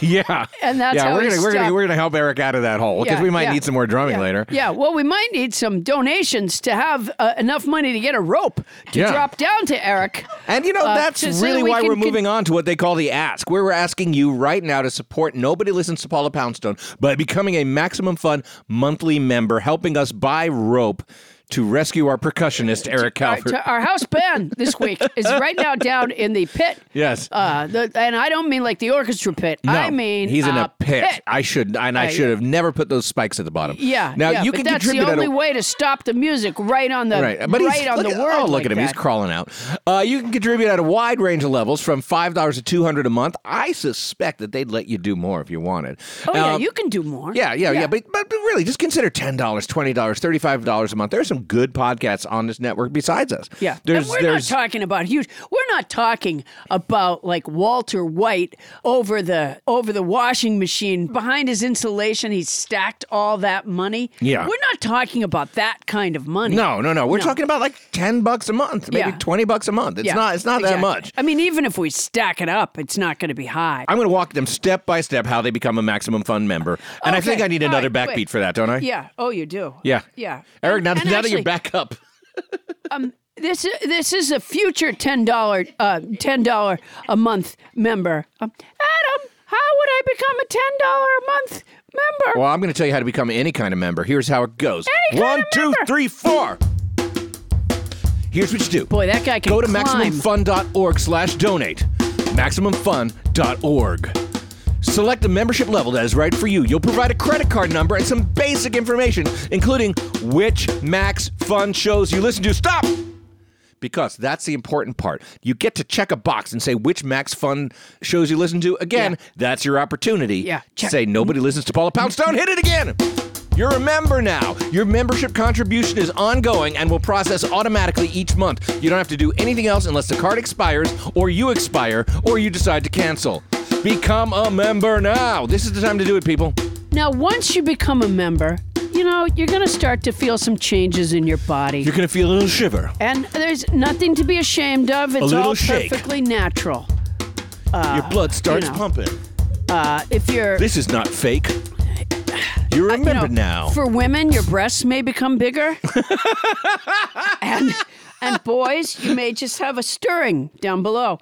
E: yeah.
C: And that's
E: yeah,
C: how
E: we're
C: he
E: gonna we're gonna
C: stopped.
E: we're gonna help Eric out of that hole because
C: Yeah,
E: we might
C: yeah,
E: need some more drumming
C: yeah,
E: later.
C: Yeah, well, we might need some donations to have uh, enough money to get a rope to
E: Yeah.
C: drop down to Eric.
E: And you know
C: uh,
E: that's
C: to- so
E: really
C: we
E: why
C: can
E: we're moving on to what they call the ask. Where we're asking you right now to support Nobody Listens to Paula Poundstone by becoming a Maximum Fun monthly member, helping us buy rope to rescue our percussionist Eric
C: Our,
E: Calvert.
C: our house band this week is right now down in the pit.
E: Yes.
C: Uh, the, and I don't mean like the orchestra pit.
E: No,
C: I mean uh,
E: he's in a pit.
C: pit.
E: I should and I
C: Uh,
E: should
C: yeah.
E: have never put those spikes at the bottom.
C: Yeah.
E: Now
C: yeah,
E: you
C: but
E: can
C: that's
E: contribute
C: the
E: at
C: only
E: a,
C: way to stop the music right on the
E: right, but he's,
C: on
E: look,
C: the
E: at-
C: word.
E: Oh, look
C: like
E: at him!
C: that.
E: He's crawling out. Uh, you can contribute at a wide range of levels, from five dollars to two hundred a month. I suspect that they'd let you do more if you wanted.
C: Oh yeah,
E: Um,
C: you can do more.
E: yeah, yeah, yeah, But, but but really, just consider ten dollars, twenty dollars, thirty-five dollars a month. There's some good podcasts on this network besides us.
C: Yeah,
E: there's
C: and we're
E: there's
C: not talking about huge. We're not talking about like Walter White over the over the washing machine behind his insulation. He stacked all that money.
E: Yeah.
C: we're not talking about that kind of money.
E: no, no, no. We're talking about like ten bucks a month, maybe
C: Yeah.
E: twenty bucks a month. It's
C: Yeah,
E: not it's not that
C: exactly.
E: much.
C: I mean, even if we stack it up, it's not going to be high.
E: I'm going to walk them step by step how they become a maximum fund member, and I
C: Okay,
E: think I need
C: all
E: another
C: right,
E: backbeat
C: quick.
E: for that, don't I?
C: Yeah. Oh, you do.
E: Yeah.
C: Yeah.
E: Eric, now,
C: And- and
E: now that you're
C: actually-
E: back up.
C: Um, this is this is a future ten dollar uh, ten dollar a month member. Um, Adam, how would I become a ten dollar a month member?
E: Well, I'm going to tell you how to become any kind of member. Here's how it goes.
C: Any kind
E: One,
C: of
E: two,
C: member.
E: three, four. Here's what you do. Boy,
C: that guy can
E: Go to
C: climb.
E: MaximumFun.org slash donate. MaximumFun.org. Select the membership level that is right for you. You'll provide a credit card number and some basic information, including which Max Fun shows you listen to. Stop! because that's the important part. You get to check a box and say which Max Fun shows you listen to. Again, that's your opportunity. Yeah. Say nobody listens to Paula Poundstone. Hit it again. You're a member now. Your membership contribution is ongoing and will process automatically each month. You don't have to do anything else unless the card expires, or you expire, or you decide to cancel. Become a member now. This is the time to do it, people.
C: Now, once you become a member, you know, you're going to start to feel some changes in your body.
E: You're going to feel a little shiver.
C: and there's nothing to be ashamed of. It's
E: little
C: all
E: shake.
C: perfectly natural.
E: your blood starts
C: Uh, you know.
E: pumping.
C: Uh, if you're
E: This is not fake. You're a member now.
C: for women, your breasts may become bigger, and and boys, you may just have a stirring down below.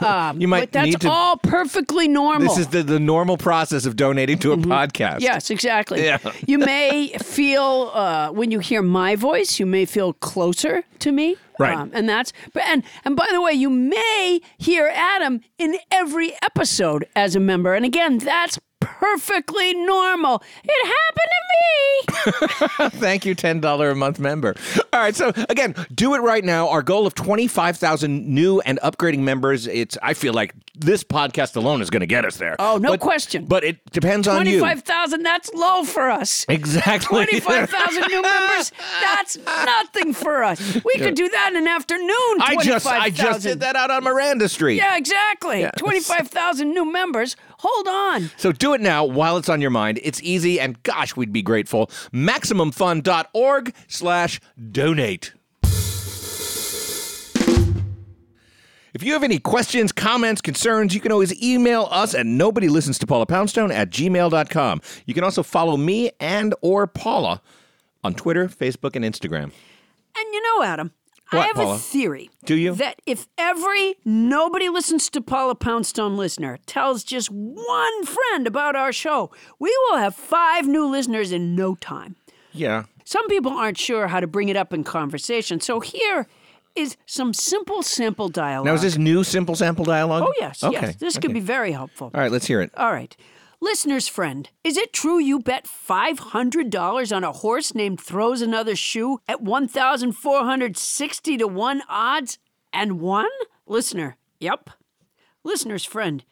C: Um,
E: You might
C: but that's
E: need to-
C: all perfectly normal. Mm-hmm.
E: This is the, the normal process of donating to a podcast.
C: Yes, exactly.
E: Yeah.
C: you may feel uh, when you hear my voice, you may feel closer to me. Um,
E: Right.
C: and that's but and and by the way, you may hear Adam in every episode as a member. And again, that's perfectly normal. It happened to me.
E: Thank you, $10 a month member. All right. So, again, do it right now. Our goal of 25,000 new and upgrading members. It's, I feel like this podcast alone is going to get us there.
C: Oh, no question.
E: But it depends on you.
C: Twenty-five thousand. That's low for us.
E: Exactly.
C: Twenty-five thousand new members. That's nothing for us. We
E: Yeah.
C: could do that in an afternoon.
E: I just, I just
C: 25,000.
E: did that out on Miranda Street.
C: Yeah, exactly. Twenty-five thousand new members. Hold on.
E: So do it now while it's on your mind. It's easy, and gosh, we'd be grateful. MaximumFun.org slash donate. If you have any questions, comments, concerns, you can always email us at nobody listens to Paula Poundstone at gmail.com. You can also follow me and or Paula on Twitter, Facebook, and Instagram.
C: And you know, Adam, I
E: What,
C: have
E: Paula?
C: a theory.
E: Do you?
C: That if every nobody listens to Paula Poundstone listener tells just one friend about our show, we will have five new listeners in no time.
E: Yeah.
C: Some people aren't sure how to bring it up in conversation, so here is some simple sample dialogue.
E: Now is this new simple sample dialogue?
C: Oh yes,
E: okay.
C: yes. This could
E: okay.
C: be very helpful.
E: All right, let's hear it.
C: All right. Listener's friend, is it true you bet $500 on a horse named Throws Another Shoe at 1,460 to 1 odds and won? Listener, yep. Listener's friend,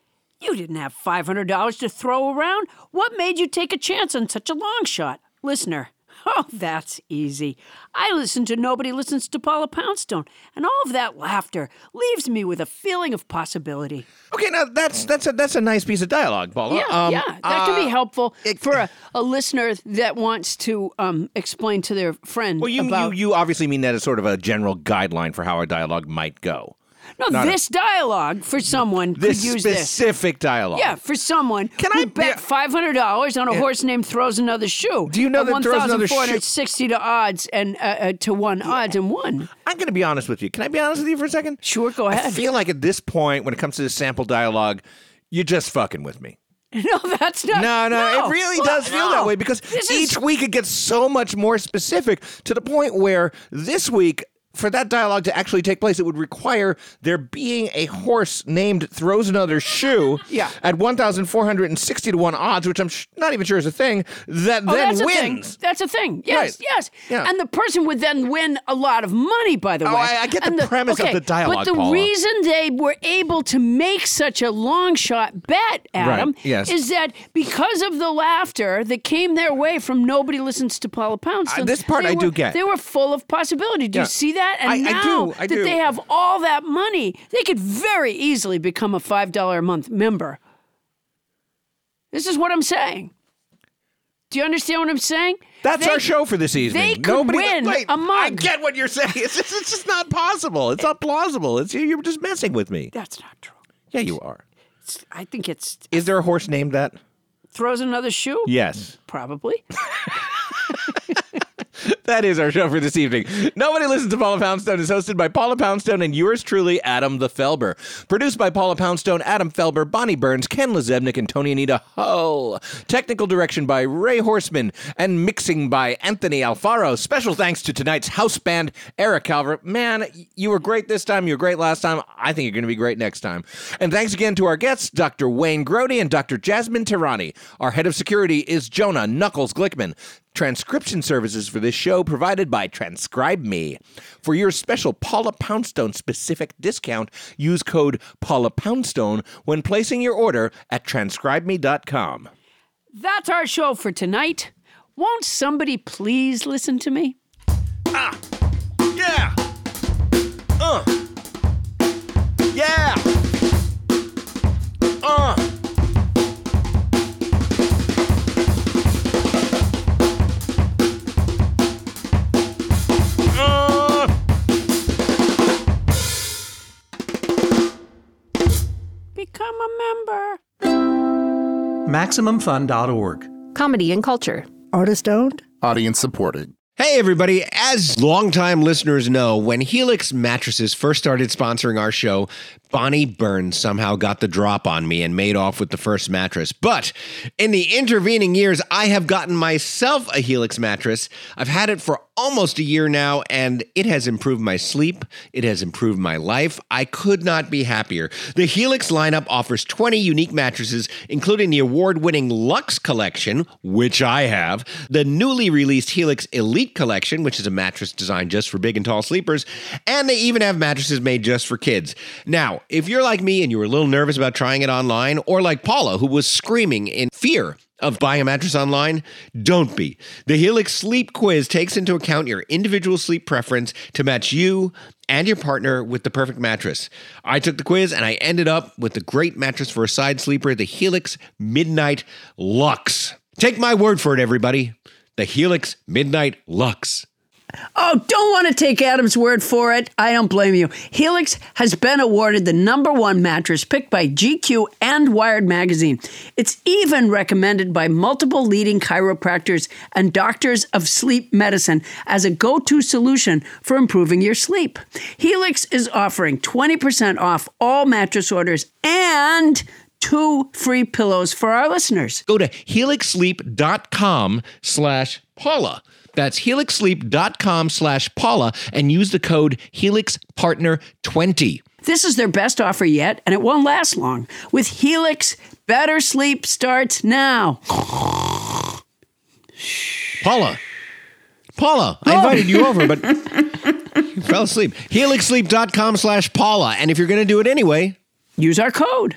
C: you didn't have $500 to throw around. What made you take a chance on such a long shot? Listener, oh, that's easy. I listen to Nobody Listens to Paula Poundstone, and all of that laughter leaves me with a feeling of possibility.
E: Okay, now that's that's a that's a nice piece of dialogue, Paula.
C: Yeah,
E: Um,
C: yeah, that can
E: uh,
C: be helpful for a, a listener that wants to um, explain to their friend
E: Well, you,
C: about.
E: you you obviously mean that as sort of a general guideline for how a dialogue might go.
C: no,
E: not a-
C: this dialogue for someone
E: This
C: could use this.
E: specific dialogue.
C: Yeah, for someone. Can I bet five hundred dollars on a horse named Throws Another Shoe? Do you
E: know that Throws Another Shoe-
C: One thousand four hundred sixty to odds and uh, uh, to one odds and one.
E: I'm going to be honest with you. Can I be honest with you for a second?
C: Sure, go
E: I
C: ahead.
E: feel like at this point, when it comes to this sample dialogue, you're just fucking with me.
C: no, that's not.
E: No, no, it really
C: Well,
E: does feel that
C: no.
E: way because
C: This
E: each
C: is-
E: week it gets so much more specific to the point where this week, for that dialogue to actually take place, it would require there being a horse named Throws Another Shoe
C: Yeah.
E: at 1,460 to 1 odds, which I'm sh- not even sure is a thing, that
C: Oh,
E: then
C: that's
E: wins.
C: A thing. That's a thing. Yes,
E: Right.
C: yes.
E: Yeah.
C: And the person would then win a lot of money, by the
E: Oh,
C: way.
E: I- I get the
C: And
E: premise of
C: okay,
E: the
C: But
E: dialogue,
C: the
E: Paula.
C: reason they were able to make such a long shot bet, Adam,
E: yes.
C: is that because of the laughter that came their way from Nobody Listens to Paula Poundstone.
E: Uh, this part
C: they
E: I
C: were-
E: do get.
C: They were full of possibility. Do
E: Yeah.
C: you see that? And
E: I- I
C: now
E: do, I
C: that
E: do.
C: they have all that money, they could very easily become a $5 a month member. This is what I'm saying. Do you understand what I'm saying?
E: That's
C: They-
E: our show for this evening.
C: They could
E: Nobody
C: win
E: wait,
C: a
E: I
C: mug.
E: get what you're saying. It's just, it's just not possible. It's not plausible. It's you're just messing with me.
C: That's not true.
E: Yeah, you are.
C: It's- I think it's
E: Is there a horse named that?
C: throws another shoe.
E: Yes.
C: Probably.
E: That is our show for this evening. Nobody Listens to Paula Poundstone is hosted by Paula Poundstone and yours truly, Adam the Felber. Produced by Paula Poundstone, Adam Felber, Bonnie Burns, Ken Lezebnik, and Tony Anita Hull. Technical direction by Ray Horseman and mixing by Anthony Alfaro. Special thanks to tonight's house band, Eric Calvert. Man, y- you were great this time. You were great last time. I think you're going to be great next time. And thanks again to our guests, Dr. Wayne Grody and Dr. Jasmine Tirani. Our head of security is Jonah Knuckles Glickman.
B: transcription services for this show provided by Transcribe Me. For your special Paula Poundstone specific discount, use code Paula Poundstone when placing your order at transcribeme.com.
C: That's our show for tonight. Won't somebody please listen to me?
B: Yeah. Uh. Yeah. Uh.
N: Uh.
C: Become a member.
Q: MaximumFun.org.
S: Comedy and culture.
E: Artist owned?
Q: Audience supported.
E: Hey, everybody. As longtime listeners know, when Helix Mattresses first started sponsoring our show, Bonnie Burns somehow got the drop on me and made off with the first mattress. But in the intervening years, I have gotten myself a Helix mattress. I've had it for almost a year now, and it has improved my sleep. It has improved my life. I could not be happier. The Helix lineup offers 20 unique mattresses, including the award winning Lux Collection, which I have, the newly released Helix Elite Collection, which is a mattress designed just for big and tall sleepers, and they even have mattresses made just for kids. Now, if you're like me and you were a little nervous about trying it online, or like Paula, who was screaming in fear, of buying a mattress online? Don't be. The Helix Sleep Quiz takes into account your individual sleep preference to match you and your partner with the perfect mattress. I took the quiz and I ended up with the great mattress for a side sleeper, the Helix Midnight Lux. Take my word for it, everybody. The Helix Midnight Lux.
C: Oh, don't want to take Adam's word for it. I don't blame you. Helix has been awarded the number one mattress picked by GQ and Wired Magazine. It's even recommended by multiple leading chiropractors and doctors of sleep medicine as a go to solution for improving your sleep. Helix is offering 20% off all mattress orders and two free pillows for our listeners.
E: Go to helixsleep.com slash Paula. That's helixsleep.com slash Paula and use the code HelixPartner20.
C: This is their best offer yet, and it won't last long. With Helix, better sleep starts now.
E: Paula. Paula, I
C: Oh.
E: invited you over, but you fell asleep. HelixSleep.com slash Paula. And if you're going to do it anyway,
C: use our code.